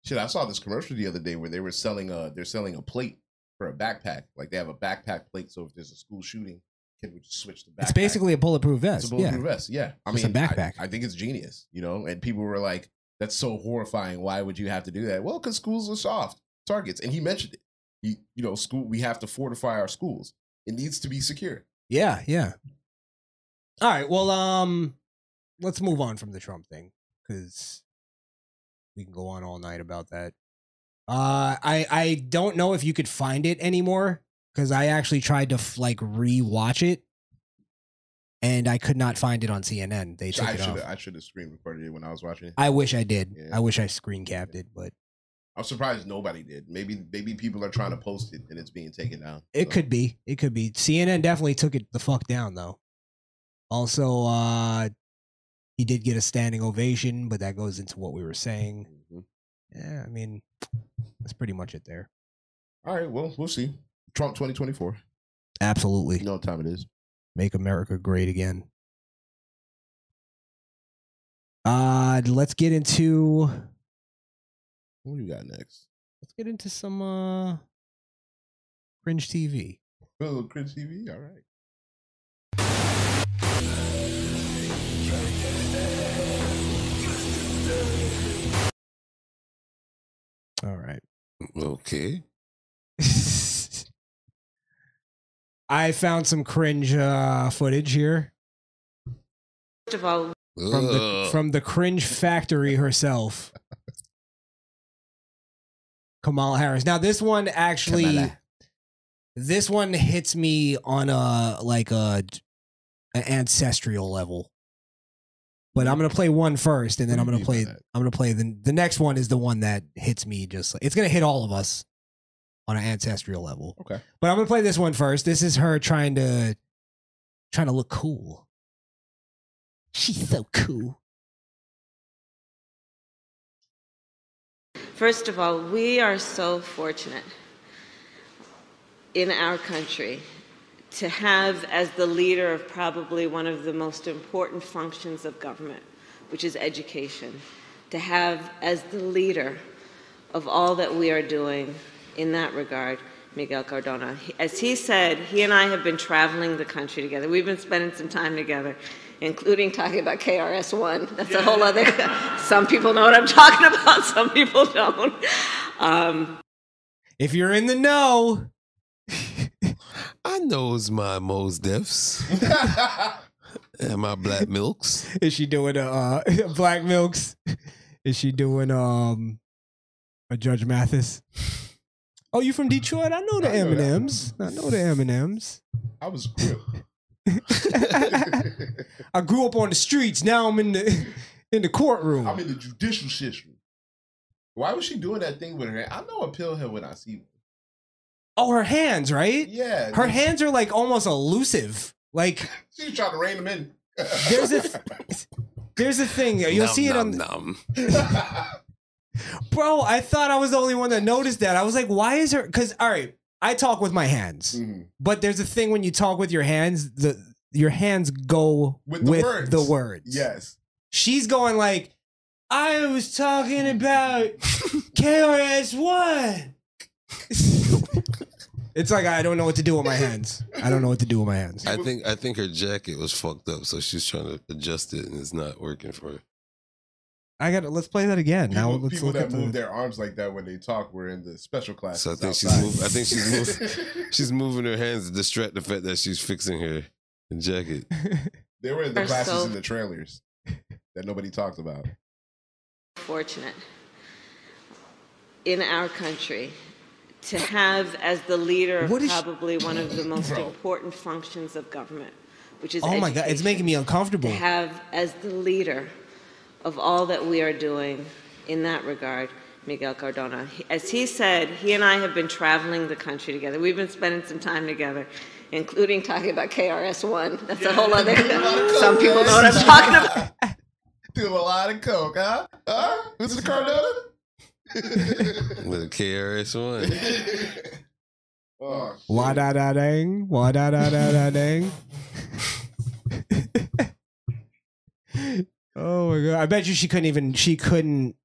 [SPEAKER 11] shit, I saw this commercial the other day where they were selling uh they're selling a plate for a backpack. Like they have a backpack plate so if there's a school shooting, kid would just switch the backpack.
[SPEAKER 10] It's basically a bulletproof vest.
[SPEAKER 11] It's a bulletproof
[SPEAKER 10] yeah.
[SPEAKER 11] vest. Yeah. I
[SPEAKER 10] It's a
[SPEAKER 11] mean I-
[SPEAKER 10] backpack.
[SPEAKER 11] I, think it's genius, you know? And people were like, That's so horrifying. Why would you have to do that? Well, because schools are soft targets. And he mentioned it. You, you know, school we have to fortify our schools. It needs to be secure.
[SPEAKER 10] Yeah, yeah. All right. Well, um, let's move on from the Trump thing because we can go on all night about that. Uh, I I don't know if you could find it anymore because I actually tried to f- like rewatch it, and I could not find it on CNN. They took
[SPEAKER 11] I
[SPEAKER 10] it
[SPEAKER 11] should
[SPEAKER 10] off.
[SPEAKER 11] I should have screen recorded it when I was watching it.
[SPEAKER 10] I wish I did.
[SPEAKER 11] Yeah.
[SPEAKER 10] I wish I screen capped it, but
[SPEAKER 11] I'm surprised nobody did. Maybe maybe people are trying to post it and it's being taken down.
[SPEAKER 10] It could be. It could be. CNN definitely took it the fuck down though. Also, uh he did get a standing ovation, but that goes into what we were saying.
[SPEAKER 11] Mm-hmm.
[SPEAKER 10] Yeah, I mean, that's pretty much it there.
[SPEAKER 11] All right, well, we'll see. Trump 2024.
[SPEAKER 10] Absolutely.
[SPEAKER 11] No time it is.
[SPEAKER 10] Make America great again. Uh let's get into
[SPEAKER 11] What do you got next?
[SPEAKER 10] let's get into some uh cringe TV.
[SPEAKER 11] A little Oh, cringe TV. All right.
[SPEAKER 10] All right.
[SPEAKER 12] Okay.
[SPEAKER 10] I found some cringe uh, footage here
[SPEAKER 17] First of all,
[SPEAKER 10] from the, from the cringe factory herself, Kamala Harris. Now, this one actually,
[SPEAKER 12] Kamala.
[SPEAKER 10] this one hits me on a like a an ancestral level. But I'm gonna play one first, and then I'm gonna play. I'm gonna play the the next one is the one that hits me. Just like, it's gonna hit all of us on an ancestral level.
[SPEAKER 11] Okay.
[SPEAKER 10] But I'm gonna play this one first. This is her trying to trying to look cool. She's so cool.
[SPEAKER 17] first of all, we are so fortunate in our country to have as the leader of probably one of the most important functions of government, which is education, to have as the leader of all that we are doing in that regard, Miguel Cardona. He- As he said, he and I have been traveling the country together. We've been spending some time together, including talking about KRS One. That's a whole other. some people know what I'm talking about. Some people don't. Um,
[SPEAKER 10] If you're in the know,
[SPEAKER 12] I knows my Mos Defs and my Black Milks.
[SPEAKER 10] is she doing uh black milks? Is she doing um a Judge Mathis? Oh, you from Detroit? I know the M and M's. I know the M and M's.
[SPEAKER 11] I was grilled.
[SPEAKER 10] I grew up on the streets. Now I'm in the in the courtroom.
[SPEAKER 11] I'm in the judicial system. Why was she doing that thing with her hand? I know a pill head when I see one.
[SPEAKER 10] Oh, her hands, right?
[SPEAKER 11] Yeah.
[SPEAKER 10] Her hands are like almost elusive. Like
[SPEAKER 11] She's trying to rein him in.
[SPEAKER 10] there's a there's a thing. You'll
[SPEAKER 12] Nom,
[SPEAKER 10] see it on
[SPEAKER 12] nom, nom.
[SPEAKER 10] Bro, I thought I was the only one that noticed that. I was like, why is her? Because all right, I talk with my hands, but there's a thing when you talk with your hands, the your hands go with the, words.
[SPEAKER 11] Yes.
[SPEAKER 10] She's going like, I was talking about KRS One. it's like I don't know what to do with my hands. I don't know what to do with my hands.
[SPEAKER 12] I think I think her jacket was fucked up, so she's trying to adjust it and it's not working for her.
[SPEAKER 10] I got. to Let's play that again. now
[SPEAKER 11] People,
[SPEAKER 10] let's
[SPEAKER 11] people
[SPEAKER 10] look
[SPEAKER 11] that
[SPEAKER 10] at the-
[SPEAKER 11] move their arms like that when they talk were in the special class.
[SPEAKER 12] So I think she's moving. I think she's moving. she's moving her hands to distract the fact that she's fixing her jacket.
[SPEAKER 11] They were in the
[SPEAKER 17] They're
[SPEAKER 11] classes
[SPEAKER 17] so-
[SPEAKER 11] in the trailers that nobody talked about.
[SPEAKER 17] fortunate in our country to have as the leader of
[SPEAKER 10] What is-
[SPEAKER 17] probably one of the most
[SPEAKER 10] Bro.
[SPEAKER 17] important functions of government, which is
[SPEAKER 10] Oh my god, it's
[SPEAKER 17] education.
[SPEAKER 10] making me uncomfortable.
[SPEAKER 17] to have as the leader of all that we are doing in that regard Miguel Cardona. He- As he said, he and I have been traveling the country together. We've been spending some time together, including talking about KRS One. That's a whole other. some people know what I'm talking about.
[SPEAKER 11] Do a lot of coke, huh? Huh? Mr. Cardona?
[SPEAKER 12] With a KRS one.
[SPEAKER 11] Oh,
[SPEAKER 10] Wah da da dang, wah da da da da dang. oh my god! I bet you she couldn't even she couldn't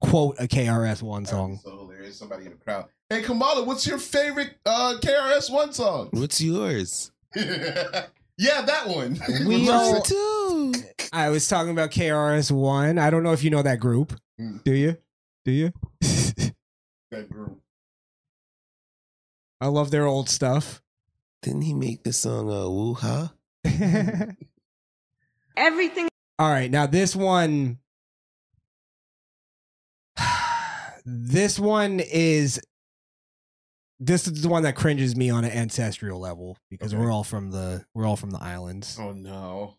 [SPEAKER 10] quote a KRS One song.
[SPEAKER 11] so hilarious. Somebody in the crowd. Hey Kamala, what's your favorite uh, KRS One song?
[SPEAKER 12] What's yours?
[SPEAKER 11] yeah, that one.
[SPEAKER 10] We all-
[SPEAKER 12] too.
[SPEAKER 10] I was talking about KRS One. I don't know if you know that group.
[SPEAKER 12] Mm.
[SPEAKER 10] Do you? Do you?
[SPEAKER 11] That group.
[SPEAKER 10] I love their old stuff.
[SPEAKER 12] Didn't he make the song uh, Woo Ha?
[SPEAKER 17] Everything
[SPEAKER 10] All right, now this one. This one is. This is the one that cringes me on an ancestral level because we're all from the we're all from the islands.
[SPEAKER 11] Oh no.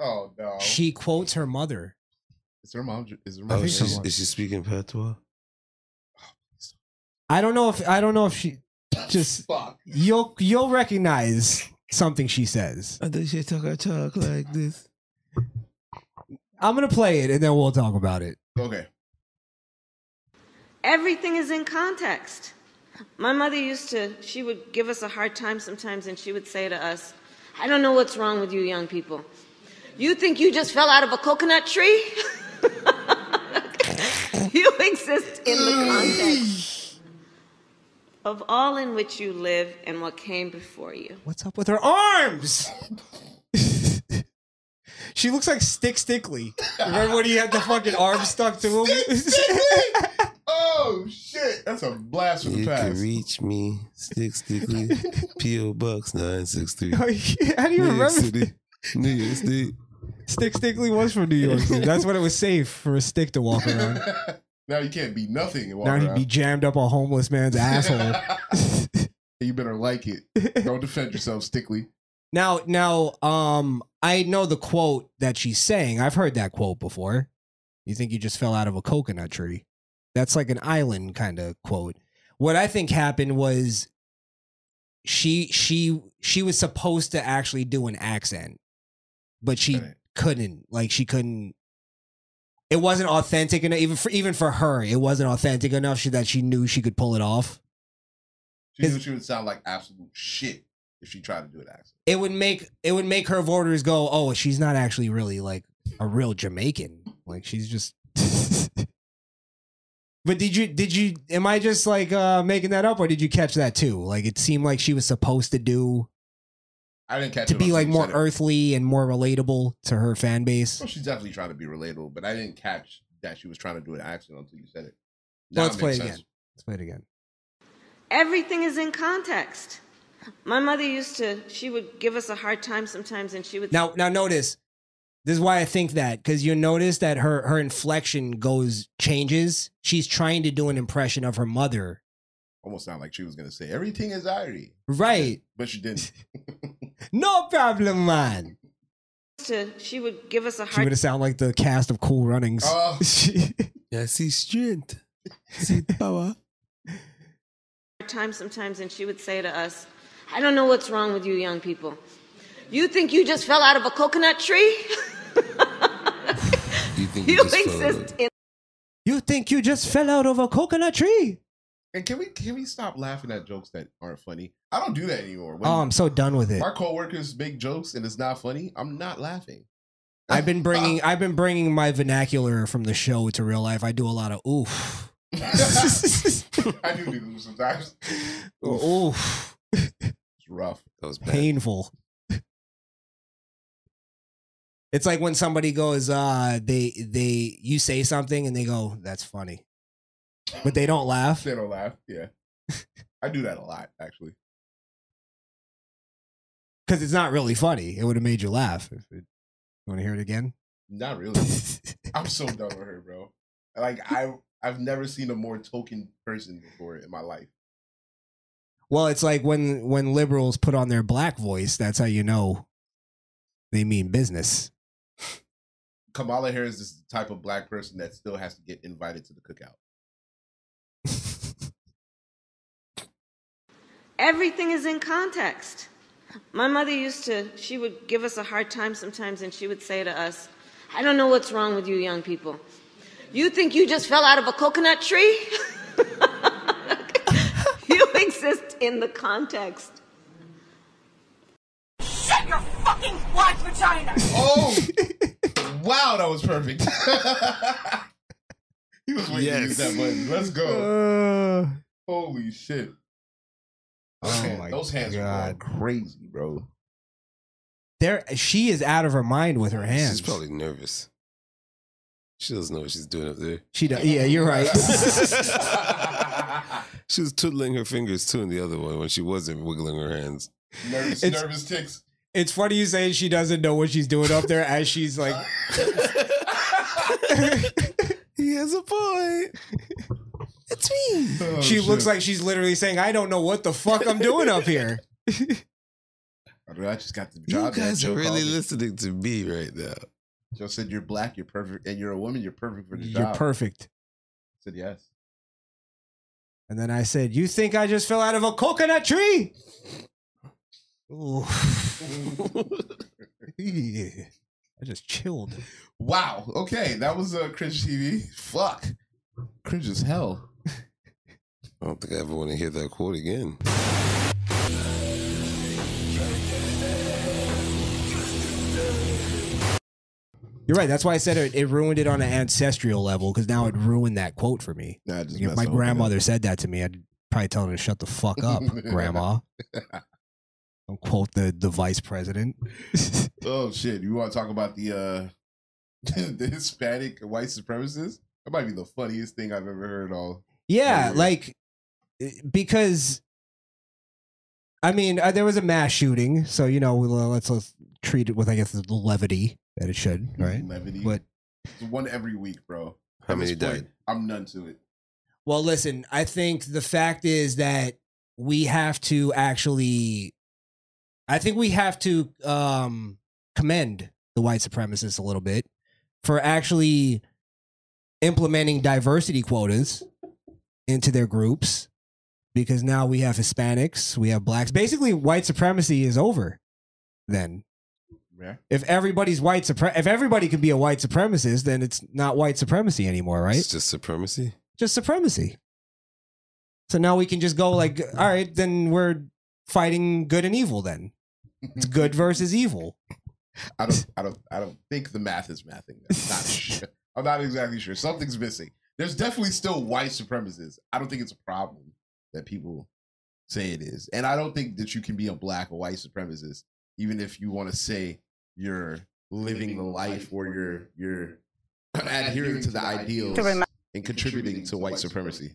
[SPEAKER 11] Oh no.
[SPEAKER 10] She quotes her mother.
[SPEAKER 11] is her mom is her mom.
[SPEAKER 12] Oh, she's,
[SPEAKER 10] so.
[SPEAKER 12] is she speaking patois?
[SPEAKER 10] I don't know if I don't know if she just you'll you'll recognize something she says.
[SPEAKER 12] I thought she talk her talk like this.
[SPEAKER 10] I'm gonna play it and then we'll talk about it.
[SPEAKER 11] Okay.
[SPEAKER 17] everything is in context. My mother used to, she would give us a hard time sometimes, and she would say to us, I don't know what's wrong with you young people. You think you just fell out of a coconut tree? you exist in the context of all in which you live and what came before you.
[SPEAKER 10] What's up with her arms? she looks like Stick Stickley. Remember when he had the fucking arm stuck to him?
[SPEAKER 11] oh Oh shit! That's a blast from
[SPEAKER 12] You
[SPEAKER 11] the
[SPEAKER 12] can
[SPEAKER 11] past.
[SPEAKER 12] reach me, Stick Stickly, P.O. Box 963.
[SPEAKER 10] Oh, How do you
[SPEAKER 12] New York
[SPEAKER 10] remember
[SPEAKER 12] City. New York State.
[SPEAKER 10] Stick Stickley was from New York. dude. That's when it was safe for a stick to walk around.
[SPEAKER 11] Now you can't be nothing and walk
[SPEAKER 10] Uh-huh. Now he'd
[SPEAKER 11] around.
[SPEAKER 10] be jammed up a homeless man's asshole.
[SPEAKER 11] you better like it. Don't defend yourself, Stickly.
[SPEAKER 10] Now, now, um, I know the quote that she's saying. I've heard that quote before. You think you just fell out of a coconut tree? That's like an island kind of quote. What I think happened was she she she was supposed to actually do an accent, but she couldn't. Like she couldn't. It wasn't authentic enough. Even for even for her, it wasn't authentic enough she, that she knew she could pull it off.
[SPEAKER 11] She knew she would sound like absolute shit if she tried to do it accent.
[SPEAKER 10] it would make it would make her voters go, "Oh, she's not actually really like a real Jamaican. Like she's just." but did you did you am I just like uh making that up or did you catch that too? Like it seemed like she was supposed to do
[SPEAKER 11] I didn't catch
[SPEAKER 10] to
[SPEAKER 11] it
[SPEAKER 10] be
[SPEAKER 11] until
[SPEAKER 10] like
[SPEAKER 11] you
[SPEAKER 10] more
[SPEAKER 11] said it.
[SPEAKER 10] earthly and more relatable to her fan base.
[SPEAKER 11] Well, she's definitely trying to be relatable, but I didn't catch that she was trying to do an accent until you said it. Now
[SPEAKER 10] Let's
[SPEAKER 11] it
[SPEAKER 10] play
[SPEAKER 11] makes
[SPEAKER 10] it
[SPEAKER 11] sense.
[SPEAKER 10] again. Let's play it again.
[SPEAKER 17] Everything is in context. My mother used to, she would give us a hard time sometimes and she would
[SPEAKER 10] Now, now notice. This is why I think that because you notice that her her inflection goes changes. She's trying to do an impression of her mother,
[SPEAKER 11] Almost sounded like she was gonna say everything is irony,
[SPEAKER 10] right?
[SPEAKER 11] but she didn't.
[SPEAKER 10] No problem, man.
[SPEAKER 17] to, she would give us a
[SPEAKER 10] She
[SPEAKER 17] hard
[SPEAKER 10] would have sound like the cast of Cool Runnings.
[SPEAKER 11] Oh.
[SPEAKER 12] I see strength. I see power.
[SPEAKER 17] time sometimes and she would say to us, I don't know what's wrong with you young people. You think you just fell out of a coconut tree?
[SPEAKER 12] You think
[SPEAKER 17] you exist in
[SPEAKER 10] You think you just fell out of a coconut tree?
[SPEAKER 11] And can we can we stop laughing at jokes that aren't funny? I don't do that anymore. When
[SPEAKER 10] Oh, I'm so done with it.
[SPEAKER 11] my coworkers make jokes and it's not funny, I'm not laughing.
[SPEAKER 10] I've been bringing I've been bringing my vernacular from the show to real life. I do a lot of oof,
[SPEAKER 11] I do do them sometimes.
[SPEAKER 10] oof,
[SPEAKER 11] It's rough.
[SPEAKER 12] That was bad.
[SPEAKER 10] painful. It's like when somebody goes, uh, they they you say something and they go, "That's funny," but they don't laugh.
[SPEAKER 11] They don't laugh. Yeah, I do that a lot actually.
[SPEAKER 10] because it's not really funny. It would have made you laugh. If it, you want to hear it again?
[SPEAKER 11] Not really. I'm so done with her, bro. Like I I've never seen a more token person before in my life.
[SPEAKER 10] Well, it's like when when liberals put on their black voice. That's how you know they mean business.
[SPEAKER 11] Kamala Harris is the type of black person that still has to get invited to the cookout.
[SPEAKER 17] Everything is in context. My mother used to, she would give us a hard time sometimes and she would say to us, I don't know what's wrong with you young people. You think you just fell out of a coconut tree? you exist in the context.
[SPEAKER 9] Shut your fucking white vagina!
[SPEAKER 11] Oh wow, that was perfect. he was waiting to use that button. Let's go. Holy shit. Those
[SPEAKER 10] Oh
[SPEAKER 11] hands,
[SPEAKER 10] my
[SPEAKER 11] those hands are
[SPEAKER 10] God.
[SPEAKER 11] going crazy, bro.
[SPEAKER 10] There, she is out of her mind with her hands.
[SPEAKER 12] She's probably nervous. She doesn't know what she's doing up there.
[SPEAKER 10] she does. Yeah, you're right.
[SPEAKER 12] She was twiddling her fingers too in the other one when she wasn't wiggling her hands.
[SPEAKER 11] Nervous,
[SPEAKER 10] It's-
[SPEAKER 11] nervous ticks.
[SPEAKER 10] it's funny you say she doesn't know what she's doing up there as she's like,
[SPEAKER 12] He has a point. It's me.
[SPEAKER 11] Oh,
[SPEAKER 10] she looks
[SPEAKER 11] shit.
[SPEAKER 10] like she's literally saying, "I don't know what the fuck I'm doing up here."
[SPEAKER 11] I mean, I just got the
[SPEAKER 12] You
[SPEAKER 11] job. that
[SPEAKER 12] guys
[SPEAKER 11] Joe
[SPEAKER 12] are really
[SPEAKER 11] called me.
[SPEAKER 12] listening to me right now.
[SPEAKER 11] Joe said you're black, you're perfect, and you're a woman, you're perfect for the job.
[SPEAKER 10] You're perfect.
[SPEAKER 11] I said yes.
[SPEAKER 10] And then I said, "You think I just fell out of a coconut tree?" Ooh. Yeah. I just chilled.
[SPEAKER 11] Wow. Okay, that was uh, cringe TV. Fuck, cringe as hell.
[SPEAKER 12] I don't think I ever want to hear that quote again.
[SPEAKER 10] You're right. That's why I said it, it ruined it on an ancestral level because now it ruined that quote for me.
[SPEAKER 11] Nah, I just
[SPEAKER 10] Like, if my
[SPEAKER 11] messed the whole thing
[SPEAKER 10] grandmother said that to me, I'd probably tell her to shut the fuck up, grandma. Don't quote the, the vice president.
[SPEAKER 11] Oh shit! You want to talk about the uh the Hispanic white supremacists? That might be the funniest thing I've ever heard. All
[SPEAKER 10] Yeah, like because I mean, uh, there was a mass shooting, so you know, we'll, uh, let's, let's treat it with I guess the levity that it should, right?
[SPEAKER 11] Levity.
[SPEAKER 10] But
[SPEAKER 11] It's one every week, bro.
[SPEAKER 10] How
[SPEAKER 11] At
[SPEAKER 10] many
[SPEAKER 11] this point,
[SPEAKER 10] died?
[SPEAKER 11] I'm none to it.
[SPEAKER 10] Well, listen, I think the fact is that we have to actually, I think we have to um, commend the white supremacists a little bit for actually implementing diversity quotas into their groups because now we have Hispanics, we have blacks. Basically, white supremacy is over then.
[SPEAKER 11] Yeah.
[SPEAKER 10] If everybody's white supre- if everybody can be a white supremacist, then it's not white supremacy anymore, right?
[SPEAKER 18] It's just supremacy.
[SPEAKER 10] just supremacy. So now we can just go like, all right, then we're fighting good and evil. Then it's good versus evil.
[SPEAKER 11] I don't, I don't, I don't think the math is mathing. I'm not, sure. I'm not exactly sure. Something's missing. There's definitely still white supremacists. I don't think it's a problem that people say it is, and I don't think that you can be a black or white supremacist, even if you want to say you're living the life or you're you're adhering to the ideals
[SPEAKER 13] To remi-
[SPEAKER 11] and contributing to white supremacy.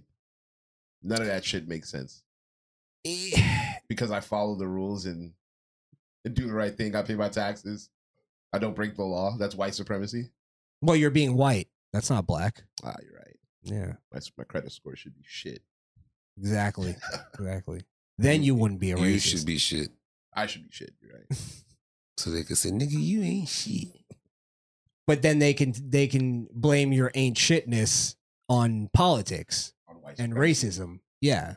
[SPEAKER 11] None of that shit makes sense. Because I follow the rules and and do the right thing. I pay my taxes. I don't break the law. That's white supremacy.
[SPEAKER 10] Well, you're being white. That's not black.
[SPEAKER 11] Ah, you're right.
[SPEAKER 10] Yeah.
[SPEAKER 11] My, my credit score should be shit.
[SPEAKER 10] Exactly. Exactly. then you wouldn't be a
[SPEAKER 11] You
[SPEAKER 10] racist.
[SPEAKER 11] should
[SPEAKER 18] be shit.
[SPEAKER 11] I should be shit. You're right.
[SPEAKER 18] So they could say, nigga, you ain't shit.
[SPEAKER 10] But then they can they can blame your ain't shitness on politics and racism. Yeah.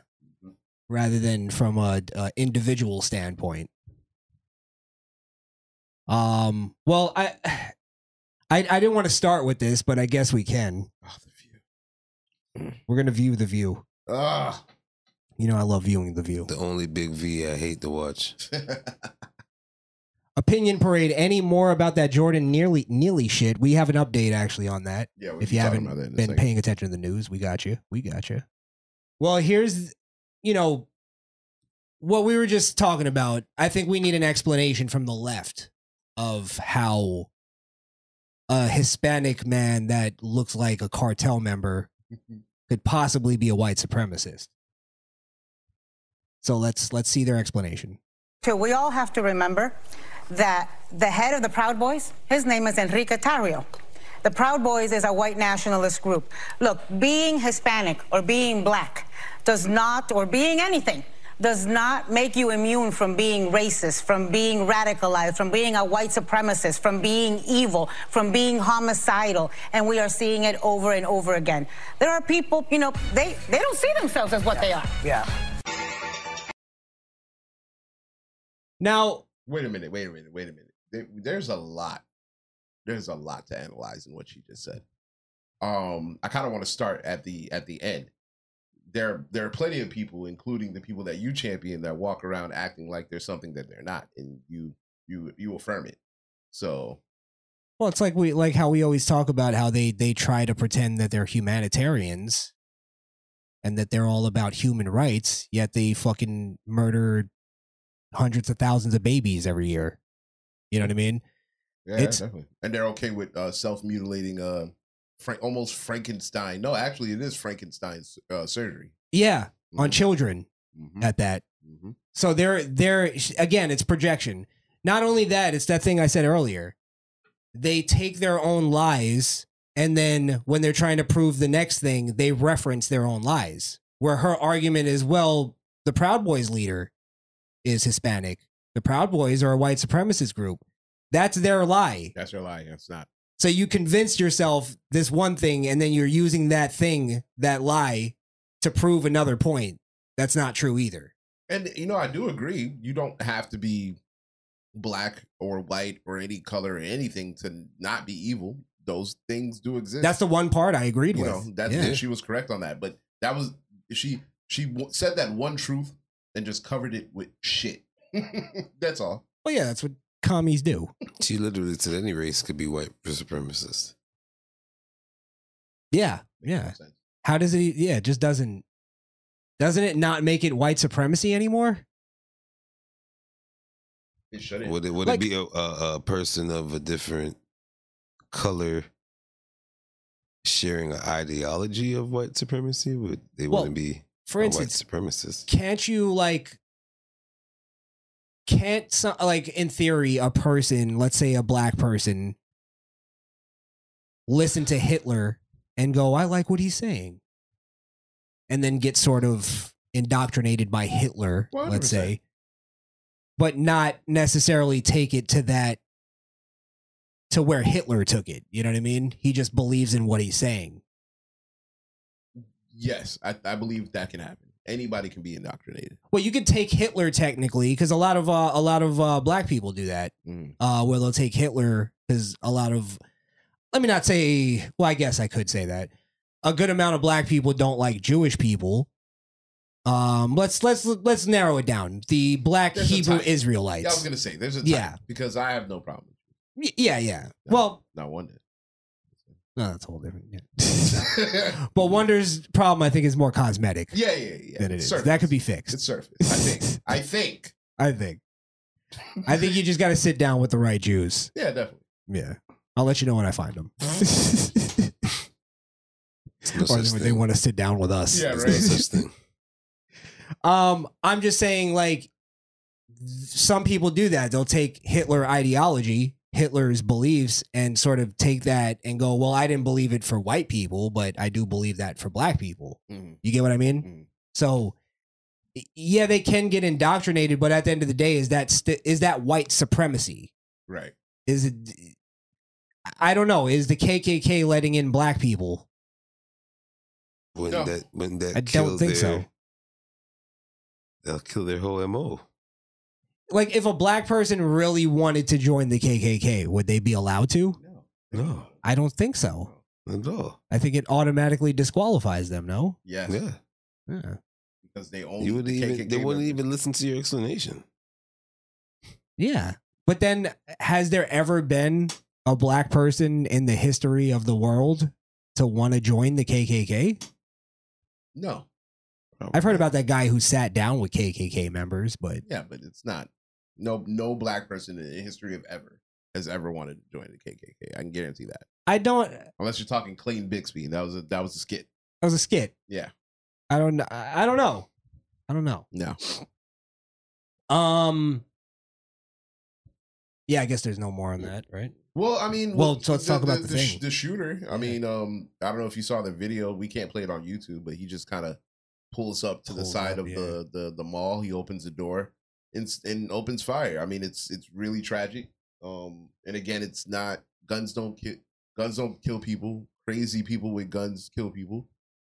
[SPEAKER 10] Rather than from a, a individual standpoint. Um. Well, I, I, I didn't want to start with this, but I guess we can. We're gonna view Oh, the view.
[SPEAKER 11] Ah.
[SPEAKER 10] You know, I love viewing the view.
[SPEAKER 18] The only big V I hate to watch.
[SPEAKER 10] Opinion parade. Any more about that Jordan nearly nearly shit? We have an update actually on that.
[SPEAKER 11] Yeah, we
[SPEAKER 10] if
[SPEAKER 11] can
[SPEAKER 10] you
[SPEAKER 11] talk
[SPEAKER 10] haven't
[SPEAKER 11] about that in a
[SPEAKER 10] been
[SPEAKER 11] second.
[SPEAKER 10] paying attention to the news, we got you. We got you. Well, here's you know what we were just talking about. I think we need an explanation from the left of how a Hispanic man that looks like a cartel member
[SPEAKER 11] Mm-hmm.
[SPEAKER 10] could possibly be a white supremacist. So let's let's see their explanation.
[SPEAKER 19] Too, we all have to remember that the head of the Proud Boys, his name is Enrique Tarrio. The Proud Boys is a white nationalist group. Look, being Hispanic or being black does not, or being anything, does not make you immune from being racist, from being radicalized, from being a white supremacist, from being evil, from being homicidal. And we are seeing it over and over again. There are people, you know, they, they don't see themselves as what they are.
[SPEAKER 3] Yeah.
[SPEAKER 10] Now,
[SPEAKER 11] wait a minute. Wait a minute. Wait a minute. There, there's a lot. There's a lot to analyze in what she just said. Um, I kind of want to start at the at the end. There, there are plenty of people, including the people that you champion, that walk around acting like there's something that they're not, and you you you affirm it. So
[SPEAKER 10] Well, it's like we like how we always talk about how they they try to pretend that they're humanitarians and that they're all about human rights, yet they fucking murder hundreds of thousands of babies every year. You know what I mean?
[SPEAKER 11] Yeah,
[SPEAKER 10] It's-
[SPEAKER 11] definitely. And they're okay with uh, self mutilating, uh, Frank, almost Frankenstein. No, actually, it is Frankenstein's uh, surgery.
[SPEAKER 10] Yeah, on children at that. So they're they're again, it's projection. Not only that, it's that thing I said earlier. They take their own lies and then when they're trying to prove the next thing, they reference their own lies. Where her argument is, well, the Proud Boys leader is Hispanic. The Proud Boys are a white supremacist group. That's their lie.
[SPEAKER 11] That's your lie. That's not.
[SPEAKER 10] So you convinced yourself this one thing, and then you're using that thing, that lie, to prove another point. That's not true either.
[SPEAKER 11] And you know, I do agree. You don't have to be black or white or any color or anything to not be evil. Those things do exist.
[SPEAKER 10] That's the one part I agreed
[SPEAKER 11] you
[SPEAKER 10] with.
[SPEAKER 11] know that's
[SPEAKER 10] Yeah.
[SPEAKER 11] she was correct on that but that was she she w- said that one truth and just covered it with shit that's all
[SPEAKER 10] Well, yeah, that's what commies do.
[SPEAKER 18] She literally said any race could be white supremacist.
[SPEAKER 10] Yeah, yeah. How does it? Yeah, it just doesn't. Doesn't it not make it white supremacy anymore?
[SPEAKER 11] it shouldn't
[SPEAKER 18] Would it would
[SPEAKER 10] Like-
[SPEAKER 18] it be a, a, a person of a different color, sharing an ideology of white supremacy, would they
[SPEAKER 10] Well,
[SPEAKER 18] wouldn't be
[SPEAKER 10] for
[SPEAKER 18] a
[SPEAKER 10] instance,
[SPEAKER 18] white supremacist?
[SPEAKER 10] Can't you like? Can't some like in theory a person, let's say a black person, listen to Hitler and go, "I like what he's saying," and then get sort of indoctrinated by Hitler, let's say, but not necessarily take it to that to where Hitler took it. You know what I mean? He just believes in what he's saying.
[SPEAKER 11] Yes, I, I believe that can happen. Anybody can be indoctrinated.
[SPEAKER 10] Well, you could take Hitler technically because a lot of uh, a lot of uh, black people do that,
[SPEAKER 11] Mm.
[SPEAKER 10] uh, where they'll take Hitler because a lot of, let me not say. Well, I guess I could say that a good amount of black people don't like Jewish people. Um, let's let's let's narrow it down. The black
[SPEAKER 11] There's a
[SPEAKER 10] Hebrew
[SPEAKER 11] type.
[SPEAKER 10] Israelites.
[SPEAKER 11] Yeah, I was gonna say there's a type,
[SPEAKER 10] Yeah.
[SPEAKER 11] because I have no problem.
[SPEAKER 10] Y- Yeah, yeah. Well,
[SPEAKER 11] Not one day.
[SPEAKER 10] no, that's a whole different. yeah. but Wonder's problem, I think, is more cosmetic.
[SPEAKER 11] Yeah, yeah, yeah.
[SPEAKER 10] Than it is.
[SPEAKER 11] Surface.
[SPEAKER 10] That could be fixed.
[SPEAKER 11] It's surface. I think. I think.
[SPEAKER 10] I think. I think you just got to sit down with the right Jews.
[SPEAKER 11] Yeah, definitely.
[SPEAKER 10] Yeah. I'll let you know when I find them. or
[SPEAKER 18] such
[SPEAKER 10] when they
[SPEAKER 18] thing.
[SPEAKER 10] want to sit down with us.
[SPEAKER 18] There's no such thing.
[SPEAKER 10] um, I'm just saying, like, th- some people do that. They'll take Hitler ideology, Hitler's beliefs, and sort of take that and go, well, I didn't believe it for white people, but I do believe that for black people. You get what I mean?
[SPEAKER 18] Mm.
[SPEAKER 10] So, y- yeah, they can get indoctrinated, but at the end of the day, is that st- is that white supremacy?
[SPEAKER 11] Right.
[SPEAKER 10] Is it? I don't know. Is the KKK letting in black people?
[SPEAKER 18] Wouldn't that wouldn't that
[SPEAKER 10] I
[SPEAKER 18] kill
[SPEAKER 10] don't think
[SPEAKER 18] their,
[SPEAKER 10] so.
[SPEAKER 18] They'll kill their whole MO.
[SPEAKER 10] Like, if a black person really wanted to join the KKK, would they be allowed to?
[SPEAKER 18] No.
[SPEAKER 10] I don't think so.
[SPEAKER 18] Not at all.
[SPEAKER 10] I think it automatically disqualifies them. No.
[SPEAKER 11] Yes.
[SPEAKER 18] Yeah.
[SPEAKER 10] Yeah.
[SPEAKER 11] Because they only
[SPEAKER 18] You wouldn't
[SPEAKER 11] the
[SPEAKER 18] even,
[SPEAKER 11] KKK
[SPEAKER 18] they wouldn't
[SPEAKER 11] members.
[SPEAKER 18] even listen to your explanation.
[SPEAKER 10] Yeah. But then, has there ever been a black person in the history of the world to want to join the KKK?
[SPEAKER 11] No.
[SPEAKER 10] I've heard about that guy who sat down with KKK members, but
[SPEAKER 11] Yeah, but it's not. No, no black person in the history of ever has ever wanted to join the KKK. I can guarantee that.
[SPEAKER 10] I don't. That
[SPEAKER 11] Unless you're talking Clayton Bixby, that was a, that was a skit.
[SPEAKER 10] was a skit.
[SPEAKER 11] Yeah.
[SPEAKER 10] I don't. I I don't know. I don't know.
[SPEAKER 11] No.
[SPEAKER 10] Um. Yeah, I guess there's no more on that, right?
[SPEAKER 11] Well, I mean,
[SPEAKER 10] Well,
[SPEAKER 11] what-
[SPEAKER 10] so let's talk about the
[SPEAKER 11] sh-
[SPEAKER 10] thing.
[SPEAKER 11] the shooter. I mean, um, I don't know if you saw the video. We can't play it on YouTube, but he just kind of pulls up to the
[SPEAKER 10] Pulls
[SPEAKER 11] side
[SPEAKER 10] up,
[SPEAKER 11] of the, the the mall. He opens the door and s- and opens fire. I mean, it's it's really tragic. Um, and again, it's not guns don't kill guns don't kill people. Crazy people with guns kill people,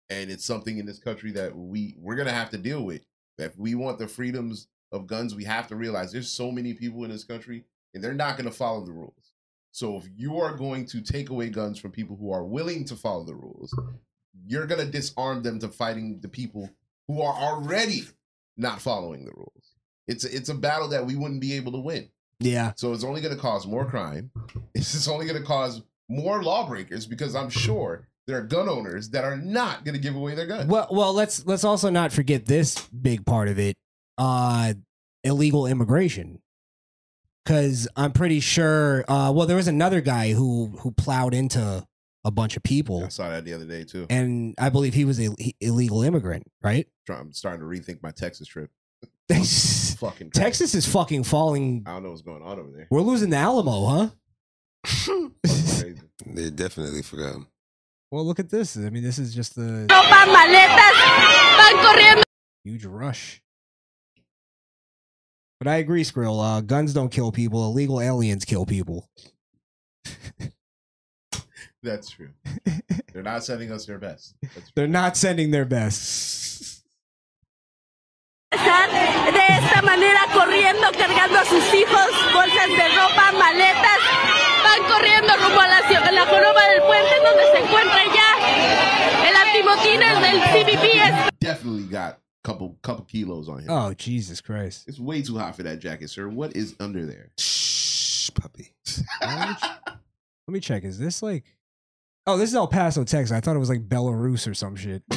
[SPEAKER 11] and it's something in this country that we we're gonna have to deal with. If we want the freedoms of guns, we have to realize there's so many people in this country, and they're not gonna follow the rules. So if you are going to take away guns from people who are willing to follow the rules, you're going to disarm them to fighting the people who are already not following the rules. It's a, it's a battle that we wouldn't be able to win.
[SPEAKER 10] Yeah.
[SPEAKER 11] So it's only going to cause more crime. It's just only going to cause more lawbreakers because I'm sure there are gun owners that are not going to give away their guns.
[SPEAKER 10] Well, well, let's let's also not forget this big part of it: uh, illegal immigration. Because I'm pretty sure. Uh, well, there was another guy who who plowed into a bunch of people,
[SPEAKER 11] I saw that the other day too.
[SPEAKER 10] and I believe he was a he- illegal immigrant, right?
[SPEAKER 11] I'm starting to rethink my Texas trip. Fucking crazy.
[SPEAKER 10] Texas is fucking falling.
[SPEAKER 11] I don't know what's going on over there.
[SPEAKER 10] We're losing the Alamo, huh?
[SPEAKER 18] They definitely forgot.
[SPEAKER 10] Well, look at this. I mean, this is just the
[SPEAKER 9] maletas, van corriendo.
[SPEAKER 10] huge rush. But I agree, Skrill. Uh, guns don't kill people. Illegal aliens kill people.
[SPEAKER 11] That's true. They're not sending us their best. That's
[SPEAKER 10] They're not sending their best.
[SPEAKER 9] De esta manera corriendo, cargando a sus hijos, bolsas de ropa, maletas. Van corriendo rumbo a la, ci- a la joroba del puente donde se encuentra ya el antimotines del CBP.
[SPEAKER 11] definitely got couple couple kilos on him.
[SPEAKER 10] Oh Jesus Christ!
[SPEAKER 11] It's way too hot for that jacket, sir. What is under there?
[SPEAKER 18] Shh, puppy.
[SPEAKER 10] Let me check. Is this like? Oh, this is El Paso, Texas. I thought it was like Belarus or some shit.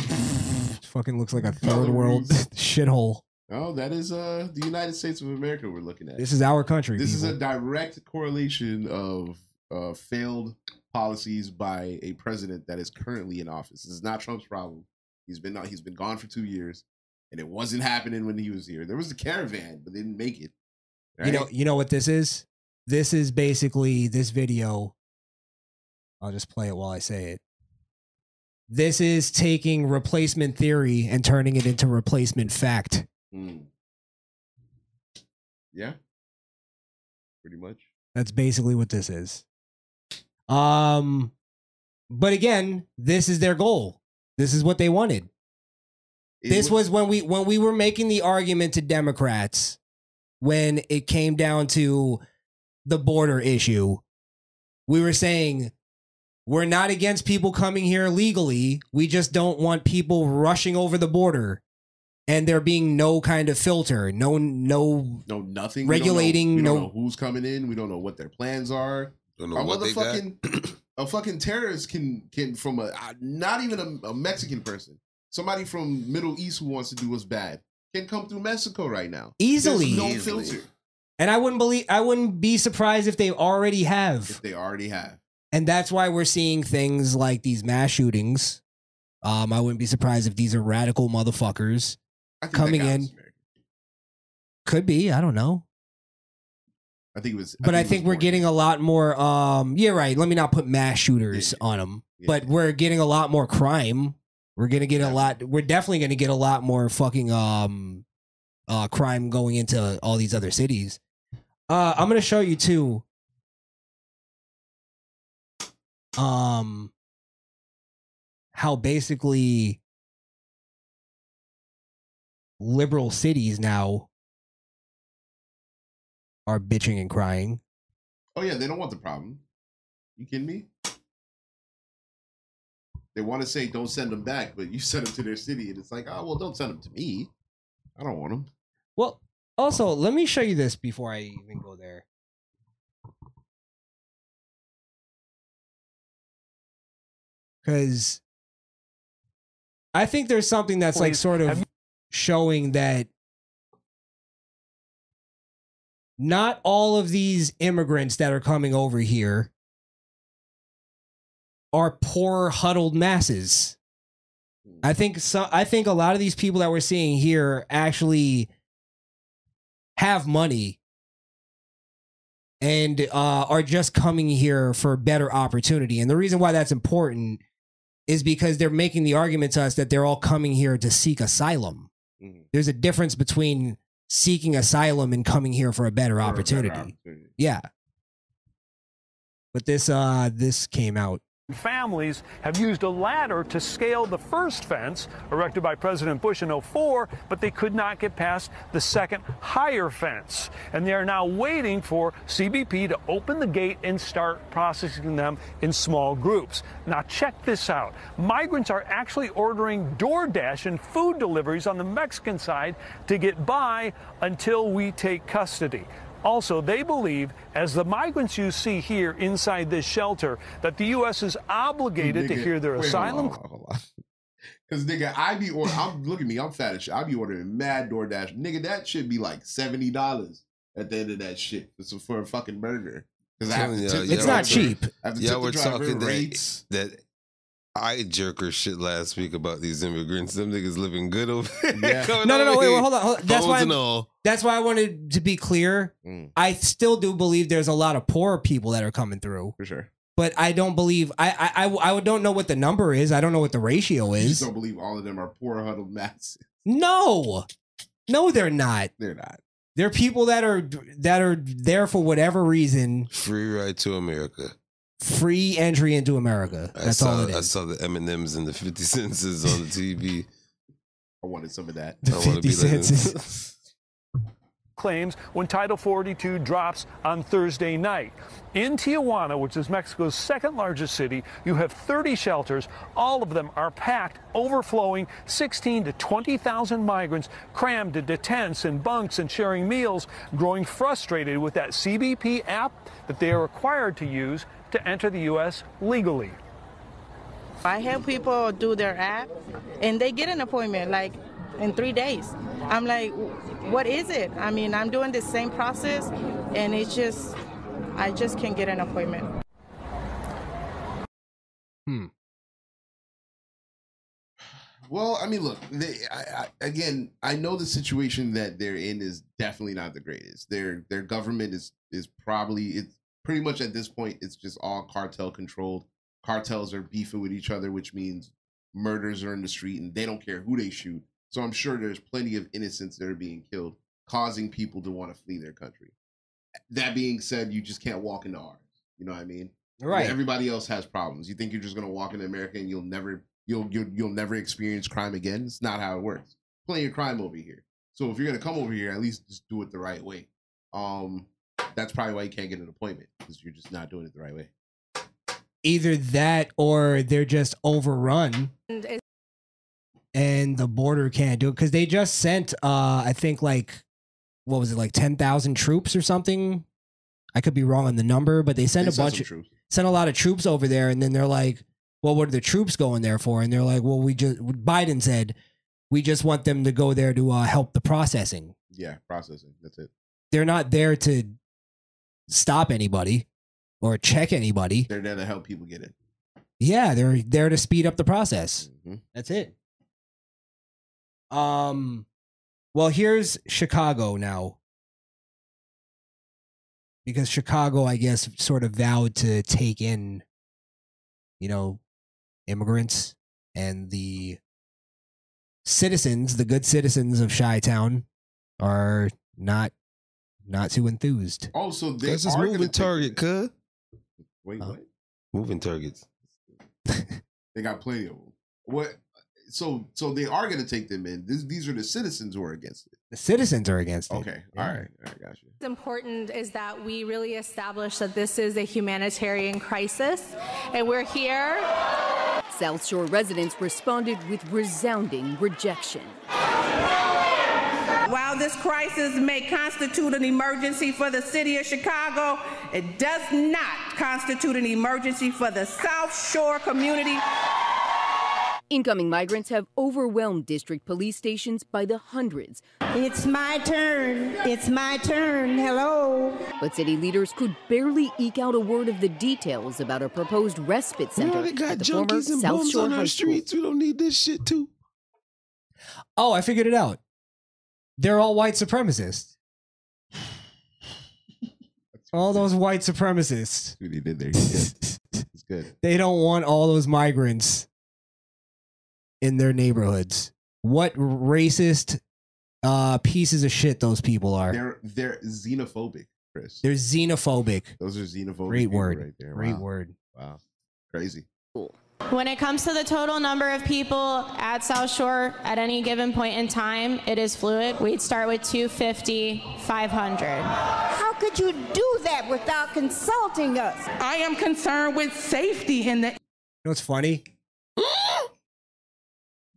[SPEAKER 10] fucking looks like a third world shithole.
[SPEAKER 11] Oh, that is uh the United States of America we're looking at.
[SPEAKER 10] This is our country.
[SPEAKER 11] This is
[SPEAKER 10] people.
[SPEAKER 11] a direct correlation of uh, failed policies by a president that is currently in office. This is not Trump's problem. He's been he's been gone for two years, and it wasn't happening when he was here. There was a caravan, but they didn't make it.
[SPEAKER 10] You know, you know what this is? This is basically this video. I'll just play it while I say it. This is taking replacement theory and turning it into replacement fact.
[SPEAKER 11] Mm. Yeah, pretty much.
[SPEAKER 10] That's basically what this is. Um, but again, this is their goal. This is what they wanted. This was when we when we were making the argument to Democrats when it came down to the border issue. We were saying we're not against people coming here legally. We just don't want people rushing over the border and there being no kind of filter, no no
[SPEAKER 11] No nothing. We don't know-
[SPEAKER 10] regulating,
[SPEAKER 11] we don't
[SPEAKER 10] no
[SPEAKER 11] know who's coming in. We don't know what their plans are.
[SPEAKER 18] Don't know what they got.
[SPEAKER 11] motherfucking- a fucking terrorist can can from a uh, not even a, a Mexican person, somebody from Middle East who wants to do us bad can come through Mexico right now
[SPEAKER 10] Easily.
[SPEAKER 11] There's no
[SPEAKER 10] Easily.
[SPEAKER 11] filter.
[SPEAKER 10] And I wouldn't believe I wouldn't be surprised if they already have. If
[SPEAKER 11] they already have.
[SPEAKER 10] And that's why we're seeing things like these mass shootings. Um, I wouldn't be surprised if these are radical motherfuckers
[SPEAKER 11] think that
[SPEAKER 10] coming
[SPEAKER 11] guy
[SPEAKER 10] in.
[SPEAKER 11] was
[SPEAKER 10] Could be, I don't know.
[SPEAKER 11] I think it was.
[SPEAKER 10] But I
[SPEAKER 11] it
[SPEAKER 10] think
[SPEAKER 11] was
[SPEAKER 10] we're getting a lot more um yeah, right. Let me not put mass shooters on 'em. on them. But we're getting a lot more crime. We're gonna get a lot we're definitely gonna get a lot more fucking um uh crime going into all these other cities. Uh I'm gonna show you too. um how basically liberal cities now are bitching and crying.
[SPEAKER 11] Oh yeah, they don't want the problem. You kidding me? They want to say don't send them back, but you send them to their city, and it's like, oh well, don't send them to me. I don't want them.
[SPEAKER 10] Well, also, let me show you this before I even go there. Because I think there's something that's like
[SPEAKER 20] Please,
[SPEAKER 10] sort
[SPEAKER 20] have
[SPEAKER 10] of
[SPEAKER 20] you-
[SPEAKER 10] showing that not all of these immigrants that are coming over here are poor huddled masses. I think so, I think a lot of these people that we're seeing here actually have money and uh, are just coming here for better opportunity. And the reason why that's important is because they're making the argument to us that they're all coming here to seek asylum.
[SPEAKER 11] Mm-hmm.
[SPEAKER 10] There's a difference between seeking asylum and coming here for a better
[SPEAKER 11] better
[SPEAKER 10] opportunity.
[SPEAKER 11] opportunity.
[SPEAKER 10] Yeah. But this uh this came out.
[SPEAKER 20] Families have used a ladder to scale the first fence erected by President Bush in 04, but they could not get past the second higher fence. And they are now waiting for CBP to open the gate and start processing them in small groups. Now, check this out migrants are actually ordering DoorDash and food deliveries on the Mexican side to get by until we take custody. Also, they believe, as the migrants you see here inside this shelter, that the U.S. is obligated to
[SPEAKER 11] Nigga,
[SPEAKER 20] hear their
[SPEAKER 11] wait, hold
[SPEAKER 20] asylum.
[SPEAKER 11] on, hold on. Cause nigga, I be ordering. I'm look at me. I'm fat as shit. I be ordering mad DoorDash. Nigga, that should be like seventy dollars at the end of that shit. It's for a fucking burger. Cause I have to
[SPEAKER 18] Telling
[SPEAKER 11] tip
[SPEAKER 18] y'all,
[SPEAKER 11] the
[SPEAKER 18] uh, y'all-
[SPEAKER 11] driver. I have to tip
[SPEAKER 18] Y'all
[SPEAKER 11] the
[SPEAKER 18] were
[SPEAKER 11] driver,
[SPEAKER 18] talking
[SPEAKER 11] rates.
[SPEAKER 18] that, that eye jerker shit last week about these immigrants. Them niggas living good over there.
[SPEAKER 10] No,
[SPEAKER 18] Coming
[SPEAKER 10] no, no.
[SPEAKER 18] over
[SPEAKER 10] Wait, wait,
[SPEAKER 18] here,
[SPEAKER 10] hold on. Hold on. That's why.
[SPEAKER 18] phones and
[SPEAKER 10] I'm-
[SPEAKER 18] all.
[SPEAKER 10] That's why I wanted to be clear.
[SPEAKER 11] Mm.
[SPEAKER 10] I still do believe there's a lot of poor people that are coming through.
[SPEAKER 11] For sure.
[SPEAKER 10] But I don't believe. I I I, I don't know what the number is. I don't know what the ratio
[SPEAKER 11] You
[SPEAKER 10] is.
[SPEAKER 11] just don't believe all of them are poor huddled masses.
[SPEAKER 10] No, no, they're not.
[SPEAKER 11] They're not.
[SPEAKER 10] They're people that are that are there for whatever reason.
[SPEAKER 18] Free ride to America.
[SPEAKER 10] Free entry into America. That's
[SPEAKER 18] I saw,
[SPEAKER 10] all it is.
[SPEAKER 18] I saw the M and M's and the fifty cents on the TV.
[SPEAKER 11] I wanted some of that.
[SPEAKER 18] I want to
[SPEAKER 10] 50
[SPEAKER 18] be like
[SPEAKER 10] cents.
[SPEAKER 20] claims when Title 42 drops on Thursday night. In Tijuana, which is Mexico's second largest city, you have 30 shelters. All of them are packed, overflowing, 16 to 20,000 migrants crammed into tents and bunks and sharing meals, growing frustrated with that CBP app that they are required to use to enter the U.S. legally.
[SPEAKER 21] I help people do their app and they get an appointment like in three days. I'm like, what is it? I mean, I'm doing the same process and it's just, I just can't get an appointment.
[SPEAKER 11] Well, I mean, look. They, I, I, again, I know the situation that they're in is definitely not the greatest. Their their government is is probably it's pretty much at this point it's just all cartel controlled. Cartels are beefing with each other, which means murders are in the street, and they don't care who they shoot. So I'm sure there's plenty of innocents that are being killed, causing people to want to flee their country. That being said, you just can't walk into ours. You know what I mean?
[SPEAKER 10] Right.
[SPEAKER 11] Everybody else has problems. You think you're just gonna walk into America and you'll never you'll you'll, you'll never experience crime again? It's not how it works. Plenty of crime over here. So if you're gonna come over here, at least just do it the right way. Um, that's probably why you can't get an appointment because you're just not doing it the right way.
[SPEAKER 10] Either that or they're just overrun
[SPEAKER 9] And it's
[SPEAKER 10] and the border can't do it because they just sent, uh, I think, like, what was it, like 10,000 troops or something? I could be wrong on the number, but they sent
[SPEAKER 11] They
[SPEAKER 10] a
[SPEAKER 11] sent
[SPEAKER 10] bunch
[SPEAKER 11] some
[SPEAKER 10] of
[SPEAKER 11] troops.
[SPEAKER 10] sent a lot of troops over there. And then they're like, well, what are the troops going there for? And they're like, well, we just, Biden said, we just want them to go there to uh, help the processing.
[SPEAKER 11] Yeah, processing. That's it.
[SPEAKER 10] They're not there to stop anybody or check anybody.
[SPEAKER 11] They're there to help people get it.
[SPEAKER 10] Yeah, they're there to speed up the process.
[SPEAKER 11] Mhm.
[SPEAKER 10] That's it. Um, well, here's Chicago now. Because Chicago, I guess, sort of vowed to take in, you know, immigrants and the citizens, the good citizens of Chi Town are not not too enthused.
[SPEAKER 11] Oh, so they
[SPEAKER 18] That's just
[SPEAKER 11] are
[SPEAKER 18] moving
[SPEAKER 11] gonna
[SPEAKER 18] target, cuz.
[SPEAKER 11] Wait, what?
[SPEAKER 18] Moving targets.
[SPEAKER 11] They got plenty of them. What? So so they are going to take them in. This, these are the citizens who are against it.
[SPEAKER 10] The citizens are against it.
[SPEAKER 11] Okay. All right. All right. Gotcha.
[SPEAKER 9] important is that we really establish that this is a humanitarian crisis and we're here.
[SPEAKER 1] South Shore residents responded with resounding rejection.
[SPEAKER 22] While this crisis may constitute an emergency for the city of Chicago, it does not constitute an emergency for the South Shore community.
[SPEAKER 1] Incoming migrants have overwhelmed district police stations by the hundreds. It's my turn. It's my turn. Hello. But city leaders could barely eke out a word of the details about a proposed respite center
[SPEAKER 18] they got
[SPEAKER 1] at the former
[SPEAKER 18] junkies and
[SPEAKER 1] South
[SPEAKER 18] bums
[SPEAKER 1] Shore
[SPEAKER 18] on
[SPEAKER 1] High
[SPEAKER 18] our streets.
[SPEAKER 1] School.
[SPEAKER 18] We don't need this shit too.
[SPEAKER 10] Oh, I figured it out. They're all white supremacists. all those white supremacists.
[SPEAKER 11] Dude, he did there. It's good. It's good.
[SPEAKER 10] They don't want all those migrants in their neighborhoods. What racist uh, pieces of shit those people are. They're,
[SPEAKER 11] They're they're xenophobic, Chris.
[SPEAKER 10] xenophobic.
[SPEAKER 11] Those are xenophobic.
[SPEAKER 10] Great
[SPEAKER 11] people
[SPEAKER 10] word.
[SPEAKER 11] right there.
[SPEAKER 10] Great
[SPEAKER 11] Wow.
[SPEAKER 10] word.
[SPEAKER 11] Wow. Crazy.
[SPEAKER 9] When it comes to the total number of people at South Shore at any given point in time, it is fluid. We'd start with 250, 500.
[SPEAKER 23] How could you do that without consulting us?
[SPEAKER 22] I am concerned with safety in the
[SPEAKER 10] You know what's funny?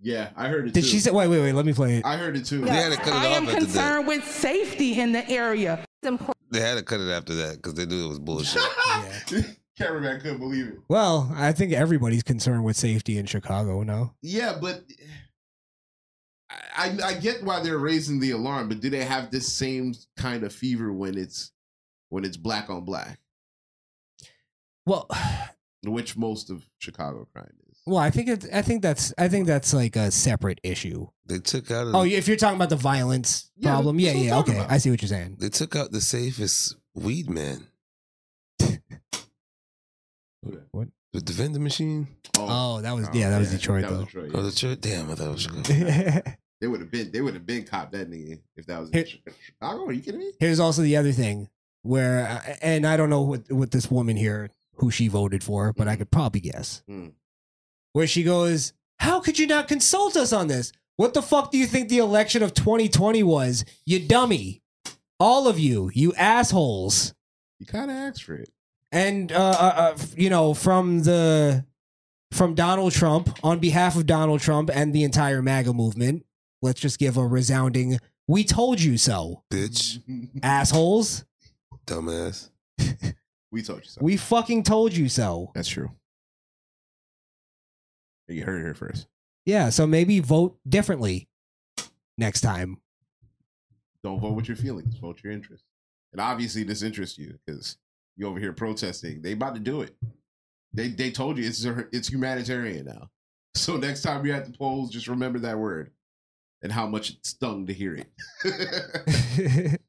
[SPEAKER 11] Yeah, I heard it.
[SPEAKER 10] Did
[SPEAKER 11] too.
[SPEAKER 10] she say, wait, wait, wait, let me play it.
[SPEAKER 11] I heard it too.
[SPEAKER 22] I am
[SPEAKER 18] after that.
[SPEAKER 22] concerned with safety in the area.
[SPEAKER 18] They had to cut it after that because they knew it was bullshit.
[SPEAKER 11] Cameraman couldn't believe it.
[SPEAKER 10] Well, I think everybody's concerned with safety in Chicago, no?
[SPEAKER 11] Yeah, but I, I I get why they're raising the alarm, but do they have this same kind of fever when it's when it's black on black?
[SPEAKER 10] Well,
[SPEAKER 11] which most of Chicago crime is.
[SPEAKER 10] Well, I think it, I think that's I think that's like a separate issue.
[SPEAKER 18] They took out.
[SPEAKER 10] Oh, if you're talking about the violence
[SPEAKER 18] Yeah,
[SPEAKER 10] problem, yeah,
[SPEAKER 18] that's what I'm
[SPEAKER 10] yeah,
[SPEAKER 18] talking
[SPEAKER 10] okay,
[SPEAKER 18] about.
[SPEAKER 10] I see what you're saying.
[SPEAKER 18] They took out the safest weed man.
[SPEAKER 10] what?
[SPEAKER 18] With the vending machine?
[SPEAKER 10] Oh, that was yeah, that was Detroit
[SPEAKER 11] that was
[SPEAKER 10] though.
[SPEAKER 11] Detroit,
[SPEAKER 18] Oh,
[SPEAKER 11] yeah.
[SPEAKER 18] the church. Damn, I thought it was
[SPEAKER 11] They would have been they would have been cop that nigga if that was in Chicago. Are you kidding me?
[SPEAKER 10] Here's also the other thing where, uh, and I don't know what what this woman here who she voted for, but
[SPEAKER 18] Mm-hmm.
[SPEAKER 10] I could probably guess
[SPEAKER 11] Mm.
[SPEAKER 10] where she goes. How could you not consult us on this? What the fuck do you think the election of 2020 was? You dummy, all of you, you assholes.
[SPEAKER 11] You kind of asked for it.
[SPEAKER 10] and uh, uh, uh, f- you know from the from Donald Trump on behalf of Donald Trump and the entire MAGA movement. Let's just give a resounding "We told you so,"
[SPEAKER 18] bitch,
[SPEAKER 10] assholes.
[SPEAKER 18] dumbass.
[SPEAKER 11] we told you so.
[SPEAKER 10] We fucking told you so.
[SPEAKER 11] That's true. You heard it here first.
[SPEAKER 10] Yeah, so maybe vote differently next time.
[SPEAKER 11] Don't vote with your feelings. Vote your interest. And obviously, this interests you because you over here protesting. They about to do it. They they told you it's it's humanitarian now. So next time you're at the polls, just remember that word and how much it stung to hear it.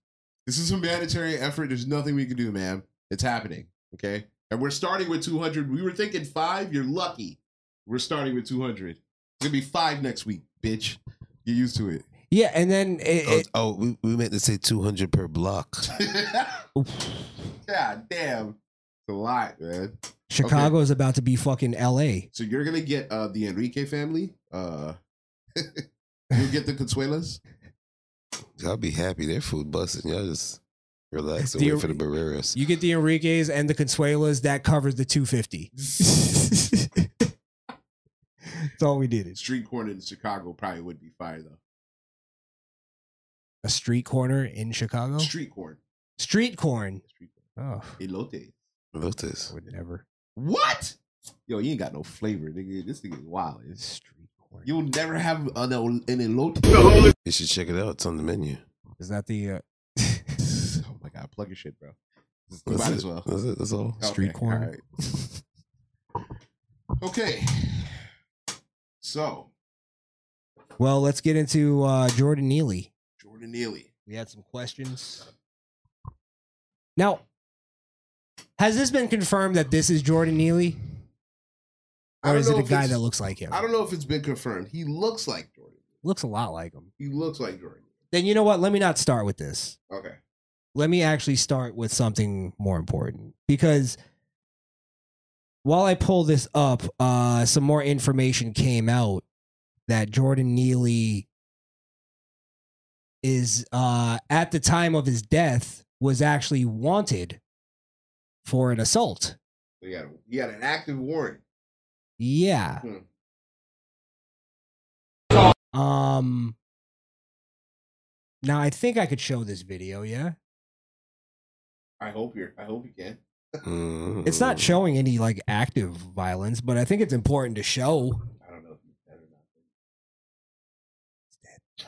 [SPEAKER 11] this is humanitarian effort. There's nothing we can do, man. It's happening. Okay. And we're starting with 200. We were thinking five. You're lucky. We're starting with 200. It's going to be five next week, bitch. Get used to it.
[SPEAKER 10] Yeah, and then it,
[SPEAKER 12] oh, oh, we, we meant to say two hundred per block.
[SPEAKER 11] God damn. It's a lot, man.
[SPEAKER 10] Chicago is about to be fucking L.A.
[SPEAKER 11] So you're gonna get uh, the Enrique family. Uh, you'll get the Consuelas.
[SPEAKER 12] I'll be happy. Their food busting. Y'all just relax and
[SPEAKER 10] The-
[SPEAKER 12] wait for the Barreras.
[SPEAKER 10] You get the Enriquez and the Consuelas. That covers the two fifty. That's all we needed.
[SPEAKER 11] Street corner in Chicago probably would be fire though.
[SPEAKER 10] A street corner in Chicago.
[SPEAKER 11] Street corn.
[SPEAKER 10] Street corn. Oh,
[SPEAKER 11] Elote.
[SPEAKER 12] Elotes.
[SPEAKER 10] Would never.
[SPEAKER 11] What? Yo, you ain't got no flavor, nigga. This nigga is wild. It's street corn. You'll never have an, el- an elote.
[SPEAKER 12] You should check it out. It's on the menu.
[SPEAKER 10] Is that the? Uh...
[SPEAKER 11] oh my god, plug your shit, bro. You
[SPEAKER 12] That's
[SPEAKER 11] might
[SPEAKER 12] it.
[SPEAKER 11] as well.
[SPEAKER 12] That's it. That's all. Street corn.
[SPEAKER 11] all right. okay. So
[SPEAKER 10] Well, let's get into uh, Jordan Neely.
[SPEAKER 11] Jordan Neely.
[SPEAKER 10] We had some questions. Now, has this been confirmed that this is Jordan Neely,
[SPEAKER 11] I
[SPEAKER 10] or
[SPEAKER 11] don't
[SPEAKER 10] is it
[SPEAKER 11] know
[SPEAKER 10] a
[SPEAKER 11] if
[SPEAKER 10] guy
[SPEAKER 11] it's-
[SPEAKER 10] that looks like him?
[SPEAKER 11] I don't know if it's been confirmed. He looks like Jordan.
[SPEAKER 10] Looks a lot like him.
[SPEAKER 11] He looks like Jordan.
[SPEAKER 10] Then you know what? Let me not start with this.
[SPEAKER 11] Okay.
[SPEAKER 10] let me actually start with something more important because while I pull this up, uh, some more information came out that Jordan Neely is uh, at the time of his death was actually wanted for an assault.
[SPEAKER 11] He got, he got an active warrant.
[SPEAKER 10] Yeah.
[SPEAKER 11] Hmm.
[SPEAKER 10] Um. Now I think I could show this video. Yeah.
[SPEAKER 11] I hope you're I hope you can.
[SPEAKER 10] It's
[SPEAKER 12] Mm.
[SPEAKER 10] not showing any like active violence, but I think it's important to show.
[SPEAKER 11] I don't know if he's dead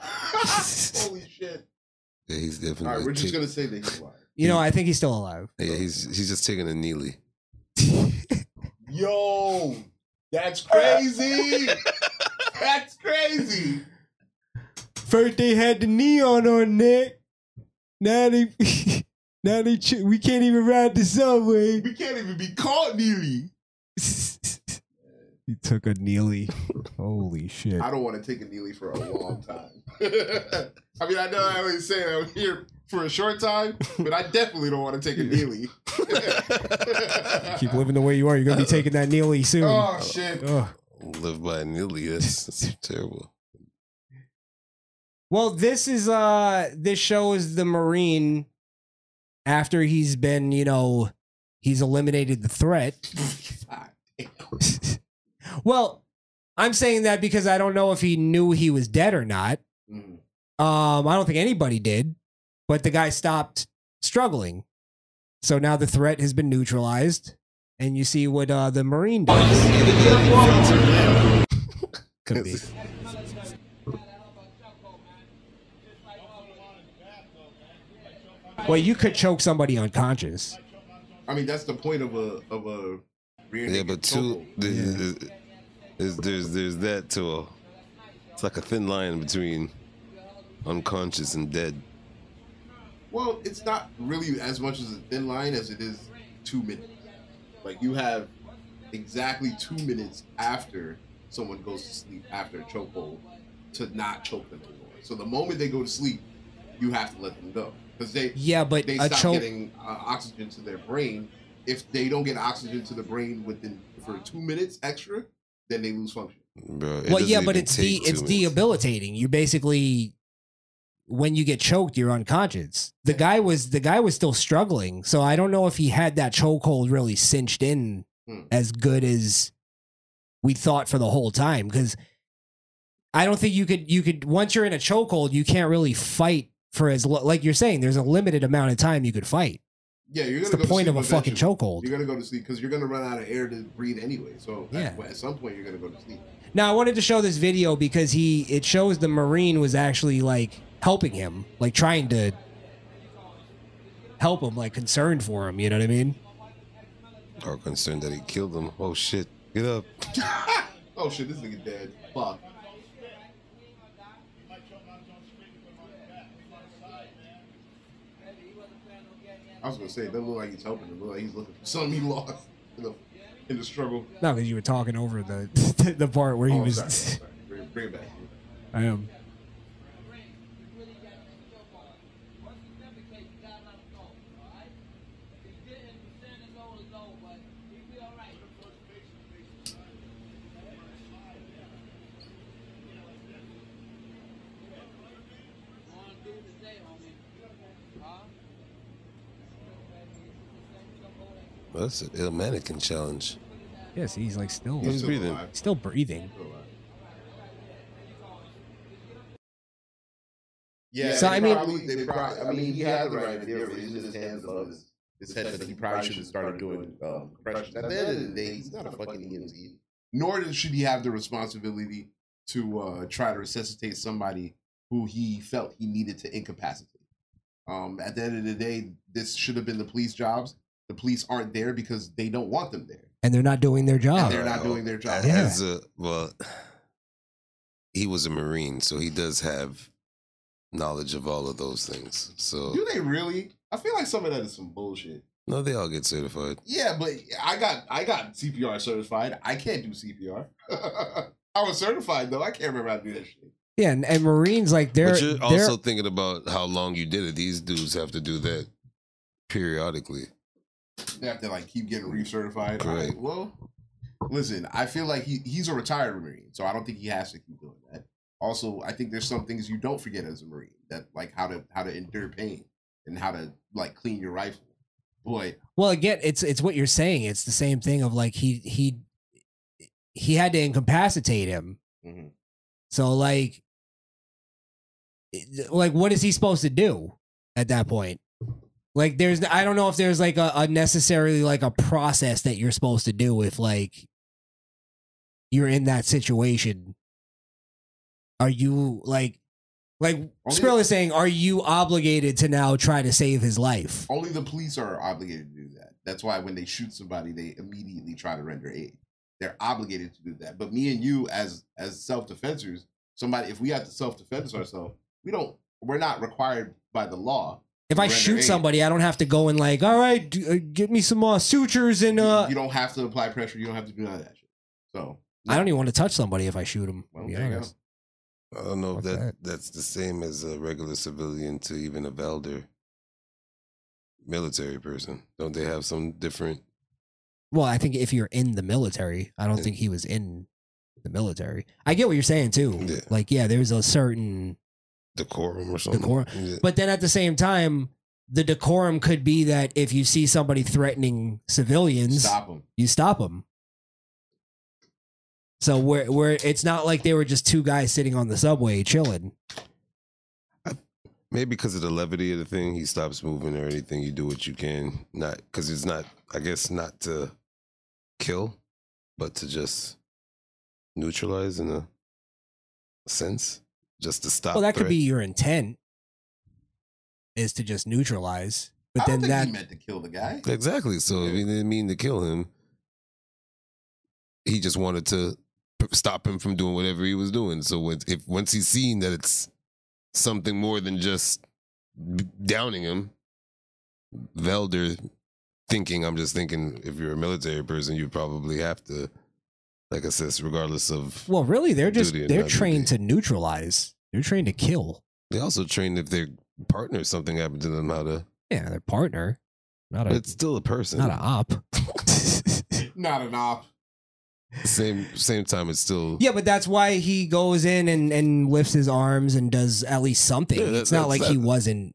[SPEAKER 11] or not. Holy shit.
[SPEAKER 12] Yeah, he's definitely.
[SPEAKER 11] All right, we're just
[SPEAKER 12] taking-
[SPEAKER 11] gonna say that he's alive.
[SPEAKER 10] You know, I think he's still alive.
[SPEAKER 12] Yeah, he's he's just taking a Neely.
[SPEAKER 11] Yo, that's crazy. that's crazy.
[SPEAKER 10] First they had the neon on neck. Now they, now they, ch- we can't even ride the subway.
[SPEAKER 11] We can't even be caught Neely.
[SPEAKER 10] He took a Neely. Holy shit!
[SPEAKER 11] I don't want to take a Neely for a long time. I mean, I know I always say I'm here for a short time, but I definitely don't want to take a Neely.
[SPEAKER 10] Keep living the way you are. You're gonna be taking that Neely soon.
[SPEAKER 11] Oh, shit.
[SPEAKER 10] Ugh.
[SPEAKER 12] Live by a Neely. That's, that's terrible.
[SPEAKER 10] Well, this is uh this shows the Marine after he's been, you know, he's eliminated the threat. well, I'm saying that because I don't know if he knew he was dead or not.
[SPEAKER 11] Mm.
[SPEAKER 10] Um, I don't think anybody did, but the guy stopped struggling. So now the threat has been neutralized, and you see what uh, the Marine does. Could be. Well, you could choke somebody unconscious.
[SPEAKER 11] I mean, that's the point of a of a rear
[SPEAKER 12] Yeah,
[SPEAKER 11] naked
[SPEAKER 12] but
[SPEAKER 11] chokehold.
[SPEAKER 12] two. There's, there's, there's there's that too. It's like a thin line between unconscious and dead.
[SPEAKER 11] Well, it's not really as much as a thin line as it is two minutes. Like you have exactly two minutes after someone goes to sleep after a chokehold to not choke them anymore. So the moment they go to sleep, you have to let them go because they
[SPEAKER 10] Yeah, but
[SPEAKER 11] they
[SPEAKER 10] a
[SPEAKER 11] stop
[SPEAKER 10] choke-
[SPEAKER 11] getting uh, oxygen to their brain. If they don't get oxygen to the brain within for two minutes extra, then they lose function.
[SPEAKER 12] Bro, it
[SPEAKER 10] well, yeah,
[SPEAKER 12] doesn't
[SPEAKER 10] but
[SPEAKER 12] even
[SPEAKER 10] it's de-
[SPEAKER 12] take two
[SPEAKER 10] it's
[SPEAKER 12] minutes.
[SPEAKER 10] debilitating. You basically, when you get choked, you're unconscious. The guy was the guy was still struggling, so I don't know if he had that chokehold really cinched in
[SPEAKER 11] Hmm.
[SPEAKER 10] as good as we thought for the whole time. Because I don't think you could you could once you're in a chokehold, you can't really fight for as lo- like you're saying. There's a limited amount of time you could fight.
[SPEAKER 11] Yeah, you're gonna
[SPEAKER 10] It's
[SPEAKER 11] go
[SPEAKER 10] the
[SPEAKER 11] to
[SPEAKER 10] point of
[SPEAKER 11] sleep
[SPEAKER 10] a fucking
[SPEAKER 11] eventually.
[SPEAKER 10] chokehold.
[SPEAKER 11] You're gonna go to sleep because you're gonna run out of air to breathe anyway. So
[SPEAKER 10] Yeah.
[SPEAKER 11] at, at some point, you're gonna go to sleep.
[SPEAKER 10] Now I wanted to show this video because he it shows the Marine was actually like helping him, like trying to help him, like concerned for him, you know what I mean?
[SPEAKER 12] Are concerned that he killed them. Oh shit! Get up.
[SPEAKER 11] Oh shit, this nigga dead. Fuck. I was gonna say, it doesn't look like he's helping. It look like he's looking for something he lost in the, in the struggle.
[SPEAKER 10] No, because you were talking over the the part where he
[SPEAKER 11] Oh, I'm
[SPEAKER 10] was.
[SPEAKER 11] sorry, I'm sorry. Bring, bring it back.
[SPEAKER 10] I am.
[SPEAKER 12] Well, that's an Illmanicon challenge.
[SPEAKER 10] Yes, he's like still.
[SPEAKER 12] He's breathing.
[SPEAKER 10] Still breathing.
[SPEAKER 11] Yeah,
[SPEAKER 10] So
[SPEAKER 11] they
[SPEAKER 10] I mean,
[SPEAKER 11] probably- they probably- I mean, he had the right idea, but he's just his hands above his, his head. That he probably should have started doing um, pressures. At the end of the day, he's not a fucking EMT. Nor did- should he have the responsibility to uh, try to resuscitate somebody who he felt he needed to incapacitate. Um, at the end of the day, this should have been the police jobs. The police aren't there because they don't want them there.
[SPEAKER 10] and they're not doing their job.
[SPEAKER 11] And they're not doing their job.
[SPEAKER 10] Yeah.
[SPEAKER 12] As a well, he was a marine, so he does have knowledge of all of those things. So
[SPEAKER 11] Do they really? I feel like some of that is some bullshit.
[SPEAKER 12] no, they all get certified.
[SPEAKER 11] Yeah, but I got I got CPR certified. I can't do CPR. I was certified though. I can't remember how to do that shit.
[SPEAKER 10] Yeah, and, and Marines like they're
[SPEAKER 12] but you're
[SPEAKER 10] they're
[SPEAKER 12] also thinking about how long you did it. These dudes have to do that periodically.
[SPEAKER 11] They have to like keep getting recertified. All
[SPEAKER 12] Correct.
[SPEAKER 11] right, well, listen, I feel like he, he's a retired Marine, so I don't think he has to keep doing that. Also, I think there's some things you don't forget as a Marine that like how to how to endure pain and how to like clean your rifle. Boy,
[SPEAKER 10] well again. It's it's what you're saying. It's the same thing of like he he he had to incapacitate him.
[SPEAKER 11] Mhm.
[SPEAKER 10] So like it- like what is he supposed to do at that point? Like there's I don't know if there's like a, a necessarily like a process that you're supposed to do if like you're in that situation. Are you like like Skrill is saying, are you obligated to now try to save his life?
[SPEAKER 11] Only the police are obligated to do that. That's why when they shoot somebody, they immediately try to render aid. They're obligated to do that. But me and you, as as self defensors, somebody if we have to self defense ourselves, we don't. We're not required by the law.
[SPEAKER 10] If
[SPEAKER 11] to
[SPEAKER 10] I
[SPEAKER 11] render
[SPEAKER 10] shoot
[SPEAKER 11] aid.
[SPEAKER 10] somebody, I don't have to go and like, all right, d- uh, get me some uh, sutures and uh,
[SPEAKER 11] you don't have to apply pressure. You don't have to do none of that shit. So
[SPEAKER 10] I don't even want to touch somebody if I shoot him.
[SPEAKER 11] Well, there you go.
[SPEAKER 12] I don't know if that,
[SPEAKER 10] that.
[SPEAKER 12] that's the same as a regular civilian to even a elder military person. Don't they have some different?
[SPEAKER 10] Well, I think if you're in the military, I don't think he was in the military. I get what you're saying too. Like, yeah, there's a certain
[SPEAKER 12] decorum or something.
[SPEAKER 10] decorum,
[SPEAKER 12] Yeah.
[SPEAKER 10] but then at the same time, the decorum could be that if you see somebody threatening civilians,
[SPEAKER 11] Stop 'em.
[SPEAKER 10] You stop them. So where where it's not like they were just two guys sitting on the subway chilling.
[SPEAKER 12] Maybe because of the levity of the thing, he stops moving or anything. You do what you can, not because it's not. I guess not to kill, but to just neutralize in a sense, just to stop.
[SPEAKER 10] well, that could
[SPEAKER 12] threat.
[SPEAKER 10] be your intent is to just neutralize, but
[SPEAKER 11] I
[SPEAKER 10] then
[SPEAKER 11] don't think
[SPEAKER 10] that
[SPEAKER 11] he meant to kill the guy.
[SPEAKER 12] Exactly. So if he didn't mean to kill him, he just wanted to p- stop him from doing whatever he was doing. So when- if once he's seen that it's something more than just b- downing him, Velder thinking, I'm just thinking, if you're a military person, you probably have to, like I said, regardless of.
[SPEAKER 10] Well, really, they're just
[SPEAKER 12] duty and
[SPEAKER 10] they're
[SPEAKER 12] not duty.
[SPEAKER 10] trained to neutralize. They're trained to kill.
[SPEAKER 12] They also train if their partner or something happened to them how to.
[SPEAKER 10] Yeah, their partner, not a.
[SPEAKER 12] But it's still a person.
[SPEAKER 10] Not an op.
[SPEAKER 11] Not an op.
[SPEAKER 12] Same same time, it's still
[SPEAKER 10] Yeah, but that's why he goes in and and lifts his arms and does at least something.
[SPEAKER 12] Yeah, that-
[SPEAKER 10] it's not
[SPEAKER 12] that's
[SPEAKER 10] like he
[SPEAKER 12] that.
[SPEAKER 10] wasn't.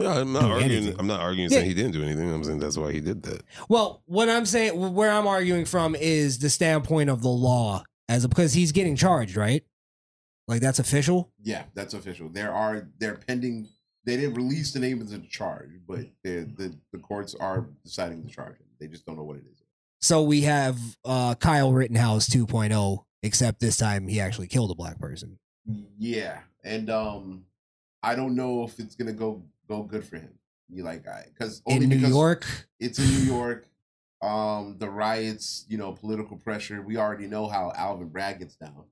[SPEAKER 12] No, I'm not
[SPEAKER 10] do
[SPEAKER 12] arguing.
[SPEAKER 10] anything.
[SPEAKER 12] I'm not arguing
[SPEAKER 10] Yeah.
[SPEAKER 12] saying he didn't do anything. I'm saying that's why he did that.
[SPEAKER 10] Well, what I'm saying, where I'm arguing from, is the standpoint of the law as a, because he's getting charged, right? Like that's official.
[SPEAKER 11] Yeah, that's official. There are they're pending. They didn't release the name of the charge, but they're- the the courts are deciding the charge. They just don't know what it is.
[SPEAKER 10] So we have uh, Kyle Rittenhouse 2.0, except this time he actually killed a black person.
[SPEAKER 11] Yeah, and um, I don't know if it's gonna go go good for him. You like I because
[SPEAKER 10] In New York?
[SPEAKER 11] it's in New York. um, the riots, you know, political pressure. We already know how Alvin Bragg gets down.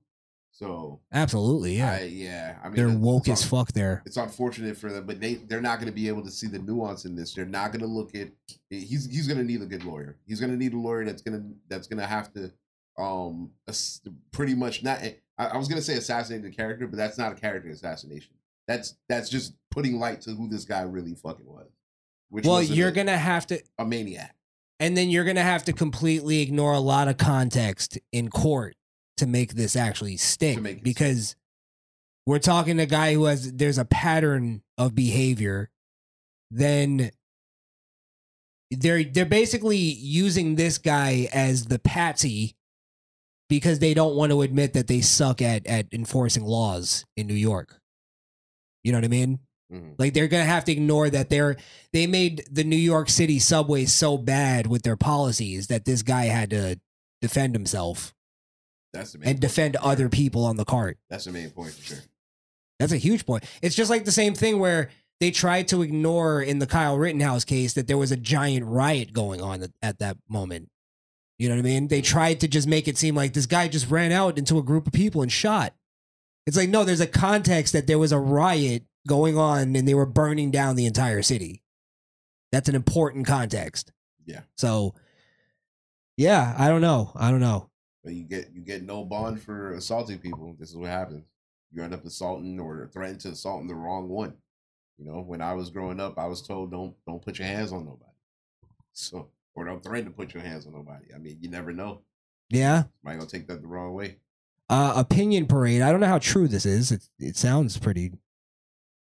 [SPEAKER 11] So
[SPEAKER 10] Absolutely, yeah.
[SPEAKER 11] I, yeah, I mean,
[SPEAKER 10] They're
[SPEAKER 11] it's-
[SPEAKER 10] woke
[SPEAKER 11] it's
[SPEAKER 10] as
[SPEAKER 11] un-
[SPEAKER 10] fuck there.
[SPEAKER 11] It's unfortunate for them, but they they're not going to be able to see the nuance in this. They're not going to look at. He's he's going to need a good lawyer. He's going to need a lawyer that's going to that's going to have to, um, ass- pretty much not. eh, I, I was going to say assassinate the character, but that's not a character assassination. That's that's just putting light to who this guy really fucking was. Which
[SPEAKER 10] well,
[SPEAKER 11] was a-
[SPEAKER 10] you're gonna have to
[SPEAKER 11] a maniac.
[SPEAKER 10] And then you're going to have to completely ignore a lot of context in court to make this actually stick because we're talking to a guy who has there's a pattern of behavior then they're they're basically using this guy as the patsy because they don't want to admit that they suck at at enforcing laws in New York. You know what I mean? Like they're gonna have to ignore that they're they made the New York City subway so bad with their policies that this guy had to defend himself
[SPEAKER 11] That's the main.
[SPEAKER 10] and defend other people on the cart.
[SPEAKER 11] That's the main point for sure.
[SPEAKER 10] That's a huge point. It's just like the same thing where they tried to ignore in the Kyle Rittenhouse case that there was a giant riot going on at, at that moment. You know what I mean? They tried to just make it seem like this guy just ran out into a group of people and shot. It's like, no, there's a context that there was a riot going on and they were burning down the entire city. That's an important context.
[SPEAKER 11] Yeah.
[SPEAKER 10] So, yeah, I don't know. I don't know.
[SPEAKER 11] But you get you get no bond for assaulting people. This is what happens. You end up assaulting or threatening to assaulting the wrong one. You know, when I was growing up, I was told don't don't put your hands on nobody. So or don't threaten to put your hands on nobody. I mean, you never know.
[SPEAKER 10] Yeah.
[SPEAKER 11] Somebody gonna take that the wrong way.
[SPEAKER 10] Uh, opinion parade. I don't know how true this is. It, it sounds pretty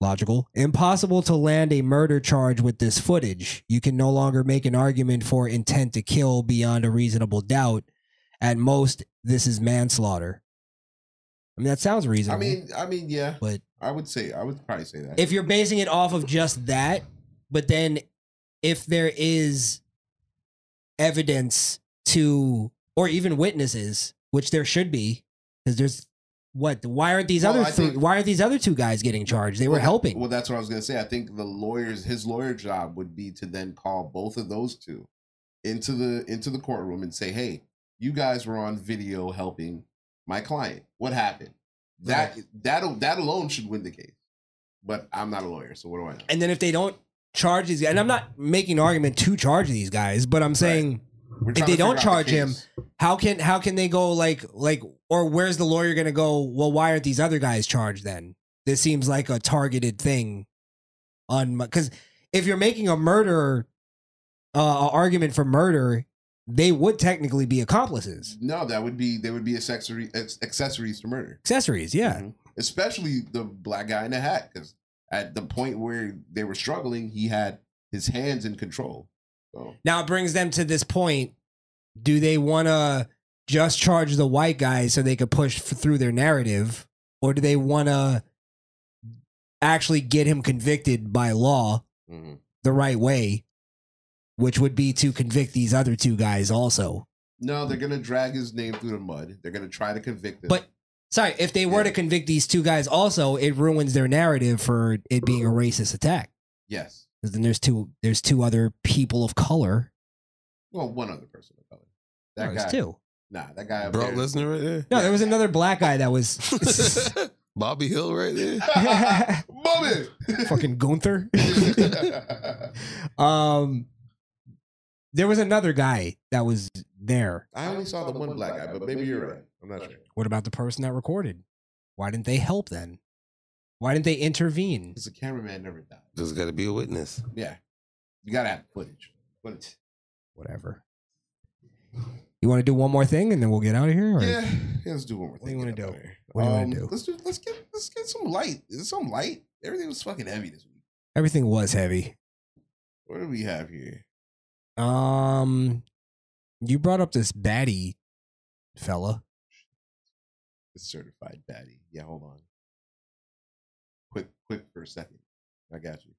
[SPEAKER 10] logical. Impossible to land a murder charge with this footage. You can no longer make an argument for intent to kill beyond a reasonable doubt. At most, this is manslaughter. I mean, that sounds
[SPEAKER 11] I
[SPEAKER 10] reasonable.
[SPEAKER 11] mean, I mean, yeah.
[SPEAKER 10] But
[SPEAKER 11] I would say I would probably say that
[SPEAKER 10] if you're basing it off of just that, but then if there is evidence to, or even witnesses, which there should be, because there's what? Why aren't these
[SPEAKER 11] Well,
[SPEAKER 10] other
[SPEAKER 11] I
[SPEAKER 10] three, why aren't these other two guys getting charged? They were
[SPEAKER 11] Well,
[SPEAKER 10] helping.
[SPEAKER 11] Well, that's what I was gonna say. I think the lawyers, his lawyer job would be to then call both of those two into the into the courtroom and say, "Hey, you guys were on video helping my client. What happened? That that that alone should win the case." But I'm not a lawyer, so what do I know?
[SPEAKER 10] And then if they don't charge these, and I'm not making an argument to charge these guys, but I'm saying if they
[SPEAKER 11] trying to
[SPEAKER 10] don't
[SPEAKER 11] figure out
[SPEAKER 10] charge
[SPEAKER 11] the
[SPEAKER 10] him,
[SPEAKER 11] case.
[SPEAKER 10] how can how can they go like like or where's the lawyer going to go? Well, why aren't these other guys charged then? This seems like a targeted thing on because if you're making a murder uh, a argument for murder, they would technically be accomplices,
[SPEAKER 11] No, that would be they would be accessory ex- accessories to murder, Mm-hmm.
[SPEAKER 10] accessories. Yeah,
[SPEAKER 11] especially the black guy in the hat, because at the point where they were struggling, he had his hands in control. So
[SPEAKER 10] Now it brings them to this point. Do they want to just charge the white guy so they could push f- through their narrative? Or do they want to actually get him convicted by law
[SPEAKER 11] Mm-hmm.
[SPEAKER 10] the right way, which would be to convict these other two guys also?
[SPEAKER 11] No, they're gonna drag his name through the mud. They're gonna try to convict him.
[SPEAKER 10] But sorry, if they were to convict these two guys also, it ruins their narrative for it being a racist attack.
[SPEAKER 11] yes,
[SPEAKER 10] 'Cause then there's two there's two other people of color.
[SPEAKER 11] well, one other person of color.
[SPEAKER 10] No, there's Oh, two.
[SPEAKER 11] Nah, that guy. up
[SPEAKER 18] Brock
[SPEAKER 11] there-
[SPEAKER 18] Lesnar right there.
[SPEAKER 10] No, there was another black guy that was
[SPEAKER 18] Bobby Hill right there.
[SPEAKER 11] Bobby.
[SPEAKER 10] fucking Gunther. um, there was another guy that was there.
[SPEAKER 11] I only saw the one black guy, but maybe you're right. I'm not sure.
[SPEAKER 10] What about the person that recorded? Why didn't they help then? Why didn't they intervene?
[SPEAKER 11] Because the cameraman never died.
[SPEAKER 18] There's got to be a witness.
[SPEAKER 11] Yeah, you gotta have footage. Footage.
[SPEAKER 10] Whatever. You want to do one more thing and then we'll get out of here? Or?
[SPEAKER 11] Yeah, yeah, let's do one more thing. What do you want to do?
[SPEAKER 10] What do you wanna do?
[SPEAKER 11] Let's do. Let's get. Let's get some light. Is it some light? Everything was fucking heavy this week.
[SPEAKER 10] Everything was heavy.
[SPEAKER 11] What do we have here?
[SPEAKER 10] Um, you brought up this baddie fella.
[SPEAKER 11] The certified baddie. Yeah, hold on. Quick, quick for a second. I got you.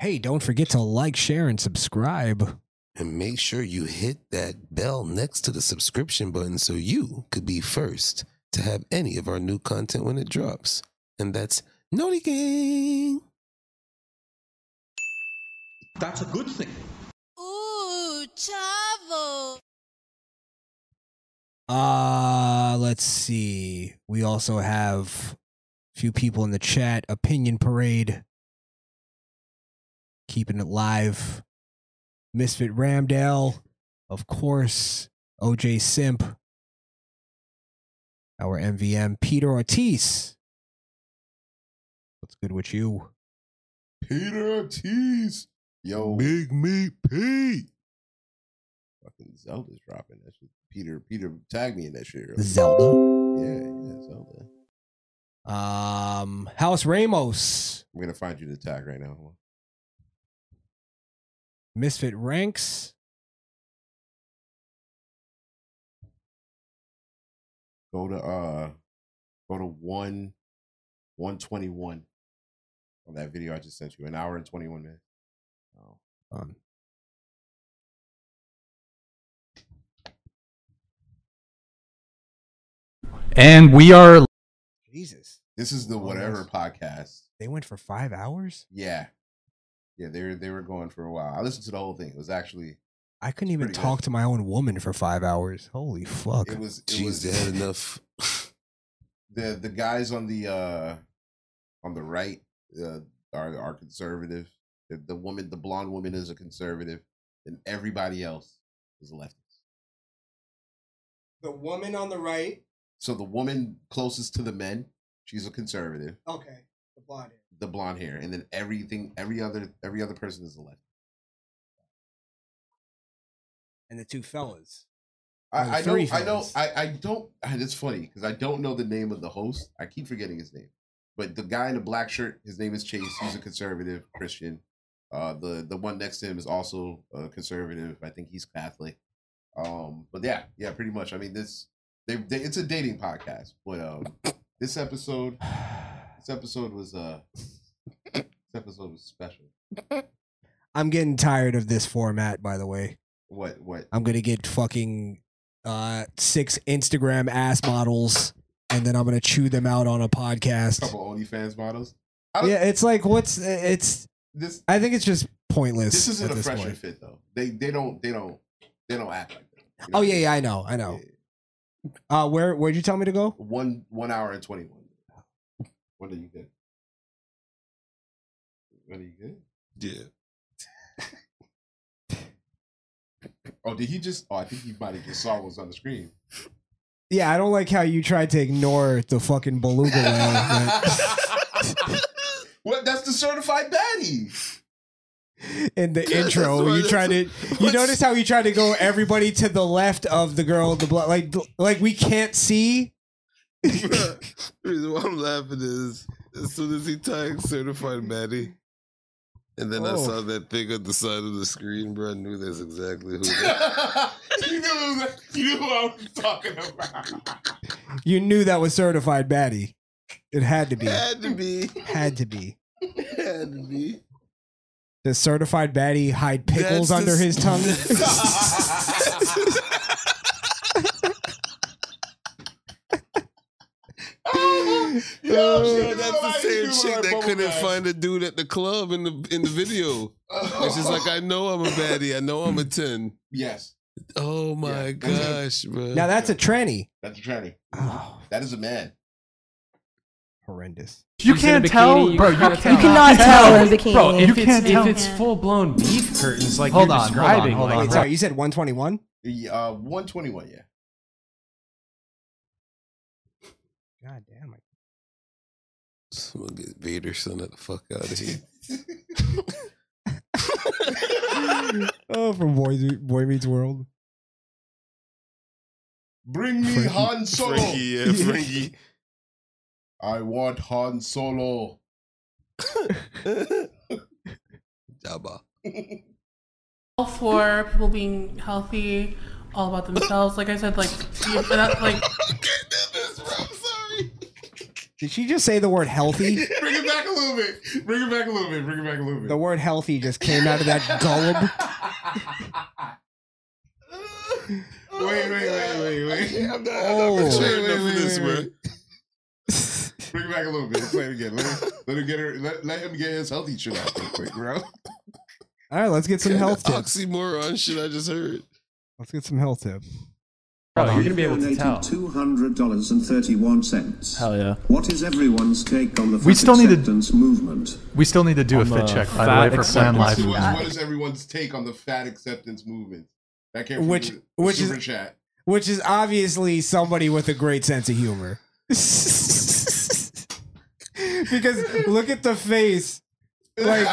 [SPEAKER 10] Hey, don't forget to like, share, and subscribe.
[SPEAKER 18] And make sure you hit that bell next to the subscription button so you could be first to have any of our new content when it drops. And that's Naughty Gang.
[SPEAKER 2] That's a good thing.
[SPEAKER 7] Ooh,
[SPEAKER 2] trouble.
[SPEAKER 10] Uh let's see. We also have a few people in the chat. Opinion parade. Keeping it live. Misfit Ramdale, of course. OJ Simp. Our MVM Peter Ortiz. What's good with you?
[SPEAKER 11] Peter Ortiz. Yo.
[SPEAKER 6] Big Meat Pete.
[SPEAKER 11] Fucking Zelda's dropping that shit. Peter, Peter tagged me in that shit. earlier.
[SPEAKER 10] Zelda?
[SPEAKER 11] Yeah, yeah, Zelda.
[SPEAKER 10] Um House Ramos.
[SPEAKER 11] I'm gonna find you the tag right now. Hold
[SPEAKER 10] Misfit Ranks.
[SPEAKER 11] on. Go to uh, go to one, one twenty one. On that video I just sent you, an hour and twenty one minutes.
[SPEAKER 10] Um,
[SPEAKER 7] And we are
[SPEAKER 10] Jesus.
[SPEAKER 11] This is the whatever podcast.
[SPEAKER 10] They went for five hours?
[SPEAKER 11] Yeah, yeah. They were they were going for a while. I listened to the whole thing. It was actually
[SPEAKER 10] I couldn't even talk to my own woman for five hours. Holy fuck.
[SPEAKER 11] It was. It
[SPEAKER 10] Jesus.
[SPEAKER 11] was enough. the the guys on the uh on the right uh, are are conservative. The, the woman, the blonde woman, is a conservative, and everybody else is left.
[SPEAKER 10] The woman on the right.
[SPEAKER 11] So the woman closest to the men, she's a conservative.
[SPEAKER 10] Okay. The blonde.
[SPEAKER 11] The blonde hair, and then everything, every other, every other person is a left.
[SPEAKER 10] And the two fellas. Or the
[SPEAKER 11] I, I know,
[SPEAKER 10] three
[SPEAKER 11] I know,
[SPEAKER 10] fellas.
[SPEAKER 11] I, I don't. ah, It's funny because I don't know the name of the host. I keep forgetting his name, but the guy in the black shirt, his name is Chase. He's a conservative Christian. Uh, the the one next to him is also a conservative. I think he's Catholic. Um, but yeah, yeah, pretty much. I mean, this they, they it's a dating podcast, but um, this episode, this episode was uh, this episode was special.
[SPEAKER 10] I'm getting tired of this format, by the way.
[SPEAKER 11] What what?
[SPEAKER 10] I'm gonna get fucking uh six Instagram ass models and then I'm gonna chew them out on a podcast.
[SPEAKER 11] couple OnlyFans models.
[SPEAKER 10] Yeah, it's like what's it's
[SPEAKER 11] this
[SPEAKER 10] I think it's just pointless.
[SPEAKER 11] This isn't
[SPEAKER 10] at
[SPEAKER 11] a
[SPEAKER 10] this
[SPEAKER 11] fresher
[SPEAKER 10] point.
[SPEAKER 11] fit though. They they don't they don't they don't act like that.
[SPEAKER 10] Oh yeah, yeah, I know, I know. Uh where where'd you tell me to go?
[SPEAKER 11] One one hour and twenty one. What are you good? What are you good? Yeah. oh, did he just? Oh, I think he might have just saw what was on the screen.
[SPEAKER 10] Yeah, I don't like how you tried to ignore the fucking beluga whale. that-
[SPEAKER 11] What? That's the certified baddie.
[SPEAKER 10] in the
[SPEAKER 11] That's
[SPEAKER 10] intro.
[SPEAKER 11] why
[SPEAKER 10] You
[SPEAKER 11] that's-
[SPEAKER 10] try to you notice how you try to go everybody to the left of the girl with the blood like like we can't see.
[SPEAKER 18] The reason why I'm laughing is as soon as he tagged certified Maddie, and then I
[SPEAKER 11] Oh.
[SPEAKER 18] saw that thing on the side of the screen, bro. I knew that's exactly who. That,
[SPEAKER 11] you knew you knew what I was talking about.
[SPEAKER 10] You knew that was certified baddie. It had to be.
[SPEAKER 18] Had to be.
[SPEAKER 10] Had to be.
[SPEAKER 18] Had to be.
[SPEAKER 10] Does certified baddie hide pickles
[SPEAKER 18] That's the
[SPEAKER 10] under
[SPEAKER 18] s-
[SPEAKER 10] his tongue?
[SPEAKER 12] Uh,
[SPEAKER 18] Yo, that's the same chick that couldn't find a dude at the club in the in the video. It's just like I know I'm a baddie. I know I'm a ten.
[SPEAKER 11] Yes.
[SPEAKER 18] Oh my gosh, bro.
[SPEAKER 10] now that's a tranny.
[SPEAKER 11] That's a tranny. That is a man.
[SPEAKER 10] Horrendous.
[SPEAKER 8] You
[SPEAKER 11] She's in
[SPEAKER 8] can't
[SPEAKER 11] a bikini,
[SPEAKER 8] tell,
[SPEAKER 11] you
[SPEAKER 8] bro. You,
[SPEAKER 11] cannot
[SPEAKER 8] ca- you
[SPEAKER 11] tell.
[SPEAKER 8] cannot
[SPEAKER 11] Tell
[SPEAKER 8] tell.
[SPEAKER 11] her bikini.
[SPEAKER 8] Bro,
[SPEAKER 11] If
[SPEAKER 8] you
[SPEAKER 11] it's-
[SPEAKER 8] can't
[SPEAKER 11] if
[SPEAKER 8] tell.
[SPEAKER 11] it's
[SPEAKER 8] full blown beef curtains, like
[SPEAKER 10] hold
[SPEAKER 8] you're
[SPEAKER 10] on, hold on,
[SPEAKER 8] describing,
[SPEAKER 10] hold on.
[SPEAKER 8] like,
[SPEAKER 10] Wait, sorry, you said 121?
[SPEAKER 11] Yeah, Uh, one twenty one. Yeah.
[SPEAKER 10] God damn it.
[SPEAKER 18] We'll get Vader son of the fuck out of here.
[SPEAKER 10] Oh, from Boy, Boy Meets World.
[SPEAKER 11] Bring me
[SPEAKER 10] Frankie-
[SPEAKER 11] Han Solo.
[SPEAKER 18] Frankie, yeah, Frankie.
[SPEAKER 11] I want Han Solo.
[SPEAKER 18] Jabba.
[SPEAKER 2] All for people being healthy, all about themselves. Like I said, like you- that, like
[SPEAKER 10] Did she just say the word healthy?
[SPEAKER 11] Bring it back a little bit. Bring it back a little bit. Bring it back a little bit.
[SPEAKER 10] The word healthy just came out of that gullib.
[SPEAKER 11] Wait, wait, wait, wait, wait. Oh. I'm not,
[SPEAKER 18] I'm not matured enough for this,
[SPEAKER 11] Bring it back a little bit. Let's play it again. Let him, let him get her. Let, let him get his healthy shit out real quick, bro.
[SPEAKER 4] All right, let's get some
[SPEAKER 12] Kinda
[SPEAKER 4] health tips.
[SPEAKER 12] Oxymoron shit I just heard.
[SPEAKER 4] Let's get some health tips.
[SPEAKER 5] Bro,
[SPEAKER 15] Uh-huh.
[SPEAKER 5] you're gonna be able to
[SPEAKER 15] Donated
[SPEAKER 5] tell.
[SPEAKER 15] $200.31.
[SPEAKER 5] Hell yeah.
[SPEAKER 15] What is everyone's take on the
[SPEAKER 5] We
[SPEAKER 15] fat
[SPEAKER 5] still need to-
[SPEAKER 15] acceptance movement?
[SPEAKER 7] We still need to do a
[SPEAKER 5] On
[SPEAKER 7] fit
[SPEAKER 5] the
[SPEAKER 7] check, by
[SPEAKER 5] fat
[SPEAKER 7] the way, for Plan
[SPEAKER 5] acceptance
[SPEAKER 7] Life.
[SPEAKER 5] movement.
[SPEAKER 11] What is- what is everyone's take on the fat acceptance movement? That came from
[SPEAKER 10] Which-
[SPEAKER 11] the
[SPEAKER 10] which
[SPEAKER 11] super
[SPEAKER 10] is-
[SPEAKER 11] chat.
[SPEAKER 10] which is obviously somebody with a great sense of humor. because look at the face. Like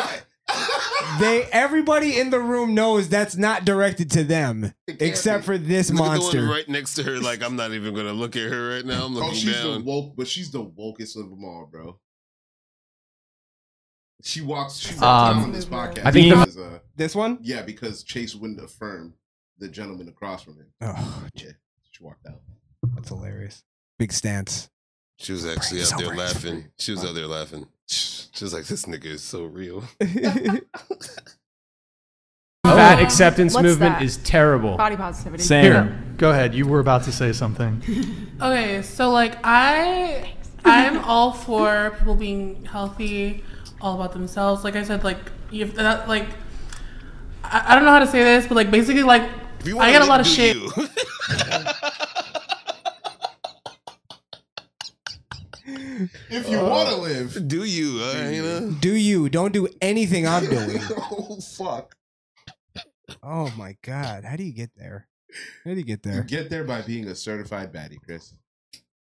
[SPEAKER 10] they everybody in the room knows that's not directed to them except for this
[SPEAKER 12] Look at the one
[SPEAKER 10] monster.
[SPEAKER 12] right next to her. Like I'm not even gonna look at her right now. I'm looking
[SPEAKER 11] oh, she's the
[SPEAKER 12] down.
[SPEAKER 11] woke, but she's the wokest of them all, bro. She walks. She walks
[SPEAKER 10] Um,
[SPEAKER 11] out on this podcast.
[SPEAKER 10] I think the-
[SPEAKER 11] because, uh,
[SPEAKER 10] this one.
[SPEAKER 11] Yeah, because Chase wouldn't affirm the gentleman across from him.
[SPEAKER 10] Oh,
[SPEAKER 11] yeah, she walked out.
[SPEAKER 10] That's hilarious. Big stance.
[SPEAKER 12] She was actually
[SPEAKER 10] Brains
[SPEAKER 12] out
[SPEAKER 10] on
[SPEAKER 12] there
[SPEAKER 10] brains.
[SPEAKER 12] laughing. She was out there laughing. She was like, "This nigga is so real."
[SPEAKER 4] Fat acceptance
[SPEAKER 2] What's
[SPEAKER 4] movement
[SPEAKER 2] that?
[SPEAKER 4] is terrible.
[SPEAKER 2] Body positivity.
[SPEAKER 4] Sam,
[SPEAKER 2] Here.
[SPEAKER 7] Go ahead. You were about to say something.
[SPEAKER 2] Okay, so like I, I'm all for people being healthy, all about themselves. Like I said, like if that, like I, I don't know how to say this, but like basically, like
[SPEAKER 12] If you
[SPEAKER 2] I
[SPEAKER 12] wanna
[SPEAKER 2] get a
[SPEAKER 12] live,
[SPEAKER 2] lot of
[SPEAKER 12] do
[SPEAKER 2] shit.
[SPEAKER 12] you.
[SPEAKER 11] If you want to live,
[SPEAKER 12] do you? Uh, you know?
[SPEAKER 10] Do you? Don't do anything I'm doing.
[SPEAKER 11] oh fuck!
[SPEAKER 10] Oh my god! How do you get there? How do you get there?
[SPEAKER 11] You get there by being a certified baddie, Chris.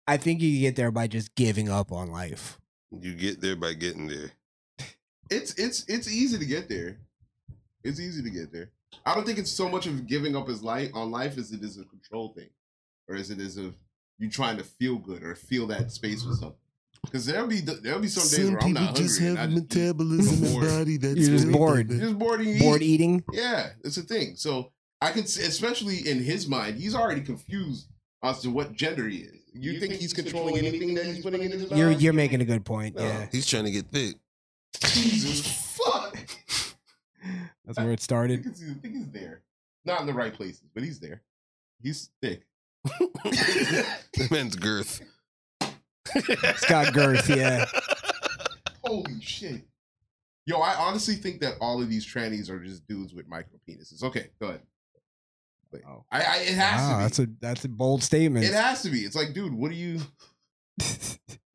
[SPEAKER 10] I think you get there by just giving up on life.
[SPEAKER 12] You get there by getting there.
[SPEAKER 11] It's it's it's easy to get there. It's easy to get there. I don't think it's so much of giving up as life on life as it is a control thing, or as it is of you trying to feel good or fill that space with something. Because there'll be there'll be some days where I'm not hungry. and I-
[SPEAKER 12] metabolism and body that's
[SPEAKER 10] You're just bored.
[SPEAKER 11] You're just bored. and you
[SPEAKER 10] Bored
[SPEAKER 11] eat.
[SPEAKER 10] eating.
[SPEAKER 11] Yeah, it's a thing. So I could, s- especially in his mind, he's already confused as to what gender he is. You, think, he's controlling, anything that he's putting in his mouth?
[SPEAKER 10] You're you're making a good point. Yeah,
[SPEAKER 12] He's trying to get thick.
[SPEAKER 11] Jesus fuck!
[SPEAKER 10] that's where it started.
[SPEAKER 11] I think he's there, not in the right places, but he's there. He's thick.
[SPEAKER 12] That man's girth.
[SPEAKER 10] It's got girth. Yeah.
[SPEAKER 11] Holy shit! Yo, I honestly think that all of these trannies are just dudes with micro penises. Okay, go ahead. But I, I, it has to
[SPEAKER 10] Wow,
[SPEAKER 11] be.
[SPEAKER 10] that's a that's a bold statement.
[SPEAKER 11] It has to be. It's like, dude, what are you?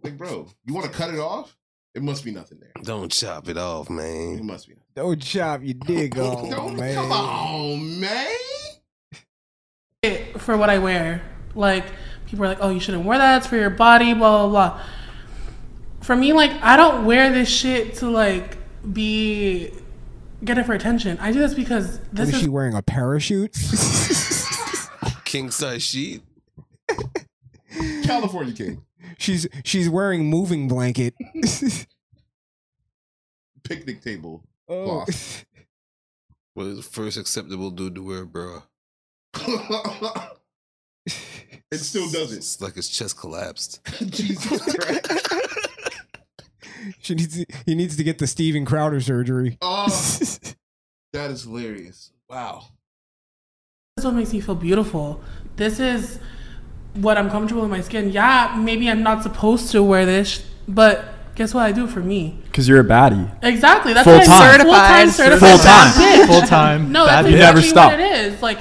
[SPEAKER 11] like, bro, you want to cut it off? It must be nothing there.
[SPEAKER 12] Don't chop it off, man. It
[SPEAKER 11] must be.
[SPEAKER 10] Don't chop your dig off,
[SPEAKER 11] Don't-
[SPEAKER 10] man.
[SPEAKER 11] come on, man.
[SPEAKER 2] it for what I wear. Like people are like, "Oh, you shouldn't wear that. It's for your body." Blah blah blah. For me, like I don't wear this shit to like be get it for attention. I do this because
[SPEAKER 10] What
[SPEAKER 2] this
[SPEAKER 10] is
[SPEAKER 2] is
[SPEAKER 10] she wearing? A parachute?
[SPEAKER 12] King size sheet.
[SPEAKER 11] California king.
[SPEAKER 10] she's she's wearing moving blanket.
[SPEAKER 11] Picnic table.
[SPEAKER 10] Oh.
[SPEAKER 11] cloth.
[SPEAKER 12] What is the first acceptable dude to wear a bra?
[SPEAKER 11] It still doesn't.
[SPEAKER 12] It's like his chest collapsed.
[SPEAKER 11] Jesus Christ.
[SPEAKER 10] She needs to, he needs to get the Steven Crowder surgery.
[SPEAKER 11] Oh, that is hilarious. Wow.
[SPEAKER 2] This is what makes me feel beautiful. This is what I'm comfortable in my skin. Yeah, maybe I'm not supposed to wear this, but guess what? I do it for me.
[SPEAKER 4] Because you're a baddie.
[SPEAKER 2] Exactly. That's
[SPEAKER 4] Full
[SPEAKER 2] what
[SPEAKER 4] time.
[SPEAKER 2] I'm full-time certified.
[SPEAKER 4] Full
[SPEAKER 2] bad bitch.
[SPEAKER 4] time. Full time
[SPEAKER 2] No,
[SPEAKER 4] bad
[SPEAKER 2] that's
[SPEAKER 4] bitch. You never
[SPEAKER 2] exactly
[SPEAKER 4] stop.
[SPEAKER 2] what it is. Like,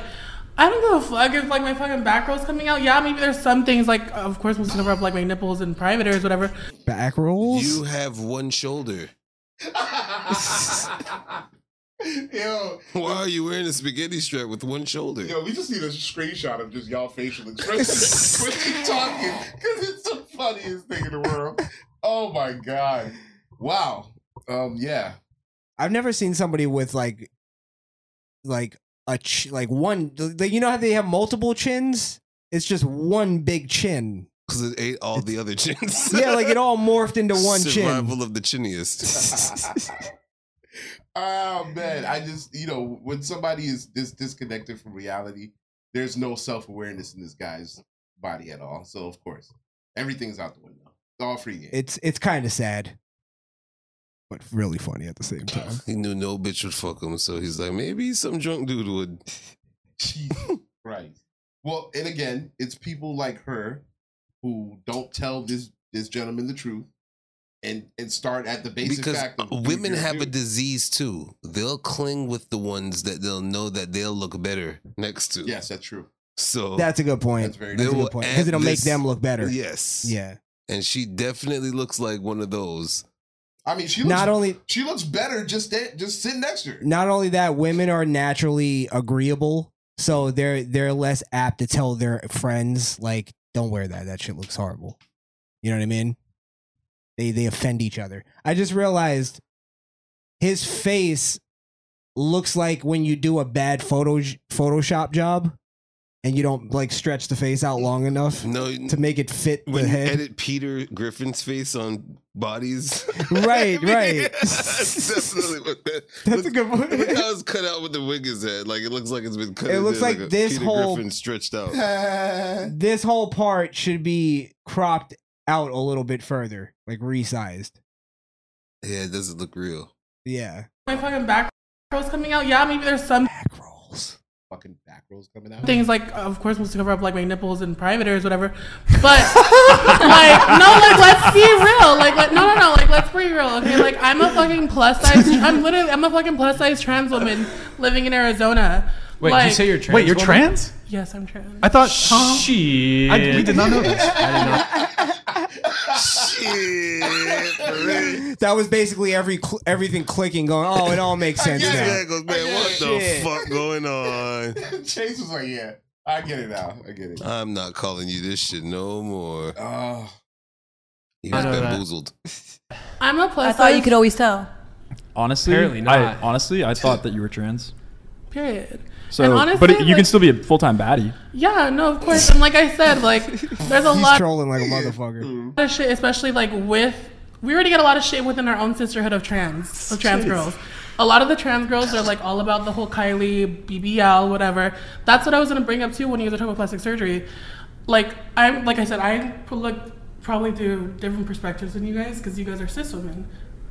[SPEAKER 2] I don't give a fuck if like my fucking back rolls coming out. Yeah, maybe there's some things like, of course, I'm gonna rub like my nipples and private areas, whatever.
[SPEAKER 10] Back rolls.
[SPEAKER 12] You have one shoulder.
[SPEAKER 11] Yo,
[SPEAKER 12] Why are you wearing a spaghetti strap with one shoulder?
[SPEAKER 11] yo, we just need a screenshot of just y'all facial expressions when you talking because it's the funniest thing in the world. Oh my god! Wow. Um. Yeah.
[SPEAKER 10] I've never seen somebody with like, like a ch- like one. Like, you know how they have multiple chins? It's just one big chin.
[SPEAKER 12] Because it ate all the other chins.
[SPEAKER 10] Yeah, like it all morphed into one chin.
[SPEAKER 12] Survival of the chinniest.
[SPEAKER 11] Oh man, I just you know when somebody is this disconnected from reality, there's no self awareness in this guy's body at all. So of course, everything's out the window. It's all free game.
[SPEAKER 10] It's it's kind of sad, but really funny at the same time.
[SPEAKER 12] he knew no bitch would fuck him, so he's like, maybe some drunk dude would.
[SPEAKER 11] Right. Well, and again, it's people like her who don't tell this this gentleman the truth, and and start at the basic
[SPEAKER 12] because
[SPEAKER 11] fact of
[SPEAKER 12] women have a disease too. They'll cling with the ones that they'll know that they'll look better next to.
[SPEAKER 11] Yes, that's true.
[SPEAKER 12] So
[SPEAKER 10] That's a good point. That's,
[SPEAKER 12] very
[SPEAKER 10] a good point because it'll make them look better.
[SPEAKER 12] Yes.
[SPEAKER 10] Yeah.
[SPEAKER 12] And she definitely looks like one of those.
[SPEAKER 11] I mean, she looks,
[SPEAKER 10] Not only
[SPEAKER 11] she looks better just that, just sitting next to her.
[SPEAKER 10] not only that, women are naturally agreeable, so they're they're less apt to tell their friends like, "Don't wear that. That shit looks horrible." You know what I mean? They they offend each other. I just realized his face looks like when you do a bad photo Photoshop job and you don't like stretch the face out long enough
[SPEAKER 12] No,
[SPEAKER 10] to make it fit the
[SPEAKER 12] When you
[SPEAKER 10] head.
[SPEAKER 12] edit Peter Griffin's face on bodies,
[SPEAKER 10] Right,
[SPEAKER 12] I mean,
[SPEAKER 10] right.
[SPEAKER 12] that's definitely what that.
[SPEAKER 10] That's a good point.
[SPEAKER 12] Look how it's cut out with the wig is at. Like it looks like it's been cut.
[SPEAKER 10] It
[SPEAKER 12] in
[SPEAKER 10] looks
[SPEAKER 12] there
[SPEAKER 10] like
[SPEAKER 12] a
[SPEAKER 10] this
[SPEAKER 12] Peter
[SPEAKER 10] whole-
[SPEAKER 12] Griffin stretched out.
[SPEAKER 10] this whole part should be cropped out a little bit further, like resized.
[SPEAKER 12] Yeah, it doesn't look real.
[SPEAKER 10] Yeah.
[SPEAKER 2] My fucking back rolls coming out. Yeah, maybe there's some
[SPEAKER 11] Fucking back rolls coming out.
[SPEAKER 2] things like, of course, supposed to cover up like my nipples and private areas, whatever. But like, no, like let's be real. Like, let, no, no, no. Like, let's be real. Okay, like I'm a fucking plus size. I'm literally, I'm a fucking plus size trans woman living in Arizona.
[SPEAKER 5] Wait, did you
[SPEAKER 2] like,
[SPEAKER 5] say you're a trans Wait, you're woman? trans?
[SPEAKER 2] Yes, I'm trans.
[SPEAKER 5] I thought she. I, we did not know this.
[SPEAKER 10] That was basically every cl- everything clicking going. Oh, it all makes sense
[SPEAKER 11] Yeah,
[SPEAKER 10] now.
[SPEAKER 11] yeah, it goes, man,
[SPEAKER 12] What the
[SPEAKER 10] Shit.
[SPEAKER 12] fuck going on?
[SPEAKER 11] Chase was like, "Yeah, I get it now. I get it."
[SPEAKER 12] I'm not calling you this shit no more. Ah.
[SPEAKER 11] Oh.
[SPEAKER 12] You guys
[SPEAKER 5] I know that.
[SPEAKER 12] bamboozled.
[SPEAKER 2] I'm a plus.
[SPEAKER 14] I thought you
[SPEAKER 2] size-
[SPEAKER 14] could always tell.
[SPEAKER 5] Honestly,
[SPEAKER 14] Apparently
[SPEAKER 5] I, honestly, I thought that you were trans.
[SPEAKER 2] Period.
[SPEAKER 5] So,
[SPEAKER 2] And honestly,
[SPEAKER 5] but it, you
[SPEAKER 2] like-
[SPEAKER 5] can still be a full time baddie.
[SPEAKER 2] Yeah, no, of course. And like I said, like there's a
[SPEAKER 10] He's
[SPEAKER 2] lot.
[SPEAKER 10] trolling like a
[SPEAKER 11] Mm.
[SPEAKER 10] motherfucker.
[SPEAKER 2] lot of shit, especially like with we already get a lot of shit within our own sisterhood of trans of trans
[SPEAKER 14] Jeez.
[SPEAKER 2] girls. A lot of the trans girls are like all about the whole Kylie BBL whatever. That's what I was gonna bring up too when you guys were talking about plastic surgery. Like I like I said, I look probably through different perspectives than you guys because you guys are cis women.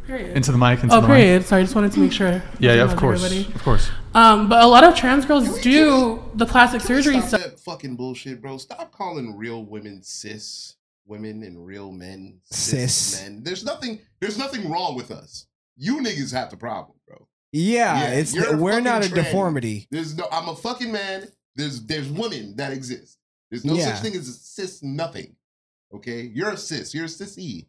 [SPEAKER 2] Period.
[SPEAKER 7] Into the mic, into
[SPEAKER 2] oh,
[SPEAKER 7] the mic.
[SPEAKER 2] period. Sorry, I just wanted to make sure.
[SPEAKER 7] Yeah, yeah, of
[SPEAKER 2] Everybody.
[SPEAKER 7] course, of course.
[SPEAKER 2] Um, but a lot of trans girls do the plastic surgery
[SPEAKER 11] Stop
[SPEAKER 2] stuff.
[SPEAKER 11] that fucking bullshit, bro. Stop calling real women cis women and real men cis,
[SPEAKER 10] Cis.
[SPEAKER 11] men. There's nothing. There's nothing wrong with us. You niggas have the problem, bro.
[SPEAKER 10] Yeah, it's
[SPEAKER 11] you're
[SPEAKER 10] we're
[SPEAKER 11] fucking
[SPEAKER 10] not a
[SPEAKER 11] trans.
[SPEAKER 10] deformity.
[SPEAKER 11] There's no. I'm a fucking man. There's there's women that exist. There's no
[SPEAKER 10] Yeah.
[SPEAKER 11] such thing as a cis nothing. Okay, you're a cis. You're a cis e.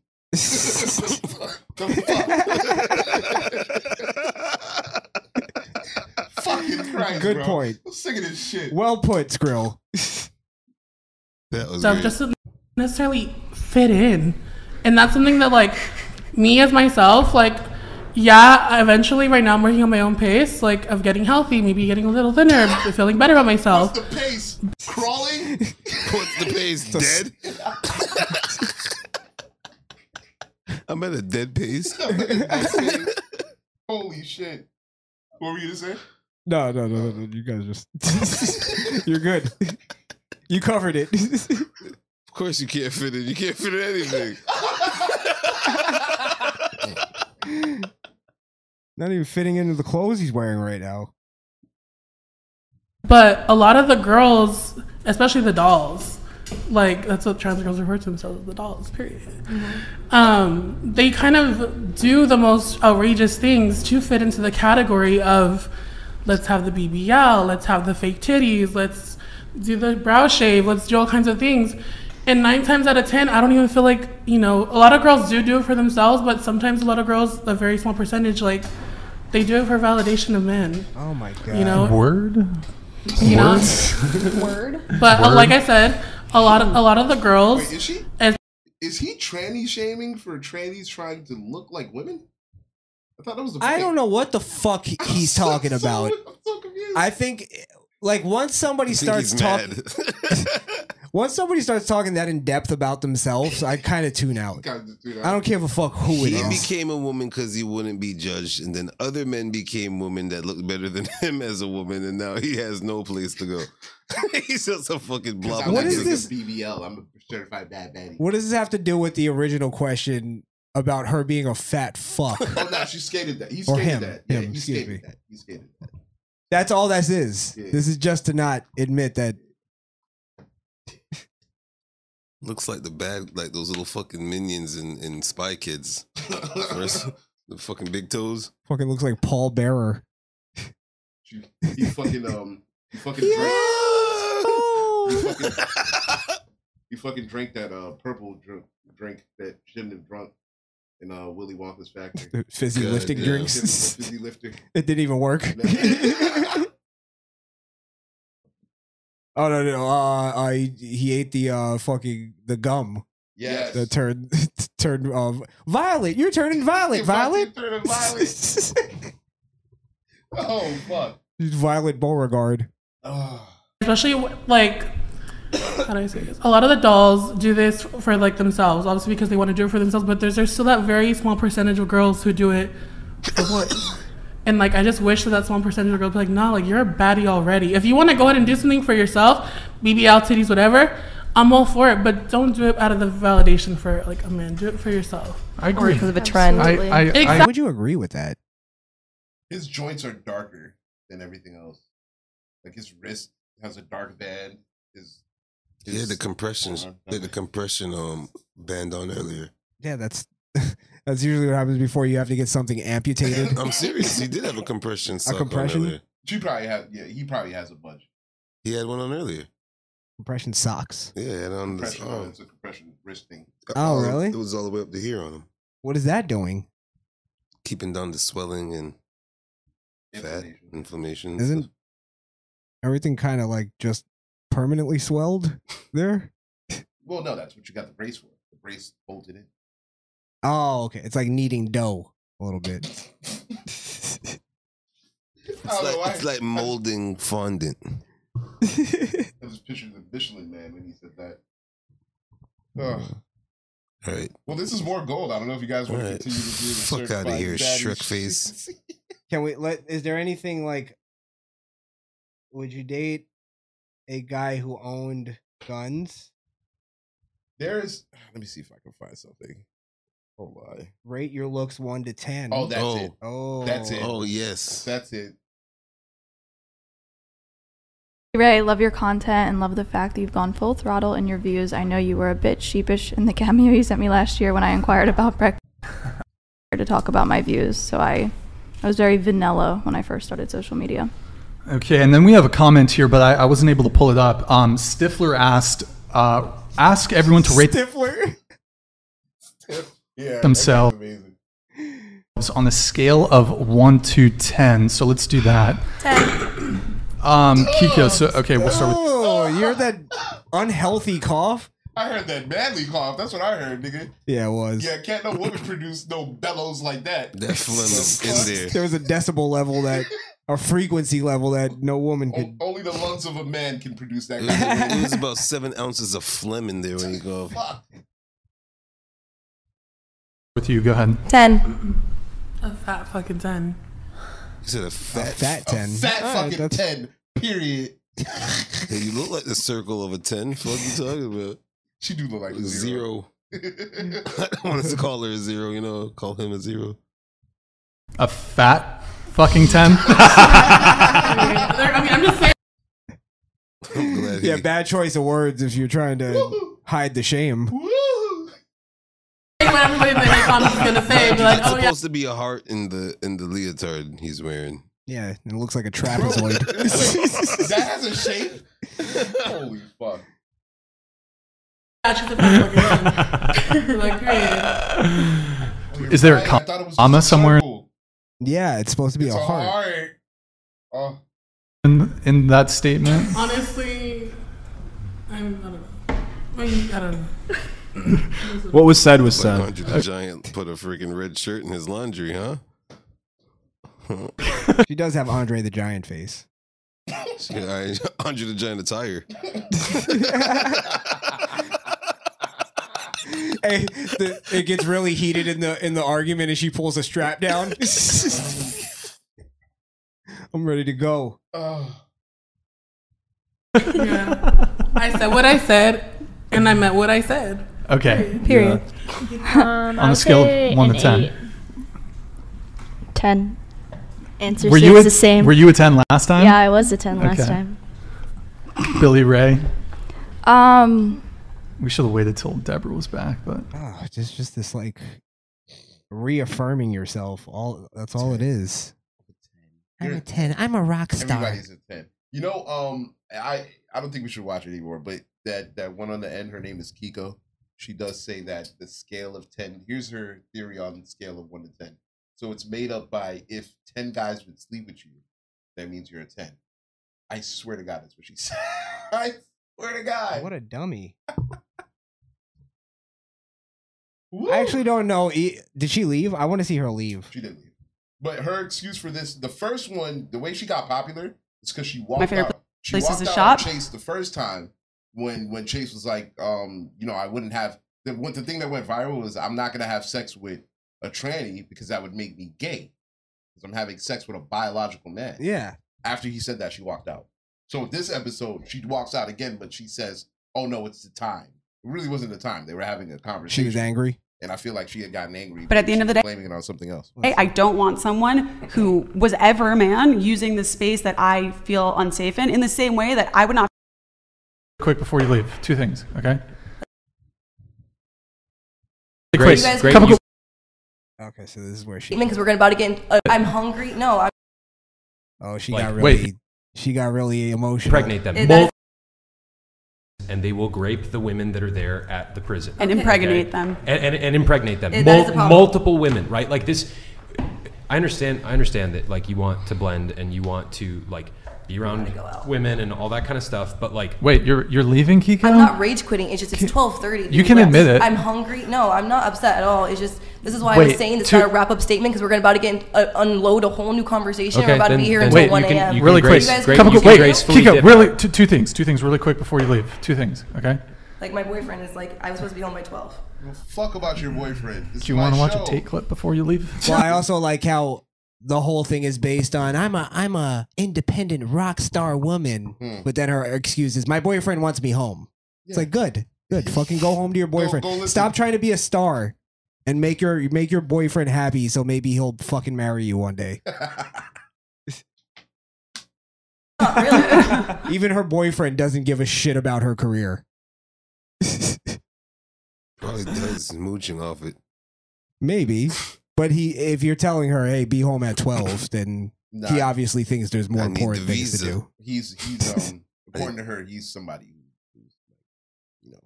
[SPEAKER 11] fucking Christ,
[SPEAKER 10] Good
[SPEAKER 11] bro.
[SPEAKER 10] point.
[SPEAKER 11] I'm sick of this shit.
[SPEAKER 10] Well put, Skrill.
[SPEAKER 12] that was
[SPEAKER 2] stuff just doesn't necessarily fit in. And that's something that like me as myself, like yeah, I eventually right now I'm working on my own pace, like of getting healthy, maybe getting a little thinner, feeling better about myself.
[SPEAKER 11] The pace crawling.
[SPEAKER 12] What's the pace? dead. I'm at a dead pace.
[SPEAKER 11] Holy shit. What were you to say?
[SPEAKER 4] No, no, no, no, no. You guys just. You're good. You covered it.
[SPEAKER 12] Of course, you can't fit in. You can't fit in anything.
[SPEAKER 10] Not even fitting into the clothes he's wearing right now.
[SPEAKER 2] But a lot of the girls, especially the dolls, like that's what trans girls refer to themselves as the dolls, period. Um, they kind of do the most outrageous things to fit into the category of let's have the BBL, let's have the fake titties, let's do the brow shave, let's do all kinds of things. And nine times out of ten, I don't even feel like, you know, a lot of girls do do it for themselves, but sometimes a lot of girls, a very small percentage, like, they do it for validation of men.
[SPEAKER 10] Oh my God.
[SPEAKER 2] You know,
[SPEAKER 7] Word.
[SPEAKER 2] you know?
[SPEAKER 14] Word.
[SPEAKER 2] But uh,
[SPEAKER 7] Word.
[SPEAKER 2] like I said, a lot of a lot of the girls.
[SPEAKER 11] Wait, is she?
[SPEAKER 2] as-
[SPEAKER 11] Is he tranny shaming for trannies trying to look like women? I thought that was the
[SPEAKER 10] I don't know what the fuck he- he's talking about. I think, like, once somebody starts talking, once somebody starts talking that in depth about themselves, I kind of tune out. I don't give a fuck who it
[SPEAKER 12] He
[SPEAKER 10] is.
[SPEAKER 12] became a woman because he wouldn't be judged, and then other men became women that looked better than him as a woman, and now he has no place to go. He's just a fucking blob.
[SPEAKER 11] What
[SPEAKER 12] of
[SPEAKER 11] is
[SPEAKER 12] niggas.
[SPEAKER 11] this? BBL. I'm a certified bad daddy.
[SPEAKER 10] What does this have to do with the original question about her being a fat fuck?
[SPEAKER 11] Oh no, she skated that. He
[SPEAKER 10] Or
[SPEAKER 11] skated
[SPEAKER 10] him,
[SPEAKER 11] that. Yeah,
[SPEAKER 10] him,
[SPEAKER 11] he
[SPEAKER 10] excuse
[SPEAKER 11] skated
[SPEAKER 10] me.
[SPEAKER 11] that. He skated that.
[SPEAKER 10] That's all this is.
[SPEAKER 11] Yeah.
[SPEAKER 10] This is just to not admit that
[SPEAKER 12] Looks like the bad, like those little fucking minions in, in Spy Kids. First, the fucking big toes.
[SPEAKER 10] Fucking looks like Paul Bearer.
[SPEAKER 11] You fucking um, you fucking drank. You fucking, you fucking drank that uh purple drink, drink that shouldn't have drunk in uh Willy Wonka's factory.
[SPEAKER 10] Fizzy
[SPEAKER 11] God
[SPEAKER 10] lifting
[SPEAKER 11] damn.
[SPEAKER 10] drinks.
[SPEAKER 11] Fizzy lifter.
[SPEAKER 10] It didn't even work. oh no no! Uh, I he ate the uh fucking the gum.
[SPEAKER 11] Yes.
[SPEAKER 10] The turn turn of violet. You're turning violet. Violet.
[SPEAKER 11] Violet. oh fuck.
[SPEAKER 10] Violet Beauregard.
[SPEAKER 2] especially like how do I say this? A lot of the dolls do this for like themselves, obviously because they want to do it for themselves. But there's there's still that very small percentage of girls who do it for boys. And like I just wish that that small percentage of girls be like, nah, like you're a baddie already. If you want to go ahead and do something for yourself, BBL titties, whatever, I'm all for it. But don't do it out of the validation for like a man. Do it for yourself. Or
[SPEAKER 14] Because of a trend.
[SPEAKER 10] Why would you agree with that?
[SPEAKER 11] His joints are darker than everything else. Like his wrist has a dark band. His
[SPEAKER 12] Yeah, the compressions. they had the compression um band on earlier.
[SPEAKER 10] Yeah, that's that's usually what happens before you have to get something amputated.
[SPEAKER 12] I'm serious. He did have a compression. sock on
[SPEAKER 10] compression?
[SPEAKER 12] earlier.
[SPEAKER 11] She probably has. Yeah, he probably has a bunch.
[SPEAKER 12] He had one on earlier.
[SPEAKER 10] Compression socks.
[SPEAKER 12] Yeah, and on this
[SPEAKER 11] Compression.
[SPEAKER 12] arm.
[SPEAKER 11] It's a compression wrist thing.
[SPEAKER 10] Oh, really?
[SPEAKER 12] It was all the way up to here on him,
[SPEAKER 10] What is that doing?
[SPEAKER 12] keeping down the swelling and fat inflammation. and
[SPEAKER 10] Isn't everything kind of like just permanently swelled there?
[SPEAKER 11] Well, no, that's what you got the brace for. The brace bolted in.
[SPEAKER 10] Oh, okay. It's like kneading dough a little bit.
[SPEAKER 12] It's like, it's like molding fondant.
[SPEAKER 11] I just pictured the Michelin man when he said that. Ugh.
[SPEAKER 12] All right.
[SPEAKER 11] Well, this is more gold. I don't know if you guys want
[SPEAKER 12] All
[SPEAKER 11] to
[SPEAKER 12] right.
[SPEAKER 11] continue to do the
[SPEAKER 12] Fuck
[SPEAKER 11] certified
[SPEAKER 12] outta here,
[SPEAKER 11] daddy
[SPEAKER 12] Shrek
[SPEAKER 11] shit.
[SPEAKER 12] face.
[SPEAKER 10] Can we let? Is there anything like? Would you date a guy who owned guns?
[SPEAKER 11] There's. Let me see if I can find something. Oh lie.
[SPEAKER 10] Rate your looks one to ten.
[SPEAKER 11] Oh, that's it.
[SPEAKER 10] Oh,
[SPEAKER 11] that's it.
[SPEAKER 12] Oh, yes.
[SPEAKER 11] That's it.
[SPEAKER 14] Ray, love your content and love the fact that you've gone full throttle in your views. I know you were a bit sheepish in the cameo you sent me last year when I inquired about breakfast to talk about my views. So I, I was very vanilla when I first started social media.
[SPEAKER 7] Okay, and then we have a comment here, but I, I wasn't able to pull it up. Um, Stifler asked, uh, ask everyone to rate
[SPEAKER 10] Stifler.
[SPEAKER 11] Yeah.
[SPEAKER 7] themselves on a scale of one to ten. So let's do that. Um, Kiko. So okay, we'll start with.
[SPEAKER 10] Oh, you heard that unhealthy cough?
[SPEAKER 11] I heard that badly cough. That's what I heard, nigga.
[SPEAKER 10] Yeah, it was.
[SPEAKER 11] Yeah, can't no woman produce no bellows like that.
[SPEAKER 12] That phlegm is in there.
[SPEAKER 10] There was a decibel level that, a frequency level that no woman could.
[SPEAKER 11] Only the lungs of a man can produce that.
[SPEAKER 12] It
[SPEAKER 11] Kind of
[SPEAKER 12] was, it was about seven ounces of phlegm in there when you go.
[SPEAKER 7] With you, go ahead.
[SPEAKER 14] Ten.
[SPEAKER 2] A fat fucking ten.
[SPEAKER 12] You said a fat,
[SPEAKER 10] fat
[SPEAKER 12] ten.
[SPEAKER 11] fat fucking ten. Period.
[SPEAKER 12] Hey, you look like the circle of a ten. Fuck you talking about?
[SPEAKER 11] She do look like
[SPEAKER 12] a zero. I don't want us to call her a zero. You know, call him a zero.
[SPEAKER 7] A fat fucking ten.
[SPEAKER 2] I mean, I'm just saying.
[SPEAKER 10] Yeah, bad choice of words if you're trying to hide the shame.
[SPEAKER 2] What everybody in the comments is gonna say, be like,
[SPEAKER 12] It's
[SPEAKER 2] oh yeah,
[SPEAKER 12] supposed to be a heart in the in the leotard he's wearing.
[SPEAKER 10] Yeah, and it looks like a trapezoid.
[SPEAKER 11] that has a shape. Holy fuck.
[SPEAKER 2] yeah, she's a fat fucking ten. like, great.
[SPEAKER 7] Is there a
[SPEAKER 11] I thought it
[SPEAKER 7] com-
[SPEAKER 11] was
[SPEAKER 7] comma somewhere
[SPEAKER 10] yeah, it's supposed to be a heart.
[SPEAKER 11] Alright. Oh,
[SPEAKER 7] in, in that statement?
[SPEAKER 2] Honestly, I'm. I don't know. I, mean, I don't know.
[SPEAKER 9] What was said was said.
[SPEAKER 12] Andre the Giant put a freaking red shirt in his laundry, huh?
[SPEAKER 10] She does have Andre the Giant face.
[SPEAKER 12] Yeah, I- Andre the Giant attire.
[SPEAKER 10] Hey, the, it gets really heated in the in the argument, and she pulls a strap down. I'm ready to go.
[SPEAKER 11] oh.
[SPEAKER 2] Yeah. I said what I said, and I meant what I said.
[SPEAKER 7] Okay.
[SPEAKER 14] Period.
[SPEAKER 2] Um,
[SPEAKER 7] On a scale of one to ten.
[SPEAKER 14] Ten. Answer
[SPEAKER 7] Were
[SPEAKER 14] stays
[SPEAKER 7] you a,
[SPEAKER 14] the same.
[SPEAKER 7] Were you a ten last time?
[SPEAKER 14] Yeah, I was a ten last
[SPEAKER 7] Okay.
[SPEAKER 14] time.
[SPEAKER 7] Billy Ray.
[SPEAKER 14] Um,
[SPEAKER 7] We should have waited till Deborah was back, but
[SPEAKER 10] Oh, just just this like reaffirming yourself. All that's all it is. I'm a ten. I'm a rock star.
[SPEAKER 11] Everybody's a ten. You know, um, I I don't think we should watch it anymore. But that that one on the end, her name is Kiko. She does say that the scale of ten. Here's her theory on the scale of one to ten. So it's made up by if ten guys would sleep with you, that means you're a ten. I swear to God, that's what she said. I swear to God.
[SPEAKER 10] What a dummy. I actually don't know. E- Did she leave? I want to see her leave.
[SPEAKER 11] She did leave. But her excuse for this, the first one, the way she got popular is because she walked
[SPEAKER 9] favorite
[SPEAKER 11] out. She
[SPEAKER 9] place is
[SPEAKER 11] walked
[SPEAKER 9] the
[SPEAKER 11] out
[SPEAKER 9] shop.
[SPEAKER 11] on Chase the first time when when Chase was like, um, you know, I wouldn't have the one the thing that went viral was I'm not gonna have sex with a tranny because that would make me gay. Because I'm having sex with a biological man.
[SPEAKER 10] Yeah.
[SPEAKER 11] After he said that, she walked out. So this episode, she walks out again, but she says, Oh no, it's the time. It really wasn't the time. They were having a
[SPEAKER 10] She
[SPEAKER 11] conversation.
[SPEAKER 10] was angry.
[SPEAKER 11] and I feel like she had gotten angry.
[SPEAKER 9] But at the end of the
[SPEAKER 11] she was
[SPEAKER 9] day-
[SPEAKER 11] blaming it on something else.
[SPEAKER 9] Hey, I don't want someone who was ever a man using the space that I feel unsafe in, in the same way that I would not
[SPEAKER 7] quick before you leave, two things, okay?
[SPEAKER 9] Great-
[SPEAKER 7] Quick,
[SPEAKER 9] You guys-
[SPEAKER 7] couple
[SPEAKER 9] great-
[SPEAKER 10] Okay, so this is where she.
[SPEAKER 24] because we're gonna about to get. In, uh, I'm hungry. No, I'm
[SPEAKER 10] Oh, she
[SPEAKER 24] Like,
[SPEAKER 10] got
[SPEAKER 24] wait.
[SPEAKER 10] really. She got really emotional.
[SPEAKER 8] Impregnate them.
[SPEAKER 24] It-
[SPEAKER 8] Both. And they will grape the women that are there at the prison.
[SPEAKER 9] And impregnate them.
[SPEAKER 8] And, and, and impregnate them.
[SPEAKER 9] Yeah, that is the
[SPEAKER 8] Mul-
[SPEAKER 9] problem.
[SPEAKER 8] multiple women, right? Like this. I understand. I understand that like you want to blend and you want to like be around women and all that kind of stuff. But like,
[SPEAKER 7] Wait, you're you're leaving, Kiko?
[SPEAKER 24] I'm not rage quitting. It's just it's 12:30.
[SPEAKER 7] You can
[SPEAKER 24] dude.
[SPEAKER 7] admit it.
[SPEAKER 24] I'm hungry. No, I'm not upset at all. It's just this is why I
[SPEAKER 7] Wait,
[SPEAKER 24] was saying it's
[SPEAKER 7] to-
[SPEAKER 24] not a wrap up statement because we're gonna about to get in, uh, unload a whole new conversation.
[SPEAKER 8] Okay,
[SPEAKER 24] we're about
[SPEAKER 8] then-
[SPEAKER 24] to be here
[SPEAKER 8] then
[SPEAKER 24] until
[SPEAKER 8] wait, you
[SPEAKER 24] 1
[SPEAKER 8] can-
[SPEAKER 24] a.m.
[SPEAKER 8] you
[SPEAKER 7] really quick,
[SPEAKER 8] grace-
[SPEAKER 24] You guys
[SPEAKER 8] grace-
[SPEAKER 24] can
[SPEAKER 7] couple,
[SPEAKER 8] you
[SPEAKER 24] do
[SPEAKER 8] can
[SPEAKER 7] wait,
[SPEAKER 8] gracefully
[SPEAKER 7] Kiko,
[SPEAKER 8] dip
[SPEAKER 7] really, two, two things, two things, really quick before you leave. Two things, okay?
[SPEAKER 24] Like my boyfriend is like, I was supposed to be home by 12.
[SPEAKER 11] Fuck about your boyfriend. This is
[SPEAKER 7] Do you
[SPEAKER 11] my
[SPEAKER 7] want to watch
[SPEAKER 11] show.
[SPEAKER 7] a tape clip before you leave?
[SPEAKER 10] Well, I also like how the whole thing is based on I'm a I'm a independent rock star woman,
[SPEAKER 11] Hmm.
[SPEAKER 10] but then her excuse is my boyfriend wants me home. It's like good, good, fucking go home to your boyfriend.
[SPEAKER 11] go listen.
[SPEAKER 10] Stop trying to be a star and make your make your boyfriend happy, so maybe he'll fucking marry you one day. Even her boyfriend doesn't give a shit about her career.
[SPEAKER 12] Probably does mooching off it.
[SPEAKER 10] Maybe, but he if you're telling her, hey, be home at twelve, then he
[SPEAKER 11] Nah.
[SPEAKER 10] obviously thinks there's more important things to do.
[SPEAKER 11] He's he's um according to her, he's somebody who- who's you know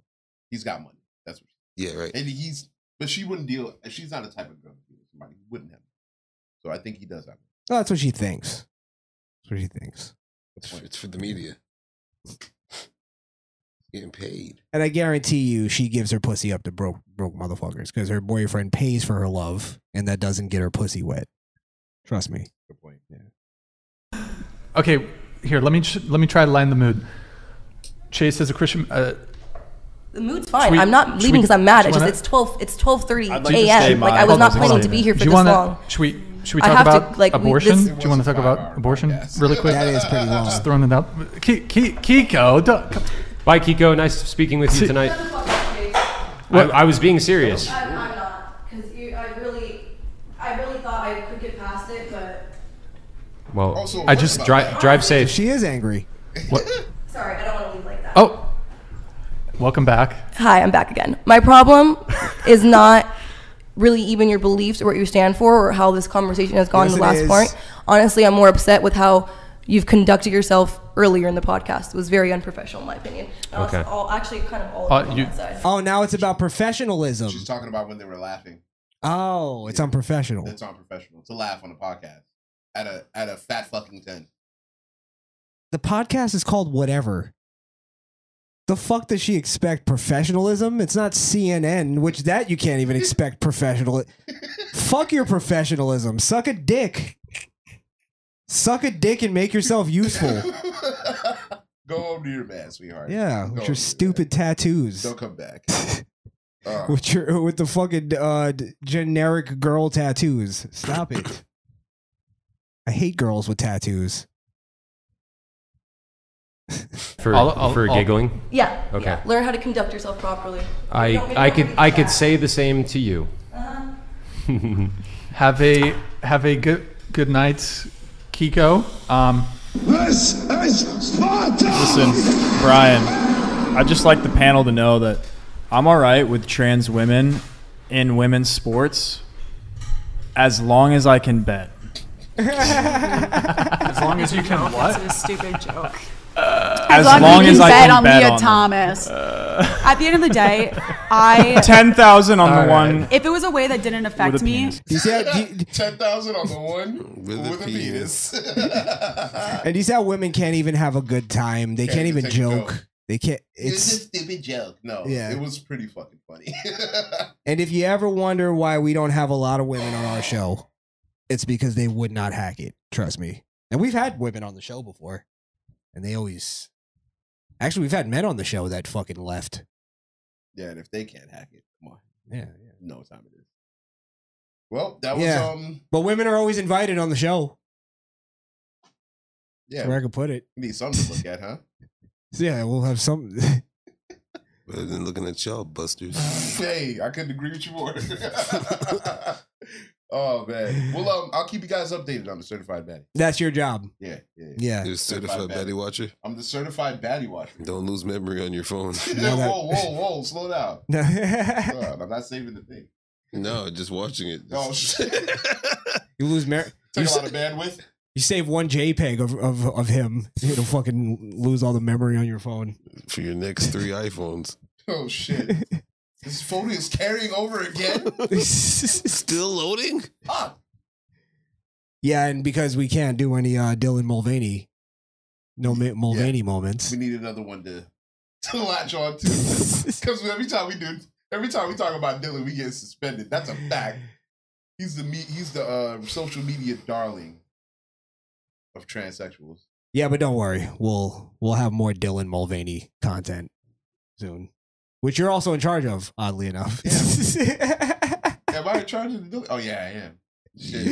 [SPEAKER 11] he's got money. That's what
[SPEAKER 12] Yeah, right.
[SPEAKER 11] and he's but she wouldn't deal. She's not the type of girl to deal with somebody who wouldn't have. money. So I think he does have. money.
[SPEAKER 10] Oh, that's what she thinks. That's what she thinks.
[SPEAKER 12] It's for, it's for the media. Getting paid.
[SPEAKER 10] And I guarantee you, she gives her pussy up to broke broke motherfuckers because her boyfriend pays for her love, and that doesn't get her pussy wet. Trust me.
[SPEAKER 11] Good point.
[SPEAKER 7] Okay, here, let me ch- let me try to line the mood. Chase as a Christian, uh,
[SPEAKER 24] The mood's
[SPEAKER 7] Should
[SPEAKER 24] fine.
[SPEAKER 7] we-
[SPEAKER 24] I'm not
[SPEAKER 7] should
[SPEAKER 24] leaving
[SPEAKER 7] we-
[SPEAKER 24] because I'm mad.
[SPEAKER 7] should
[SPEAKER 24] It's
[SPEAKER 7] we
[SPEAKER 24] just
[SPEAKER 7] wanna-
[SPEAKER 24] it's 12. It's 12:30
[SPEAKER 7] I'd like to stay
[SPEAKER 24] a.m. Like
[SPEAKER 7] my-
[SPEAKER 24] I was
[SPEAKER 7] Hold
[SPEAKER 24] not
[SPEAKER 7] on a
[SPEAKER 24] planning to
[SPEAKER 7] second.
[SPEAKER 24] be here for
[SPEAKER 7] Do
[SPEAKER 24] this
[SPEAKER 7] you wanna-
[SPEAKER 24] long.
[SPEAKER 7] Should we should we
[SPEAKER 24] I
[SPEAKER 7] talk
[SPEAKER 24] have to,
[SPEAKER 7] about
[SPEAKER 24] like, we-
[SPEAKER 7] abortion?
[SPEAKER 24] this-
[SPEAKER 7] Do you want to talk about abortion really quick?
[SPEAKER 10] That is pretty long.
[SPEAKER 7] Just throwing it out. Ki- Ki- Kiko, don't- come-
[SPEAKER 8] Bye, Kiko. Nice speaking with you tonight. I,
[SPEAKER 7] What?
[SPEAKER 8] I was being serious.
[SPEAKER 24] I'm, I'm not because I really, I really thought I could get past it, but
[SPEAKER 8] Well,
[SPEAKER 24] Also,
[SPEAKER 8] I
[SPEAKER 24] what
[SPEAKER 8] just
[SPEAKER 24] about
[SPEAKER 8] drive
[SPEAKER 24] that?
[SPEAKER 8] drive safe.
[SPEAKER 10] She is angry.
[SPEAKER 7] What?
[SPEAKER 24] sorry, I don't want to leave like that.
[SPEAKER 7] Oh, welcome back.
[SPEAKER 24] Hi, I'm back again. My problem is not really even your beliefs or what you stand for or how this conversation has gone
[SPEAKER 9] Yes,
[SPEAKER 24] to the
[SPEAKER 9] it
[SPEAKER 24] last
[SPEAKER 9] is.
[SPEAKER 24] point. Honestly, I'm more upset with how you've conducted yourself earlier in the podcast. It was very unprofessional, in my opinion. And also,
[SPEAKER 10] Okay.
[SPEAKER 24] all, actually, kind of all
[SPEAKER 11] Uh,
[SPEAKER 24] of them on that side.
[SPEAKER 10] oh, now it's about professionalism.
[SPEAKER 11] She's talking about when they were laughing.
[SPEAKER 10] um, Oh, it's unprofessional.
[SPEAKER 11] It's unprofessional to laugh on a podcast at a at a fat fucking ten.
[SPEAKER 10] The podcast is called Whatever. The fuck does she expect professionalism? It's not CNN, which that you can't even expect professional. fuck your professionalism. Suck a dick. Suck a dick and make yourself useful.
[SPEAKER 11] Go home to your man, sweetheart.
[SPEAKER 10] Yeah,
[SPEAKER 11] Go
[SPEAKER 10] with
[SPEAKER 11] home.
[SPEAKER 10] your stupid tattoos.
[SPEAKER 11] Don't come back.
[SPEAKER 10] with your with the fucking uh, d- generic girl tattoos. Stop it. I hate girls with tattoos.
[SPEAKER 8] For
[SPEAKER 7] I'll- I'll-
[SPEAKER 8] for
[SPEAKER 7] I'll-
[SPEAKER 8] giggling.
[SPEAKER 24] Yeah.
[SPEAKER 8] Okay.
[SPEAKER 24] yeah. Learn how to conduct yourself properly. You don't-
[SPEAKER 8] I
[SPEAKER 24] you
[SPEAKER 8] I
[SPEAKER 24] don't
[SPEAKER 8] could
[SPEAKER 24] really
[SPEAKER 8] I
[SPEAKER 24] do
[SPEAKER 8] could
[SPEAKER 24] that.
[SPEAKER 8] say the same to you.
[SPEAKER 7] have a have a good good night, Kiko. Um,
[SPEAKER 25] This is Sparta!
[SPEAKER 26] Listen, Brian, I'd just like the panel to know that
[SPEAKER 7] I'm all right with trans women in women's sports as long as I can bet.
[SPEAKER 9] As
[SPEAKER 27] long as you can what?
[SPEAKER 9] That's a stupid joke.
[SPEAKER 7] As long as I can bet on
[SPEAKER 9] Leah
[SPEAKER 7] Uh. them.
[SPEAKER 9] Thomas. At the end of the day, I
[SPEAKER 7] 10,000 on the one.
[SPEAKER 9] If it was a way that didn't affect
[SPEAKER 7] With a
[SPEAKER 9] me,
[SPEAKER 7] penis.
[SPEAKER 11] Ten thousand on the one with, a penis.
[SPEAKER 10] And you see how women can't even have a good time. They
[SPEAKER 11] Can't
[SPEAKER 10] can't
[SPEAKER 11] even
[SPEAKER 10] even
[SPEAKER 11] take a
[SPEAKER 10] joke.
[SPEAKER 11] joke.
[SPEAKER 10] They can't.
[SPEAKER 11] It's
[SPEAKER 10] It's
[SPEAKER 11] a stupid joke. No,
[SPEAKER 10] Yeah.
[SPEAKER 11] it was pretty fucking funny.
[SPEAKER 10] and if you ever wonder why we don't have a lot of women on our show, it's because they would not hack it. Trust me. And we've had women on the show before, and they always. Actually, we've had men on the show that fucking left.
[SPEAKER 11] yeah, and if they can't hack it, come on.
[SPEAKER 10] Yeah,
[SPEAKER 11] yeah. No time it is. Well, that was
[SPEAKER 10] yeah,
[SPEAKER 11] um.
[SPEAKER 10] but women are always invited on the show.
[SPEAKER 11] Yeah,
[SPEAKER 10] where I could put it.
[SPEAKER 11] We need something to look at, huh?
[SPEAKER 10] So, yeah, we'll have some.
[SPEAKER 12] Better than looking at y'all, busters.
[SPEAKER 11] hey, I couldn't agree with you more. oh man. Well, um, I'll keep you guys updated on the certified baddie.
[SPEAKER 10] That's your job.
[SPEAKER 11] Yeah, yeah,
[SPEAKER 10] Yeah.
[SPEAKER 12] You're a certified baddie watcher.
[SPEAKER 11] I'm the certified baddie watcher.
[SPEAKER 12] Don't lose memory on your phone.
[SPEAKER 11] whoa, whoa, whoa! Slow down.
[SPEAKER 10] No.
[SPEAKER 11] God, I'm not saving the thing.
[SPEAKER 12] No, just watching it.
[SPEAKER 11] Oh shit!
[SPEAKER 10] You lose merit.
[SPEAKER 11] Took a lot of bandwidth.
[SPEAKER 10] You save one JPEG of, of, of him, it'll fucking lose all the memory on your phone.
[SPEAKER 12] For your next three iPhones.
[SPEAKER 11] Oh shit! this phone is carrying over again.
[SPEAKER 12] Still loading.
[SPEAKER 11] Ah,
[SPEAKER 10] Yeah, and because we can't do any uh, Dylan Mulvaney, no Mi- Mulvaney moments.
[SPEAKER 11] we need another one to to latch on to because every time we do, every time we talk about Dylan, we get suspended. That's a fact. He's the me- he's the uh, social media darling of transsexuals.
[SPEAKER 10] Yeah, but don't worry, we'll we'll have more Dylan Mulvaney content soon, which you're also in charge of, oddly enough.
[SPEAKER 11] Am I in charge of the Dylan? Oh yeah, I am. Shit.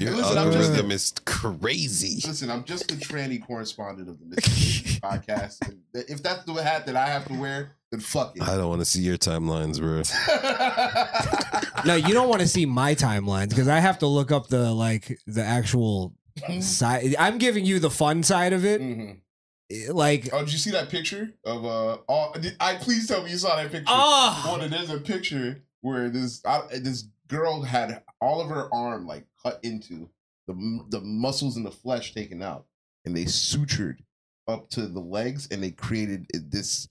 [SPEAKER 12] Your
[SPEAKER 11] And listen, I'm just
[SPEAKER 12] algorithm is crazy.
[SPEAKER 11] Listen, I'm just the tranny correspondent of the Mystery podcast. And th- If that's the hat that I have to wear, then fuck it.
[SPEAKER 12] I don't want to see your timelines, bro.
[SPEAKER 10] no, you don't want to see my timelines because I have to look up the like the actual side. I'm giving you the fun side of it. Eh, Like,
[SPEAKER 11] Oh, did you see that picture of uh? All, did, I please tell me you saw that picture.
[SPEAKER 10] Ah!
[SPEAKER 11] Well, there's a picture where this I, this girl had all of her arm like cut into the m- the muscles and the flesh taken out, and they sutured up to the legs, and they created eh, this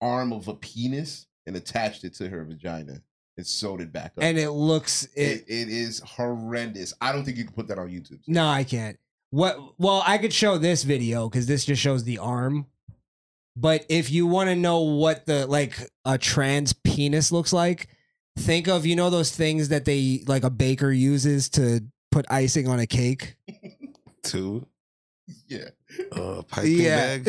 [SPEAKER 11] arm of a penis and attached it to her vagina and sewed it back up.
[SPEAKER 10] and it looks it,
[SPEAKER 11] It, it is horrendous. I don't think you can put that on YouTube.
[SPEAKER 10] No, I can't. What? Well, I could show this video because this just shows the arm. But if you want to know what the like a trans penis looks like, think of you know those things that they like a baker uses to put icing on a cake.
[SPEAKER 12] Two.
[SPEAKER 11] Yeah.
[SPEAKER 12] Uh, piping
[SPEAKER 10] Yeah.
[SPEAKER 12] bag.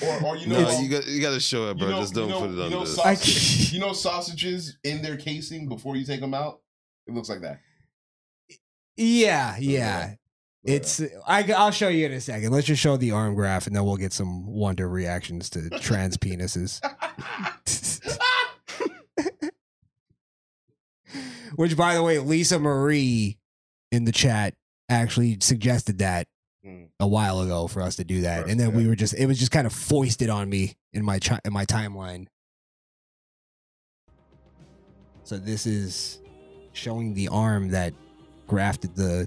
[SPEAKER 11] Or, or Oh, you know,
[SPEAKER 12] no, you got you got to show it, bro. Just don't put it
[SPEAKER 11] you
[SPEAKER 12] on
[SPEAKER 11] know,
[SPEAKER 12] this.
[SPEAKER 11] sausage, you know sausages in their casing before you take them out. It looks like that.
[SPEAKER 10] Yeah, yeah. It's I, I'll show you in a second. Let's just show the arm graph, and then we'll get some wonder reactions to trans penises. Which, by the way, Lisa Marie in the chat actually suggested that a while ago for us to do that, and then we were just—it was just kind of foisted on me in my chi- in my timeline. So this is showing the arm that grafted the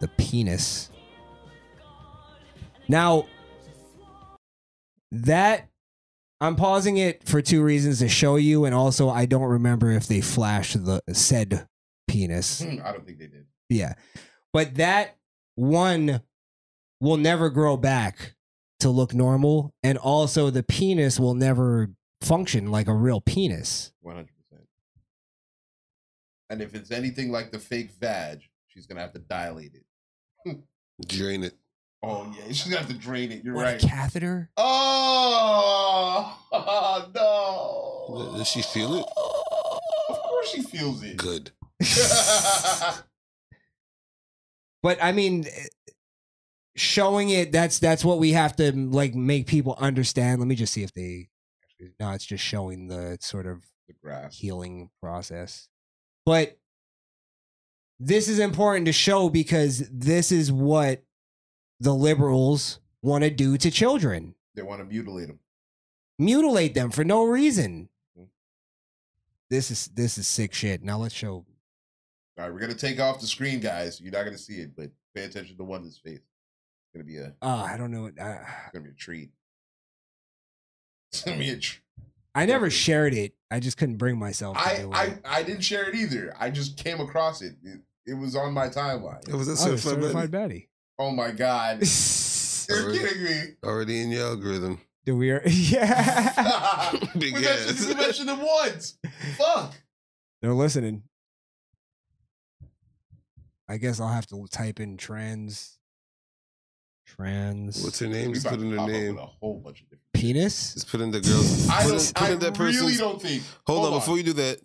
[SPEAKER 10] the penis. Now that I'm pausing it for two reasons to show you, and also I don't remember if they flashed the said penis.
[SPEAKER 11] Hmm, I don't think they did.
[SPEAKER 10] Yeah. But that one will never grow back to look normal. And also, the penis will never function like a real penis.
[SPEAKER 11] One hundred percent. And if it's anything like the fake vag, she's gonna have to dilate it.
[SPEAKER 12] Drain it.
[SPEAKER 11] Oh yeah, she's gonna have to drain it. You're
[SPEAKER 10] What, a
[SPEAKER 11] right.
[SPEAKER 10] catheter?
[SPEAKER 11] Oh, no!
[SPEAKER 12] Does she feel it?
[SPEAKER 11] Of
[SPEAKER 7] Oh,
[SPEAKER 11] course she feels it.
[SPEAKER 12] Good.
[SPEAKER 10] But I mean, eh, showing it, that's that's what we have to mm, like make people understand. Let me just see if they. No, it's just showing the sort of
[SPEAKER 11] the graph.
[SPEAKER 10] healing process. But this is important to show because this is what the liberals want to do to children.
[SPEAKER 11] They want to mutilate Mm. them.
[SPEAKER 10] mutilate them for no reason. This is this is sick shit. Now let's show.
[SPEAKER 11] All right, we're gonna take off the screen, guys. You're not gonna see it, but pay attention to Wanda's face. It's gonna be a.
[SPEAKER 10] Uh, I don't know. What,
[SPEAKER 11] it's gonna be a treat. It's gonna be a. Tr-
[SPEAKER 10] I never shared it. I just couldn't bring myself. to
[SPEAKER 11] I,
[SPEAKER 10] do it.
[SPEAKER 11] I I didn't share it either. I just came across it. It, it was on my timeline.
[SPEAKER 12] It was a Oh, certified certified
[SPEAKER 10] baddie.
[SPEAKER 11] Oh my god! You're
[SPEAKER 12] Already-
[SPEAKER 11] kidding me.
[SPEAKER 12] Already in your algorithm.
[SPEAKER 10] Do we are? Yeah.
[SPEAKER 12] Big
[SPEAKER 11] we, mentioned,
[SPEAKER 12] ass.
[SPEAKER 11] we mentioned it once. Fuck.
[SPEAKER 10] They're listening. I guess I'll have to type in trans. Trans.
[SPEAKER 12] What's her name?
[SPEAKER 10] We
[SPEAKER 12] Just
[SPEAKER 10] about
[SPEAKER 12] put in
[SPEAKER 10] to
[SPEAKER 12] her
[SPEAKER 10] pop up
[SPEAKER 12] name.
[SPEAKER 11] A whole bunch of
[SPEAKER 10] Penis.
[SPEAKER 12] Just put in the girl's.
[SPEAKER 11] I
[SPEAKER 12] put
[SPEAKER 11] don't.
[SPEAKER 12] in- put
[SPEAKER 11] I
[SPEAKER 12] in that
[SPEAKER 11] really
[SPEAKER 12] person's-
[SPEAKER 11] don't think.
[SPEAKER 12] Hold, on,
[SPEAKER 11] hold on.
[SPEAKER 12] before you do that.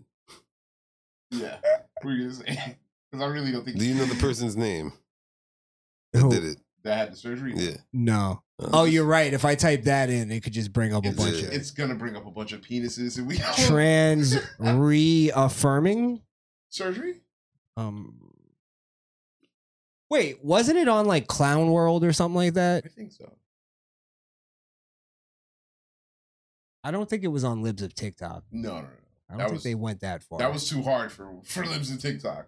[SPEAKER 11] Yeah. We're gonna say because I really don't think
[SPEAKER 12] Do you know the person's name? That did it.
[SPEAKER 11] that had the surgery.
[SPEAKER 12] Yeah.
[SPEAKER 10] No.
[SPEAKER 11] Uh,
[SPEAKER 10] Oh, you're right. If I type that in, it could just bring up a
[SPEAKER 11] It's,
[SPEAKER 10] bunch of
[SPEAKER 11] it's gonna bring up a bunch of penises and we
[SPEAKER 10] trans reaffirming.
[SPEAKER 11] surgery.
[SPEAKER 10] Um. Wait, wasn't it on like Clown World or something like that?
[SPEAKER 11] I think so.
[SPEAKER 10] I don't think it was on Libs of TikTok.
[SPEAKER 11] No, no,
[SPEAKER 10] I
[SPEAKER 11] no.
[SPEAKER 10] don't
[SPEAKER 11] That
[SPEAKER 10] think
[SPEAKER 11] was-
[SPEAKER 10] they went that far.
[SPEAKER 11] That was too hard for for limbs and TikTok.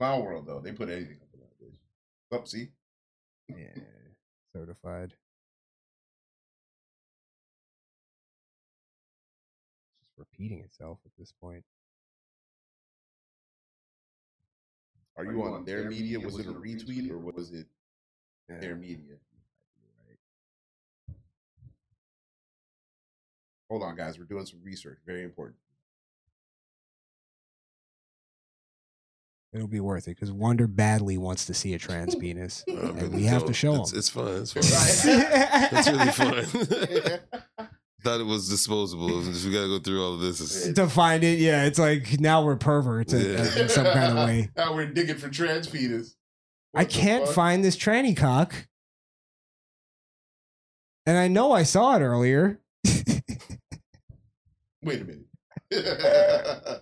[SPEAKER 11] Clown World though, they put anything up in that bitch. Up, see?
[SPEAKER 10] Yeah, certified. It's repeating itself at this point.
[SPEAKER 11] Are you on their media? Was it a retweet or was it their media? Hold on, guys. We're doing some research. Very important.
[SPEAKER 10] It'll be worth it because Wonder badly wants to see a trans penis, and we have to
[SPEAKER 12] Don't.
[SPEAKER 10] show
[SPEAKER 12] it's,
[SPEAKER 10] him.
[SPEAKER 12] It's fun. It's fun. That's really fun. Thought it was disposable. We gotta go through all of this.
[SPEAKER 10] To find it, yeah, it's like now we're perverts in-
[SPEAKER 12] Yeah.
[SPEAKER 10] in some kind of way.
[SPEAKER 11] Now we're digging for trans fetus.
[SPEAKER 10] I can't find this tranny cock. And I know I saw it earlier.
[SPEAKER 11] Wait a minute.
[SPEAKER 10] yeah,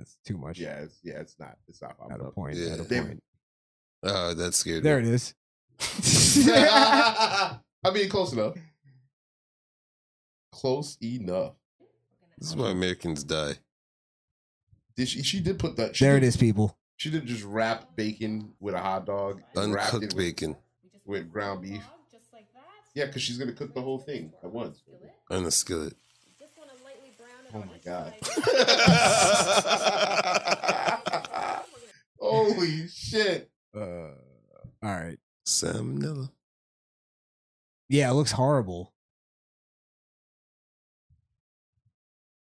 [SPEAKER 10] it's too much.
[SPEAKER 11] Yeah, it's, yeah, it's not. It's not popping
[SPEAKER 10] At a
[SPEAKER 11] up.
[SPEAKER 10] point. At a
[SPEAKER 11] They-
[SPEAKER 10] point.
[SPEAKER 12] Oh, that scared
[SPEAKER 10] There
[SPEAKER 12] me.
[SPEAKER 10] it is.
[SPEAKER 11] I mean, close enough. Close enough.
[SPEAKER 12] This is why Americans die.
[SPEAKER 11] Did she? She did put that. She
[SPEAKER 10] There it
[SPEAKER 11] did-
[SPEAKER 10] is, people.
[SPEAKER 11] She didn't just wrap bacon with a hot dog. and wrapped it
[SPEAKER 12] Uncooked
[SPEAKER 11] with-
[SPEAKER 12] bacon
[SPEAKER 11] with ground beef. Yeah, because she's gonna cook the whole thing at once.
[SPEAKER 12] on a skillet.
[SPEAKER 11] Oh my god! Holy shit!
[SPEAKER 10] Uh, all right.
[SPEAKER 12] Salmonella.
[SPEAKER 10] Yeah, it looks horrible.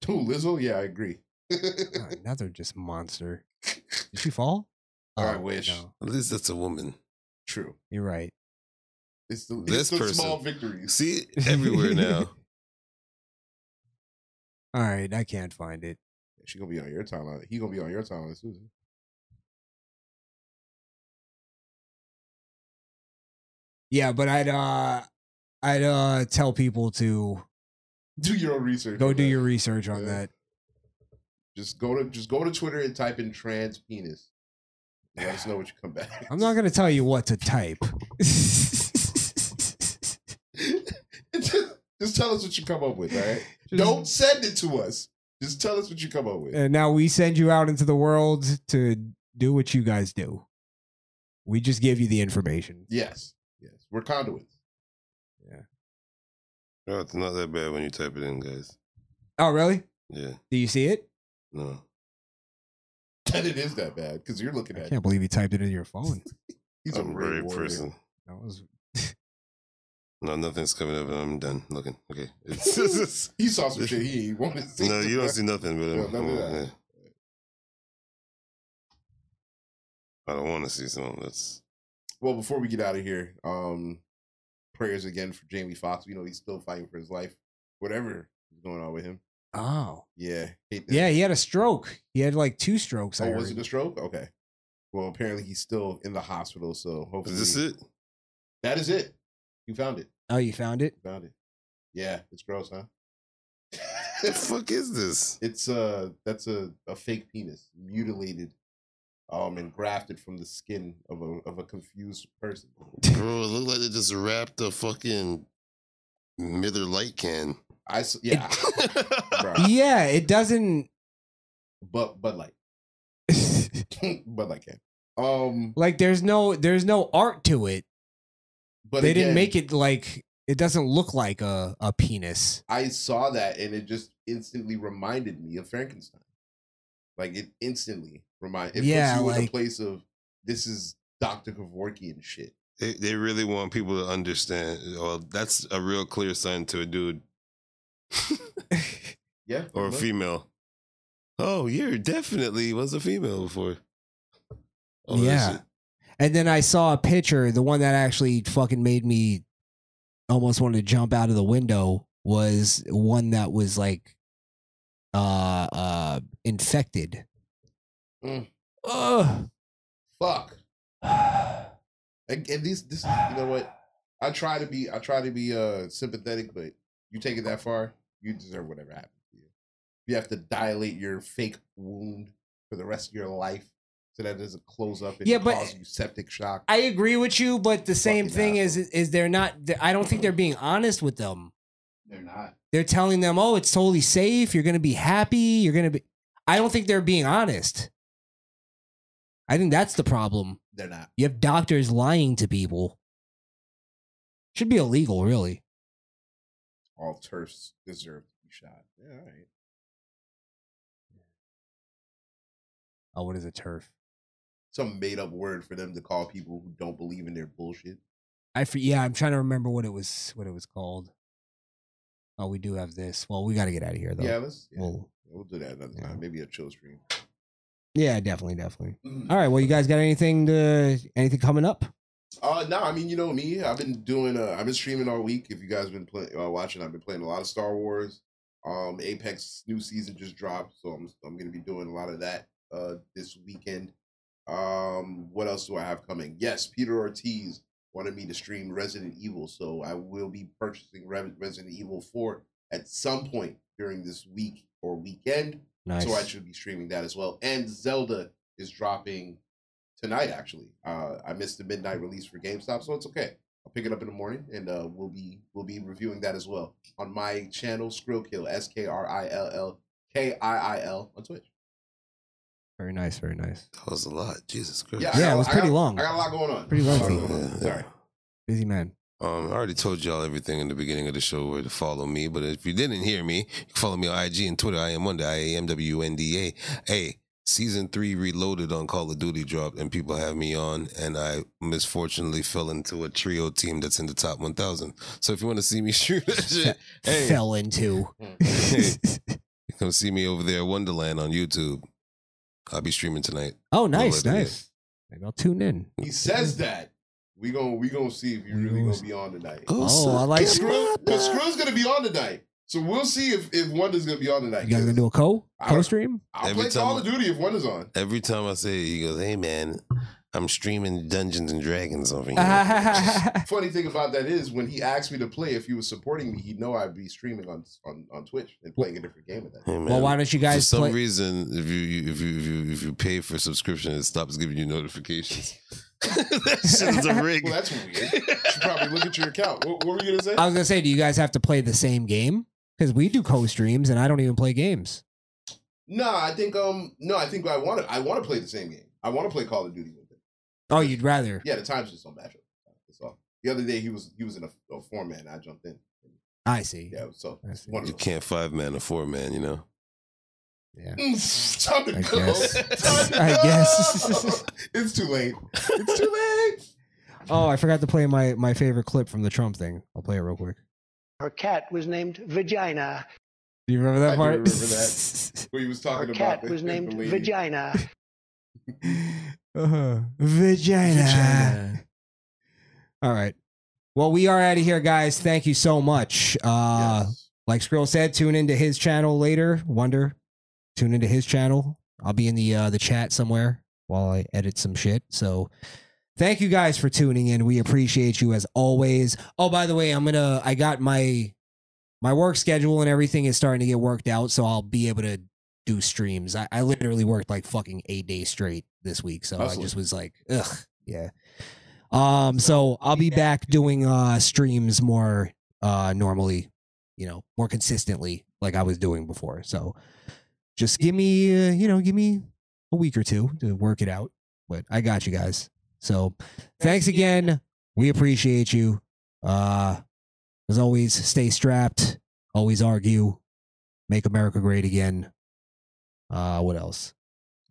[SPEAKER 11] Too Lizzo? Yeah, I agree.
[SPEAKER 10] God, now they're just monster. Did she fall?
[SPEAKER 11] I
[SPEAKER 10] Oh,
[SPEAKER 11] wish.
[SPEAKER 10] no.
[SPEAKER 12] At least that's a woman.
[SPEAKER 11] True.
[SPEAKER 10] You're right.
[SPEAKER 11] It's the,
[SPEAKER 12] This
[SPEAKER 11] it's the
[SPEAKER 12] person.
[SPEAKER 11] small victories.
[SPEAKER 12] See everywhere now.
[SPEAKER 10] All right, I can't find it.
[SPEAKER 11] She gonna be on your timeline. He gonna be on your timeline, Susan.
[SPEAKER 10] Yeah, but I'd uh I'd uh tell people to
[SPEAKER 11] Do your own research.
[SPEAKER 10] go
[SPEAKER 11] on
[SPEAKER 10] do
[SPEAKER 11] that.
[SPEAKER 10] your research on
[SPEAKER 11] Yeah.
[SPEAKER 10] that.
[SPEAKER 11] Just go to just go to Twitter and type in trans penis. Let us know what you come back.
[SPEAKER 10] I'm not gonna tell you what to type.
[SPEAKER 11] just tell us what you come up with, all right? Don't send it to us. Just tell us what you come up with.
[SPEAKER 10] and now we send you out into the world to do what you guys do. We just give you the information.
[SPEAKER 11] Yes. Yes. We're conduits.
[SPEAKER 12] Oh, it's not that bad when you type it in, guys.
[SPEAKER 10] Oh, really?
[SPEAKER 12] Yeah.
[SPEAKER 10] Do you see it?
[SPEAKER 12] No.
[SPEAKER 11] That it is that bad because you're looking
[SPEAKER 10] I
[SPEAKER 11] at
[SPEAKER 10] can't believe you typed it into your phone.
[SPEAKER 11] He's
[SPEAKER 12] I'm
[SPEAKER 11] a
[SPEAKER 12] a
[SPEAKER 11] real
[SPEAKER 12] brave
[SPEAKER 11] warrior.
[SPEAKER 12] person.
[SPEAKER 10] That was
[SPEAKER 12] No, nothing's coming up. and I'm done looking. Okay.
[SPEAKER 11] he saw some shit he ain't wanted to see.
[SPEAKER 12] No, you don't see nothing, but
[SPEAKER 11] Yeah,
[SPEAKER 12] I'm-
[SPEAKER 11] none of that.
[SPEAKER 12] yeah. I don't want to see something that's
[SPEAKER 11] Well, before we get out of here, um, prayers again for Jamie Foxx. We know he's still fighting for his life. Whatever is going on with him.
[SPEAKER 10] Oh.
[SPEAKER 11] Yeah. Hate that.
[SPEAKER 10] Yeah, he had a stroke. He had like two strokes. I
[SPEAKER 11] Oh, was
[SPEAKER 10] heard.
[SPEAKER 11] it a stroke? Okay. Well, apparently he's still in the hospital, so hopefully
[SPEAKER 12] this it?
[SPEAKER 11] That is it. You found it.
[SPEAKER 10] Oh, you found it?
[SPEAKER 11] You found it. Yeah, it's gross, huh?
[SPEAKER 12] What the fuck is this?
[SPEAKER 11] It's uh that's a, a fake penis mutilated um, and grafted from the skin of a of a confused person.
[SPEAKER 12] Bro, it looked like they just wrapped a fucking Mither Light can.
[SPEAKER 11] I yeah.
[SPEAKER 10] Yeah, it doesn't.
[SPEAKER 11] But but like, but like, yeah. um,
[SPEAKER 10] like there's no there's no art to it.
[SPEAKER 11] But
[SPEAKER 10] they
[SPEAKER 11] again-
[SPEAKER 10] didn't make it like it doesn't look like a a penis.
[SPEAKER 11] I saw that and it just instantly reminded me of Frankenstein. Like it instantly remind it
[SPEAKER 10] Yeah,
[SPEAKER 11] puts you in a
[SPEAKER 10] like-
[SPEAKER 11] place of this is Doctor Kevorkian shit.
[SPEAKER 12] They, they really want people to understand. Well, that's a real clear sign to a dude
[SPEAKER 11] Yeah,
[SPEAKER 12] or a
[SPEAKER 11] look.
[SPEAKER 12] female. Oh, you're definitely was a female before. Oh, that
[SPEAKER 10] yeah.
[SPEAKER 12] shit.
[SPEAKER 10] And then I saw a picture, the one that actually fucking made me almost want to jump out of the window was one that was like uh uh infected.
[SPEAKER 11] Mm.
[SPEAKER 10] Ugh.
[SPEAKER 11] Fuck. and, and these this you know what? I try to be I try to be uh sympathetic, but you take it that far, you deserve whatever happens to you. You have to dilate your fake wound for the rest of your life so that it doesn't close up and
[SPEAKER 10] Yeah, but-
[SPEAKER 11] cause you septic shock.
[SPEAKER 10] I agree with you, but the same thing is is they're not I don't think they're being honest with them.
[SPEAKER 11] They're not.
[SPEAKER 10] They're telling them, "Oh, it's totally safe. You're going to be happy. You're going to be I don't think they're being honest. I think that's the problem.
[SPEAKER 11] They're not.
[SPEAKER 10] You have doctors lying to people. Should be illegal, really.
[SPEAKER 11] all turfs deserve to be shot. Yeah, all right.
[SPEAKER 10] Oh, what is a turf?
[SPEAKER 11] Some made up word for them to call people who don't believe in their bullshit.
[SPEAKER 10] I for, yeah, I'm trying to remember what it was what it was called. Oh, we do have this. Well, we got to get out of here though.
[SPEAKER 11] Yeah, let's yeah,
[SPEAKER 10] We'll-
[SPEAKER 11] we'll do that another time. Maybe a chill stream.
[SPEAKER 10] yeah, definitely, definitely.
[SPEAKER 12] Mm-hmm.
[SPEAKER 10] All right. Well, you guys got anything to anything coming up?
[SPEAKER 11] Uh no, I mean you know me. I've been doing. Uh, I've been streaming all week. If you guys been play, uh, watching, I've been playing a lot of Star Wars. Um, Apex new season just dropped, so I'm I'm gonna be doing a lot of that uh this weekend. Um, what else do I have coming? Yes, Peter Ortiz wanted me to stream Resident Evil, so I will be purchasing Re- Resident Evil Four at some point during this week or weekend. So I
[SPEAKER 10] Nice.
[SPEAKER 11] should be streaming that as well. And Zelda is dropping tonight actually. Uh, I missed the midnight release for GameStop, so it's okay. I'll pick it up in the morning, and uh, we'll be we'll be reviewing that as well on my channel Skrillkill S K R I L L K I I L on Twitch.
[SPEAKER 10] Very nice. Very nice.
[SPEAKER 12] That was a lot. Jesus Christ.
[SPEAKER 11] Yeah, I
[SPEAKER 10] Yeah,
[SPEAKER 11] got-
[SPEAKER 10] it was
[SPEAKER 11] I
[SPEAKER 10] pretty
[SPEAKER 11] got-
[SPEAKER 10] long.
[SPEAKER 11] I got a lot going on.
[SPEAKER 10] Pretty long.
[SPEAKER 11] Sorry.
[SPEAKER 10] Busy man.
[SPEAKER 12] Um, I already told y'all everything in the beginning of the show where to follow me, but if you didn't hear me, you can follow me on IG and Twitter. I am Wonder, I am W N D A. Hey, season three reloaded on Call of Duty dropped, and people have me on, and I misfortunately fell into a trio team that's in the top 1,000. So if you want to see me shoot that shit, hey, Mm.
[SPEAKER 10] Fell into.
[SPEAKER 12] come see me over there, Wonderland on YouTube. I'll be streaming tonight.
[SPEAKER 10] Oh,
[SPEAKER 12] No
[SPEAKER 10] nice,
[SPEAKER 12] later.
[SPEAKER 10] nice. Maybe I'll tune in.
[SPEAKER 11] He says that. We gon' we gonna see if you really gonna be on tonight.
[SPEAKER 10] Oh, Oh, I like-
[SPEAKER 11] But Skrill- but Skrill's gonna be on tonight, so we'll see if if Wonder's gonna be on tonight.
[SPEAKER 10] You guys gonna do a co co stream?
[SPEAKER 11] I'll
[SPEAKER 12] Every
[SPEAKER 11] play
[SPEAKER 12] time-
[SPEAKER 11] Call of Duty if Wonder's on.
[SPEAKER 12] Every time I say it, he goes, "Hey man, I'm streaming Dungeons and Dragons over here."
[SPEAKER 10] Uh-huh.
[SPEAKER 11] Funny thing about that is when he asked me to play, if he was supporting me, he'd know I'd be streaming on on, on Twitch and playing a different game at that.
[SPEAKER 12] Hey,
[SPEAKER 11] time.
[SPEAKER 12] man,
[SPEAKER 10] Well, why don't you
[SPEAKER 12] For
[SPEAKER 10] guys
[SPEAKER 12] some
[SPEAKER 10] play-
[SPEAKER 12] reason, if you, you if you if you if you pay for subscription, it stops giving you notifications. It's a rig.
[SPEAKER 11] Well, that's weird. You should probably look at your account. What, what were you gonna say?
[SPEAKER 10] I was gonna say, do you guys have to play the same game? Because we do co streams, and I don't even play games.
[SPEAKER 11] No, I think um no, I think I want to I want to play the same game. I want to play Call of Duty with him.
[SPEAKER 10] Oh, you'd rather?
[SPEAKER 11] Yeah, the times just don't match up. That's all. The other day he was he was in a, a format and I jumped in.
[SPEAKER 10] I see.
[SPEAKER 11] Yeah, so
[SPEAKER 12] You can't five man or four man, you know.
[SPEAKER 10] Yeah.
[SPEAKER 11] Mm, time to
[SPEAKER 12] I
[SPEAKER 11] go.
[SPEAKER 12] guess.
[SPEAKER 11] Time to
[SPEAKER 10] I
[SPEAKER 11] go.
[SPEAKER 10] guess.
[SPEAKER 11] it's too late. It's too late.
[SPEAKER 10] Oh, I forgot to play my my favorite clip from the Trump thing. I'll play it real quick.
[SPEAKER 3] Her cat was named Vagina.
[SPEAKER 10] Do you remember that
[SPEAKER 11] I do
[SPEAKER 10] part?
[SPEAKER 11] remember that. Where he was talking
[SPEAKER 3] Her
[SPEAKER 11] about
[SPEAKER 3] cat
[SPEAKER 11] the-
[SPEAKER 3] was
[SPEAKER 11] the
[SPEAKER 3] named
[SPEAKER 11] lady.
[SPEAKER 3] Vagina.
[SPEAKER 10] Uh-huh. Vagina. All right. Well, we are out of here, guys. Thank you so much. Uh, Like Skrill said, tune into his channel later. Wonder, tune into his channel. I'll be in the uh, the chat somewhere while I edit some shit. So, thank you guys for tuning in. We appreciate you as always. Oh, by the way, I'm gonna. I got my my work schedule and everything is starting to get worked out, so I'll be able to do streams. I, I literally worked like fucking eight days straight this week, so I
[SPEAKER 13] Hustling.
[SPEAKER 10] just was like, ugh, yeah. Um, so I'll be back doing uh streams more uh normally, you know, more consistently like I was doing before. So just give me, uh, you know, give me a week or two to work it out, but I got you guys. So thanks again. We appreciate you. Uh, as always, stay strapped. Always argue. Make America great again. Uh, what else?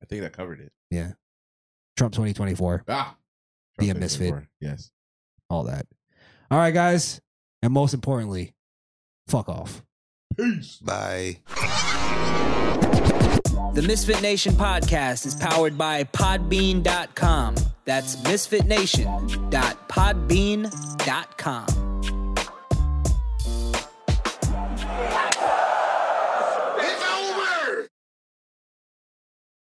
[SPEAKER 11] I think that covered it.
[SPEAKER 10] Yeah. Trump 2024.
[SPEAKER 11] Ah.
[SPEAKER 10] Be a misfit.
[SPEAKER 11] Yes.
[SPEAKER 10] All that. All right, guys. And most importantly, fuck off.
[SPEAKER 11] Peace.
[SPEAKER 18] Bye.
[SPEAKER 1] The Misfit Nation podcast is powered by Podbean.com. That's misfitnation.podbean.com.